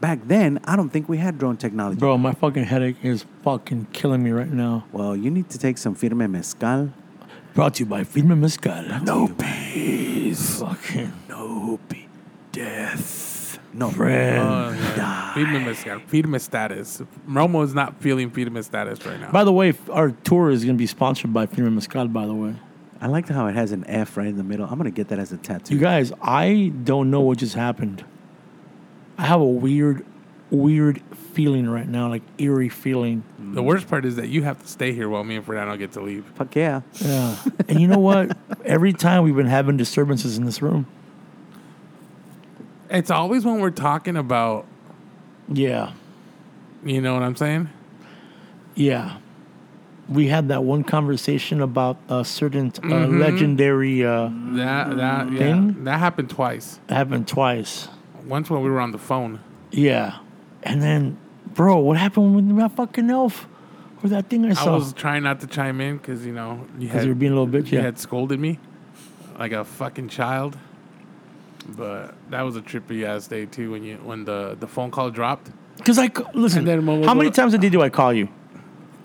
Speaker 4: Back then, I don't think we had drone technology.
Speaker 1: Bro, my fucking headache is fucking killing me right now.
Speaker 4: Well, you need to take some firme mezcal.
Speaker 1: Brought to you by Firma Mescal.
Speaker 4: No peace.
Speaker 1: Fucking.
Speaker 4: No peace. Death. Uh. No.
Speaker 1: Friend.
Speaker 4: Oh,
Speaker 2: Oh, Firme sta- firme status. Romo is not feeling firme status right now.
Speaker 1: By the way, f- our tour is going to be sponsored by Firma Mescal, by the way.
Speaker 4: I liked how it has an F right in the middle. I'm gonna get that as a tattoo.
Speaker 1: You guys, I don't know what just happened. I have a weird, weird feeling right now, like eerie feeling.
Speaker 2: the worst part is that you have to stay here while me and Fernando get to leave.
Speaker 4: Fuck yeah.
Speaker 1: Yeah. and you know what? Every time we've been having disturbances in this room.
Speaker 2: It's always when we're talking about,
Speaker 1: Yeah.
Speaker 2: you know what I'm saying?
Speaker 1: Yeah. We had that one conversation about a certain uh,
Speaker 4: Mm-hmm.
Speaker 1: legendary uh,
Speaker 4: Mm.
Speaker 2: That that yeah,
Speaker 1: Thing?
Speaker 2: that happened twice.
Speaker 1: happened twice.
Speaker 2: Once when we were on the phone.
Speaker 1: Yeah. And then, bro, what happened with that fucking elf? Or that thing I
Speaker 2: I
Speaker 1: saw?
Speaker 2: was trying not to chime in because you know you
Speaker 1: Because
Speaker 2: had
Speaker 1: you were being a little bitch.
Speaker 2: She
Speaker 1: Yeah.
Speaker 2: had scolded me like a fucking child. But that was a trippy ass day too when you when the, the phone call dropped
Speaker 1: Because I, ca- listen,
Speaker 2: And then we'll-
Speaker 1: how many
Speaker 2: we'll-
Speaker 1: times a day do I call you?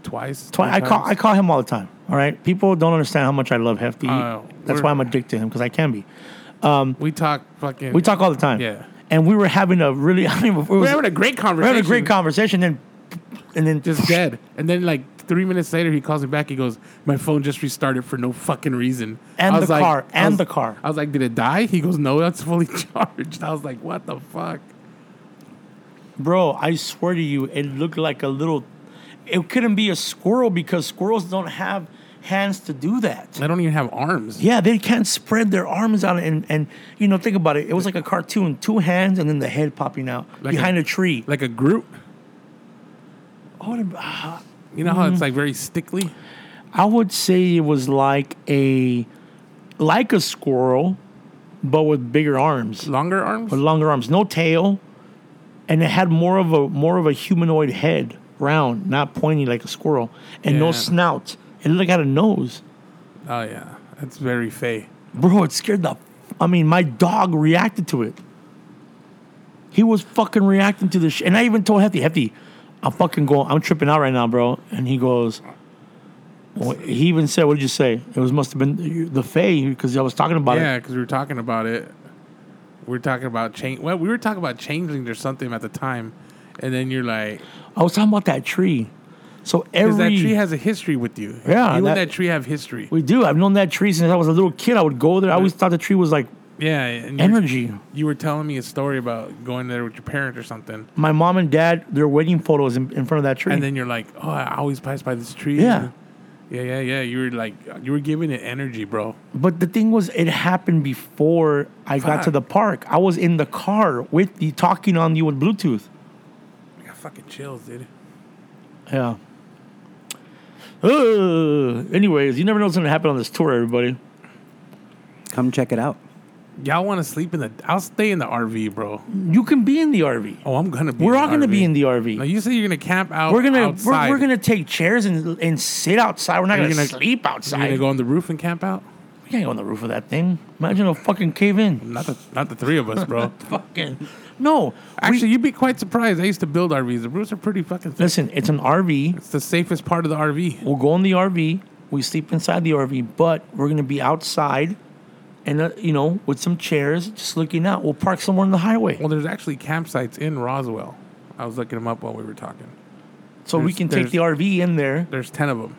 Speaker 2: twice.
Speaker 1: Twi-
Speaker 2: three
Speaker 1: I call I
Speaker 2: times.
Speaker 1: call him all the time. All right, people don't understand how much I love Hefty.
Speaker 2: Oh,
Speaker 1: That's
Speaker 2: we're-
Speaker 1: why I'm addicted to him because I can be.
Speaker 2: we talk fucking
Speaker 1: We talk all the time.
Speaker 2: yeah.
Speaker 1: and we were having a really I mean, it was,
Speaker 2: We're having a great
Speaker 1: we were
Speaker 2: conversation.
Speaker 1: having a great conversation, and and then
Speaker 2: Just dead. And then like three minutes later, he calls me back. He goes, "My phone just restarted for no fucking reason."
Speaker 1: And
Speaker 2: I was
Speaker 1: the
Speaker 2: like-
Speaker 1: car.
Speaker 2: I
Speaker 1: And
Speaker 2: was-
Speaker 1: the car.
Speaker 2: I was like, "Did it die?" He goes, "No, that's fully charged." I was like, "What the fuck?"
Speaker 1: Bro, I swear to you, it looked like a little. It couldn't be a squirrel because squirrels don't have hands to do that.
Speaker 2: I don't even have arms.
Speaker 1: Yeah, they can't spread their arms out and and you know think about it. It was like a cartoon, two hands and then the head popping out
Speaker 2: Like
Speaker 1: behind
Speaker 2: a-
Speaker 1: a, tree.
Speaker 2: Like a Groot.
Speaker 1: I would, ah,
Speaker 2: You know how it's like very stickly.
Speaker 1: I would say it was like a like a squirrel, but with bigger arms,
Speaker 2: Longer arms.
Speaker 1: with longer arms, no tail, and it had more of a more of a humanoid head, round, not pointy like a squirrel, and
Speaker 2: Yeah.
Speaker 1: no snout. It looked like it had a nose.
Speaker 2: Oh yeah, that's very fey.
Speaker 1: Bro, it scared the. I mean, my dog reacted to it. He was fucking reacting to this shit. And I even told Hefty, Hefty, I'm fucking going, I'm tripping out right now, bro. And he goes, well, he even said, what did you say? It was must have been the Fae because I was talking about
Speaker 2: Yeah,
Speaker 1: it.
Speaker 2: because we were talking about it. We were talking about change. Well, we were talking about changelings or something at the time, and then you're like,
Speaker 1: I was talking about that tree. So
Speaker 2: because
Speaker 1: every.
Speaker 2: that tree has a history with you.
Speaker 1: Yeah,
Speaker 2: you
Speaker 1: that-
Speaker 2: and that tree have history.
Speaker 1: we do. I've known that tree since I was a little kid. I would go there. I always thought the tree was like
Speaker 2: yeah, and you're-
Speaker 1: energy.
Speaker 2: You were telling me a story about going there with your parents or something,
Speaker 1: My mom and dad, their wedding photos in, in front of that tree.
Speaker 2: and then you're like, oh, I always pass by this tree.
Speaker 1: Yeah.
Speaker 2: yeah, yeah, yeah. You were like, you were giving it energy, bro.
Speaker 1: But the thing was, it happened before I got to
Speaker 2: Fuck.
Speaker 1: the park. I was in the car with the talking on you with Bluetooth.
Speaker 2: I got fucking chills, dude.
Speaker 1: Yeah. Uh, anyways, you never know what's gonna happen on this tour, everybody.
Speaker 4: Come check it out.
Speaker 2: Y'all want to sleep in the? I'll stay in the RV, bro.
Speaker 1: You can be in the RV.
Speaker 2: Oh, I'm gonna be.
Speaker 1: We're
Speaker 2: in
Speaker 1: all gonna be in the
Speaker 2: No,
Speaker 1: RV.
Speaker 2: you say you're gonna camp out.
Speaker 1: We're gonna we're,
Speaker 2: outside.
Speaker 1: we're gonna take chairs and and sit outside. We're not
Speaker 2: You're
Speaker 1: gonna,
Speaker 2: gonna-
Speaker 1: sleep
Speaker 2: You're gonna
Speaker 1: outside.
Speaker 2: go on the roof and camp out?
Speaker 1: we can't go on the roof of that thing. Imagine a fucking cave in.
Speaker 2: Not the not the three of us, bro.
Speaker 1: Fucking no.
Speaker 2: Actually, you'd be quite surprised. I used to build RVs. The roofs are pretty fucking. Thick.
Speaker 1: Listen, it's an RV.
Speaker 2: It's the safest part of the RV.
Speaker 1: We'll go in the RV. We sleep inside the RV, but we're gonna be outside, and uh, you know, with some chairs, just looking out. We'll park somewhere on the highway,
Speaker 2: Well, there's actually campsites in Roswell. I was looking them up while we were talking.
Speaker 1: so we
Speaker 2: there's-
Speaker 1: can take
Speaker 2: there's-
Speaker 1: the RV in there.
Speaker 2: There's ten of them.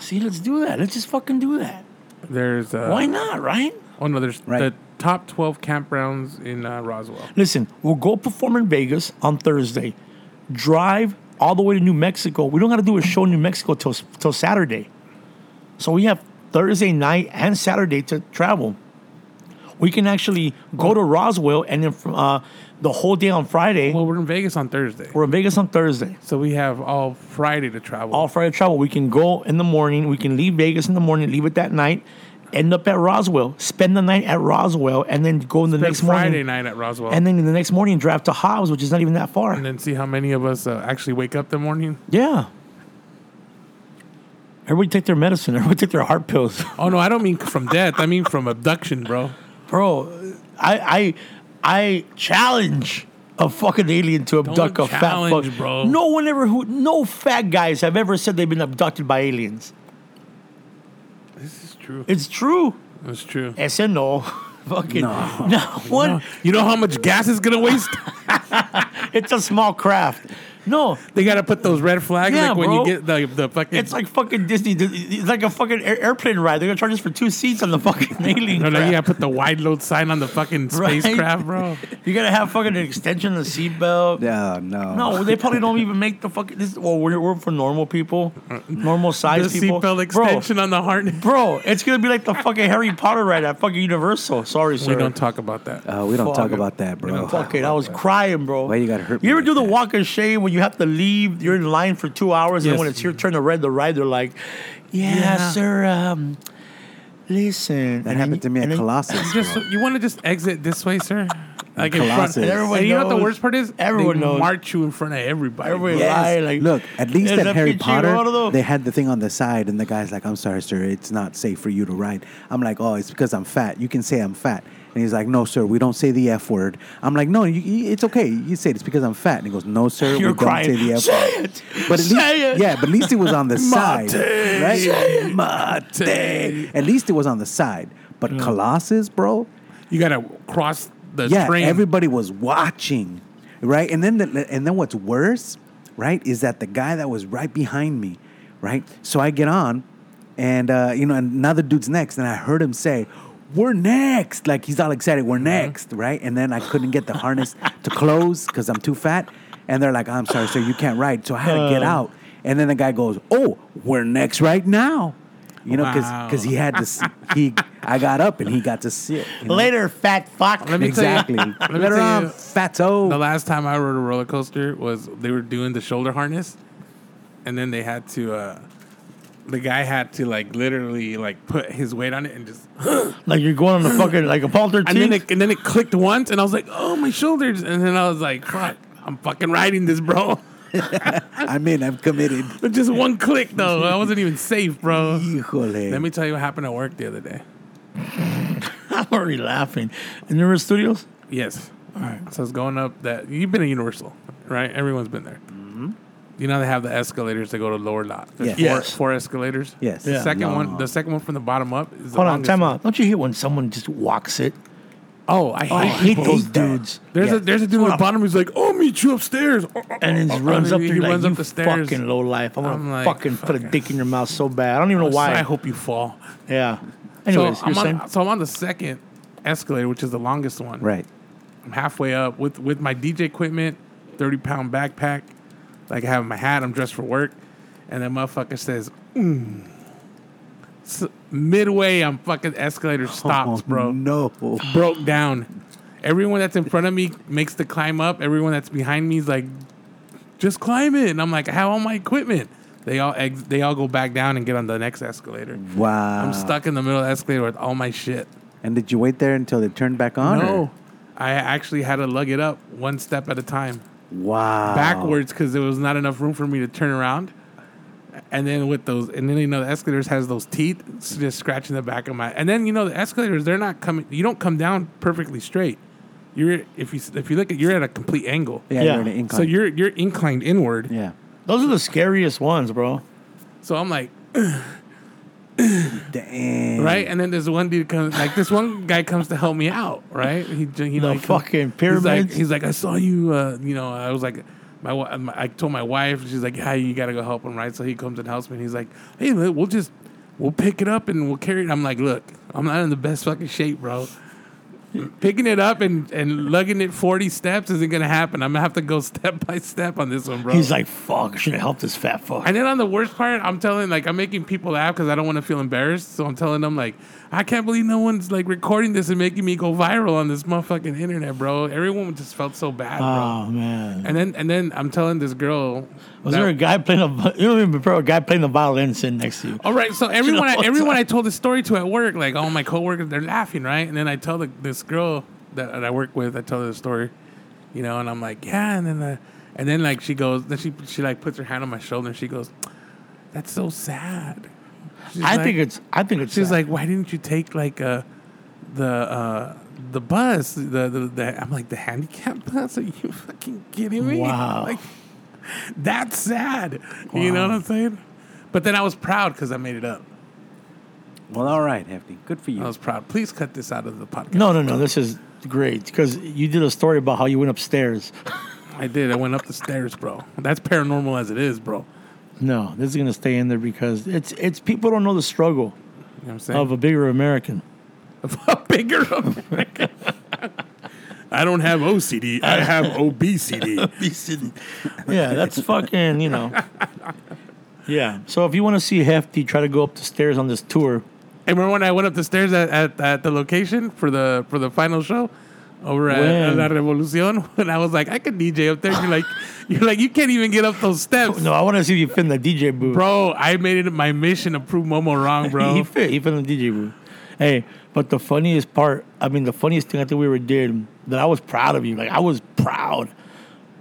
Speaker 1: See, let's do that. Let's just fucking do that.
Speaker 2: There's uh,
Speaker 1: Why not, right?
Speaker 2: Oh no, there's
Speaker 4: Right.
Speaker 2: the top twelve campgrounds in uh, Roswell.
Speaker 1: Listen, we'll go perform in Vegas on Thursday. Drive all the way to New Mexico. We don't got to do a show in New Mexico till till Saturday, so we have Thursday night and Saturday to travel. We can actually go to Roswell and then from, uh, the whole day on Friday.
Speaker 2: Well, we're in Vegas on Thursday,
Speaker 1: We're in Vegas on Thursday.
Speaker 2: so we have all Friday to travel.
Speaker 1: All Friday travel. We can go in the morning. We can leave Vegas in the morning, leave it that night, end up at Roswell, spend the night at Roswell, and then go in the
Speaker 2: Spend
Speaker 1: next
Speaker 2: Friday
Speaker 1: morning.
Speaker 2: night at Roswell,
Speaker 1: And then in the next morning, drive to Hobbs, which is not even that far.
Speaker 2: and then see how many of us uh, actually wake up the morning.
Speaker 1: yeah. Everybody take their medicine. Everybody take their heart pills.
Speaker 2: Oh no, I don't mean from death. I mean from abduction, bro.
Speaker 1: Bro, I I I challenge a fucking alien to abduct a fat
Speaker 2: challenge,
Speaker 1: fuck.
Speaker 2: bro.
Speaker 1: No one ever who no fat guys have ever said they've been abducted by aliens.
Speaker 2: This is true.
Speaker 1: It's true.
Speaker 2: That's true.
Speaker 1: I said no. Fucking
Speaker 4: No.
Speaker 1: no. one.
Speaker 2: You know how much gas is gonna waste?
Speaker 1: It's a small craft. No,
Speaker 2: they gotta put those red flags
Speaker 1: Yeah,
Speaker 2: like when
Speaker 1: bro.
Speaker 2: you get the the fucking.
Speaker 1: it's like fucking Disney. It's like a fucking air- airplane ride. They're gonna charge us for two seats on the fucking alien.
Speaker 2: no, no,
Speaker 1: craft.
Speaker 2: you gotta put the wide load sign on the fucking
Speaker 1: Right?
Speaker 2: spacecraft, bro.
Speaker 1: You gotta have fucking an extension of the seatbelt.
Speaker 4: Yeah, no.
Speaker 1: No, they probably don't even make the fucking. This, well, we're, we're for normal people, normal
Speaker 2: The
Speaker 1: size people.
Speaker 2: seatbelt extension on the harness.
Speaker 1: Bro, bro, it's gonna be like the fucking Harry Potter ride at fucking Universal. Sorry, sir.
Speaker 2: We don't talk about that.
Speaker 4: Uh, we don't
Speaker 1: Fuck
Speaker 4: talk
Speaker 1: it.
Speaker 4: about that, bro.
Speaker 1: Fuck it, I was crying, bro.
Speaker 4: Why you gotta hurt
Speaker 1: You
Speaker 4: me
Speaker 1: ever
Speaker 4: like
Speaker 1: do the
Speaker 4: that?
Speaker 1: walk of shame when you have to leave? You're in line for two hours, and
Speaker 2: Yes.
Speaker 1: when it's your turn to ride the ride, they're like, "Yeah,
Speaker 2: Yeah.
Speaker 1: sir. Um, listen."
Speaker 4: That happened to me at Colossus.
Speaker 2: just
Speaker 4: bro.
Speaker 2: you want to just exit this way, sir? Like in front.
Speaker 4: Colossus.
Speaker 2: And
Speaker 1: Everyone
Speaker 2: you know what the
Speaker 1: knows.
Speaker 2: worst part is?
Speaker 1: Everyone
Speaker 2: they
Speaker 1: knows.
Speaker 2: march you in front of everybody.
Speaker 1: Everyone
Speaker 2: bro.
Speaker 4: Yes.
Speaker 1: lie, like,
Speaker 4: Look, at least
Speaker 1: "Es
Speaker 4: at
Speaker 1: la
Speaker 4: Harry
Speaker 1: pinche
Speaker 4: Potter,
Speaker 1: gordo."
Speaker 4: they had the thing on the side, and the guy's like, "I'm sorry, sir, it's not safe for you to ride." I'm like, "Oh, it's because I'm fat. You can say I'm fat." And he's like, "No, sir, we don't say the f word." I'm like, "No, you, you- it's okay. You say it. it's because I'm fat." And he goes, "No, sir,
Speaker 1: You're
Speaker 4: we don't say
Speaker 1: crying.
Speaker 4: the f
Speaker 1: Say
Speaker 4: word."
Speaker 1: it.
Speaker 4: But at
Speaker 1: Say
Speaker 4: least,
Speaker 1: it.
Speaker 4: yeah, but at least it was on the side, right?
Speaker 2: Mate.
Speaker 4: Mate. At least it was on the side. But Colossus, bro,
Speaker 2: You gotta cross the
Speaker 4: yeah,
Speaker 2: train.
Speaker 4: everybody was watching, right? And then the, and then what's worse, right, is that the guy that was right behind me, right? So I get on, and uh, you know, another dude's next, and I heard him say. We're next. Like he's all excited.
Speaker 2: Mm-hmm.
Speaker 4: We're next, right? And then I couldn't get the harness to close because I'm too fat. And they're like, "I'm sorry, sir, you can't ride." So I had to
Speaker 2: Oh.
Speaker 4: get out. And then the guy goes, "Oh, we're next right now," you know, because
Speaker 2: Wow.
Speaker 4: he had to. s- He I got up and he got to sit. you know?
Speaker 1: Later, fat fuck.
Speaker 2: Let me tell you-
Speaker 4: Exactly.
Speaker 2: let me
Speaker 4: Later
Speaker 2: tell
Speaker 4: on,
Speaker 2: you-
Speaker 4: fatso.
Speaker 2: The last time I rode a roller coaster was they were doing the shoulder harness, and then they had to. Uh, the guy had to like literally like put his weight on it and just
Speaker 1: Like you're going on the fucking like a Paul
Speaker 2: and then
Speaker 1: teeth.
Speaker 2: it, and then it clicked once and I was like oh my shoulders and then I was like fuck I'm fucking riding this bro
Speaker 4: I'm in. I'm committed.
Speaker 2: But just one click though I wasn't even safe bro
Speaker 4: Híjole.
Speaker 2: let me tell you what happened at work the other day
Speaker 1: I'm already laughing. In the studios?
Speaker 2: Yes. All right. So it's going up that you've been at Universal, right? Everyone's been there. Mm-hmm. You know they have the escalators that go to lower lot. There's
Speaker 4: Yes.
Speaker 2: Four,
Speaker 1: Yes.
Speaker 2: four escalators.
Speaker 4: Yes.
Speaker 2: The
Speaker 4: Yeah.
Speaker 2: second
Speaker 4: No.
Speaker 2: one, the second one from the bottom up. Is the
Speaker 1: Hold on,
Speaker 2: longest.
Speaker 1: time out. Don't you hate when someone just walks it?
Speaker 2: Oh, I hate.
Speaker 1: I hate
Speaker 2: people.
Speaker 1: those
Speaker 4: that.
Speaker 1: dudes.
Speaker 2: There's
Speaker 4: Yeah.
Speaker 2: a there's a dude at the bottom who's like, "Oh, meet you upstairs,"
Speaker 1: And then
Speaker 2: Oh,
Speaker 1: just runs
Speaker 2: oh,
Speaker 1: up
Speaker 2: he
Speaker 1: there,
Speaker 2: runs
Speaker 1: like,
Speaker 2: up
Speaker 1: you
Speaker 2: the stairs.
Speaker 1: fucking low life. I want
Speaker 2: I'm
Speaker 1: to
Speaker 2: like,
Speaker 1: fucking put a
Speaker 2: fuck.
Speaker 1: dick in your mouth so bad. I don't even know
Speaker 2: So
Speaker 1: why.
Speaker 2: I hope you fall.
Speaker 1: Yeah. Anyways,
Speaker 2: so
Speaker 1: you're
Speaker 2: I'm
Speaker 1: saying?
Speaker 2: on, so I'm on the second escalator, which is the longest one.
Speaker 4: Right.
Speaker 2: I'm halfway up with with my DJ equipment, thirty pound backpack, like I have my hat. I'm dressed for work, and that motherfucker says, mm. S- midway, I'm fucking escalator stops,
Speaker 4: Oh,
Speaker 2: bro.
Speaker 4: No.
Speaker 2: Broke down. Everyone that's in front of me makes the climb up. Everyone that's behind me is like, just climb it. And I'm like, I have all my equipment. They all ex- they all go back down and get on the next escalator.
Speaker 4: Wow.
Speaker 2: I'm stuck in the middle of the escalator with all my shit.
Speaker 4: And did you wait there until they turned back on?
Speaker 2: No,
Speaker 4: or-
Speaker 2: I actually had to lug it up one step at a time
Speaker 4: Wow.
Speaker 2: backwards because there was not enough room for me to turn around. And then with those, and then you know the escalators has those teeth s- just scratching the back of my. And then you know the escalators they're not coming. You don't come down perfectly straight. You're if you s- if you look at you're at a complete angle.
Speaker 4: Yeah.
Speaker 1: Yeah.
Speaker 4: You're in an incline.
Speaker 2: So you're you're inclined inward.
Speaker 4: Yeah.
Speaker 1: Those are the scariest ones, bro.
Speaker 2: So I'm like
Speaker 4: Damn.
Speaker 2: right, and then there's one dude comes like this one guy comes to help me out. Right, he j- he
Speaker 1: The
Speaker 2: like
Speaker 1: fucking
Speaker 2: He's like,
Speaker 1: pyramids.
Speaker 2: he's like, I saw you. Uh, you know, I was like, my, wi- my I told my wife. She's like, Hey, you gotta go help him, right? So he comes and helps me. And he's like, Hey, li- we'll just we'll pick it up and we'll carry it. I'm like, Look, I'm not in the best fucking shape, bro. Picking it up and, and lugging it 40 steps isn't gonna happen. I'm gonna have to go step by step on this one, bro.
Speaker 1: He's like, fuck, I should have helped this fat fuck.
Speaker 2: And then on the worst part, I'm telling like I'm making people laugh because I don't want to feel embarrassed. So I'm telling them like I can't believe no one's like recording this and making me go viral on this motherfucking internet, bro. Everyone just felt so bad, bro.
Speaker 1: Oh man!
Speaker 2: And then and then I'm telling this girl.
Speaker 1: Was
Speaker 2: that-
Speaker 1: there a guy playing a? You don't even remember a guy playing the violin sitting next to you.
Speaker 2: all right, so everyone, I,
Speaker 1: whole
Speaker 2: everyone
Speaker 1: time.
Speaker 2: I told this story to at work, like all my coworkers, they're laughing, right? And then I tell the, this girl that, that I work with, I tell her the story, you know, and I'm like, yeah, and then, uh, and then like she goes, then she she like puts her hand on my shoulder and she goes, that's so sad. She's
Speaker 1: I
Speaker 2: like-
Speaker 1: think it's. I think it's.
Speaker 2: She's
Speaker 1: sad.
Speaker 2: like, why didn't you take like uh, the uh, the bus? The, the the I'm like the handicap bus. Are you fucking kidding me?
Speaker 1: Wow.
Speaker 2: Like that's sad. You know what I'm saying? But then I was proud because I made it up.
Speaker 4: Well, all right, Hefty. Good for you.
Speaker 2: I was proud. Please cut this out of the podcast.
Speaker 1: no, no, no. This is great because you did a story about how you went upstairs.
Speaker 2: I did. I went up the stairs, bro. That's paranormal as it is, bro. You
Speaker 1: No, this is gonna stay in there because it's it's people don't know the struggle
Speaker 2: know what I'm saying?
Speaker 1: of a bigger American.
Speaker 2: Of a bigger America. I don't have OCD. I have obesity.
Speaker 1: yeah, that's fucking, you know. Yeah. So if you want to see Hefty try to go up the stairs on this tour,
Speaker 2: And remember when I went up the stairs at, at, at the location for the for the final show over at,
Speaker 1: When?
Speaker 2: La Revolucion? When I was like, I could DJ up there. You're like, you're like, you can't even get up those steps,
Speaker 1: no, I want to see you fit in the DJ booth.
Speaker 2: bro. I made it my mission to prove Momo wrong,
Speaker 1: He
Speaker 2: bro.
Speaker 1: fit. He fit in the DJ booth. Hey, but the funniest part, I mean, the funniest thing I think we ever did that I was proud of you, like I was proud,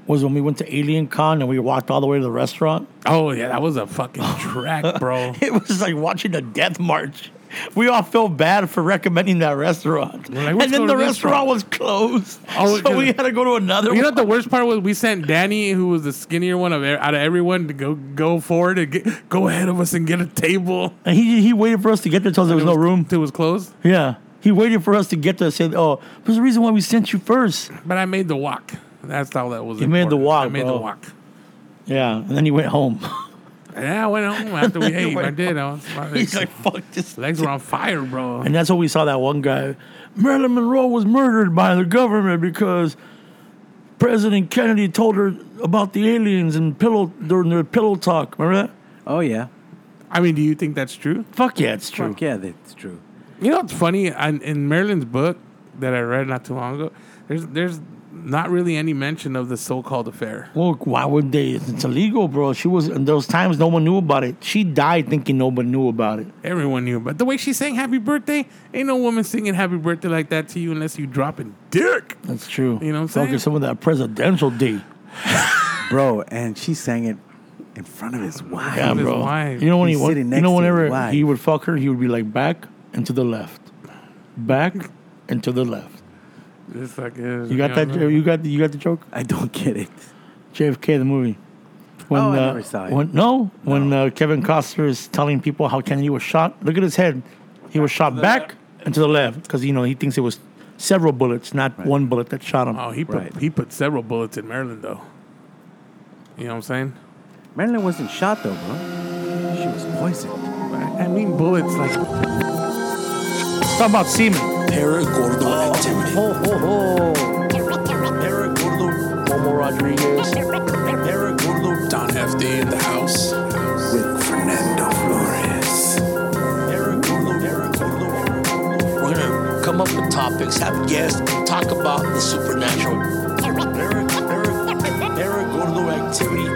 Speaker 1: was when we went to Alien Con and we walked all the way to the restaurant.
Speaker 2: oh yeah, that was a fucking track, bro.
Speaker 1: It was like watching a death march. We all felt bad for recommending that restaurant,
Speaker 2: We're like, "Let's
Speaker 1: and then
Speaker 2: go
Speaker 1: the
Speaker 2: to this
Speaker 1: restaurant was closed,
Speaker 2: Oh,
Speaker 1: so we
Speaker 2: 'cause-
Speaker 1: had to go to another.
Speaker 2: You know
Speaker 1: one.
Speaker 2: what the worst part was? We sent Danny, who was the skinnier one of e- out of everyone, to go go forward and get, go ahead of us and get a table.
Speaker 1: And he he waited for us to get there till there was, no room.
Speaker 2: It was closed.
Speaker 1: Yeah. He waited for us to get there. and Said, "Oh, there's a reason why we sent you first.
Speaker 2: But I made the walk. That's all that was.
Speaker 1: You made the
Speaker 2: important.
Speaker 1: walk,
Speaker 2: I made
Speaker 1: bro.
Speaker 2: the walk.
Speaker 1: Yeah, and then he went home.
Speaker 2: Yeah, I went home after we ate.
Speaker 1: went
Speaker 2: I did. I was, my
Speaker 1: He's
Speaker 2: legs,
Speaker 1: like, "Fuck this."
Speaker 2: legs were on fire, bro.
Speaker 1: And that's what we saw that one guy. Marilyn Monroe was murdered by the government because President Kennedy told her about the aliens and pillow during their pillow talk. Remember that?
Speaker 4: Oh yeah,
Speaker 2: I mean, do you think that's true?
Speaker 1: Fuck yeah, it's true.
Speaker 4: Fuck yeah, that's true.
Speaker 2: You know, it's funny. In, in Marilyn's book that I read not too long ago, there's there's not really any mention of the so-called affair.
Speaker 1: Well, why would they? It's illegal, bro. She was in those times. No one knew about it. She died thinking nobody knew about it.
Speaker 2: Everyone knew, but the way she sang "Happy Birthday," ain't no woman singing "Happy Birthday" like that to you unless you dropping dick.
Speaker 1: That's true.
Speaker 2: You know what I'm
Speaker 1: Fucking
Speaker 2: saying?
Speaker 1: some of that presidential day.
Speaker 4: Bro, and she sang it in front of his wife.
Speaker 1: Yeah,
Speaker 2: Of his
Speaker 1: bro.
Speaker 2: wife.
Speaker 1: You know when
Speaker 4: He's
Speaker 1: he, wa-
Speaker 4: sitting
Speaker 1: you
Speaker 4: next
Speaker 1: know
Speaker 4: to his
Speaker 1: whenever
Speaker 4: wife.
Speaker 1: he would fuck her, he would be like back and to the left, back and to the left.
Speaker 2: It's like uh,
Speaker 1: You got that? You got you got the joke?
Speaker 4: I don't get it.
Speaker 1: JFK the movie. When,
Speaker 4: Oh, I
Speaker 1: uh,
Speaker 4: never saw it.
Speaker 1: When, no, when uh, Kevin Costner is telling people how Kennedy was shot, look at his head. He was shot back and to the left because you know he thinks it was several bullets, not one bullet that shot him.
Speaker 2: Oh, he put
Speaker 4: Right.
Speaker 2: he put several bullets in Maryland though. You know what I'm saying?
Speaker 4: Marilyn wasn't shot though, bro. She was poisoned.
Speaker 2: I I mean bullets like
Speaker 1: Talk about semen.
Speaker 3: Paragordo activity.
Speaker 1: Ho, ho, ho.
Speaker 3: Paragordo.
Speaker 1: Momo Rodriguez.
Speaker 3: Paragordo. Don FD in the house. With Fernando Flores.
Speaker 5: We're gonna come up with topics, have guests, talk about the supernatural.
Speaker 3: Paragordo activity.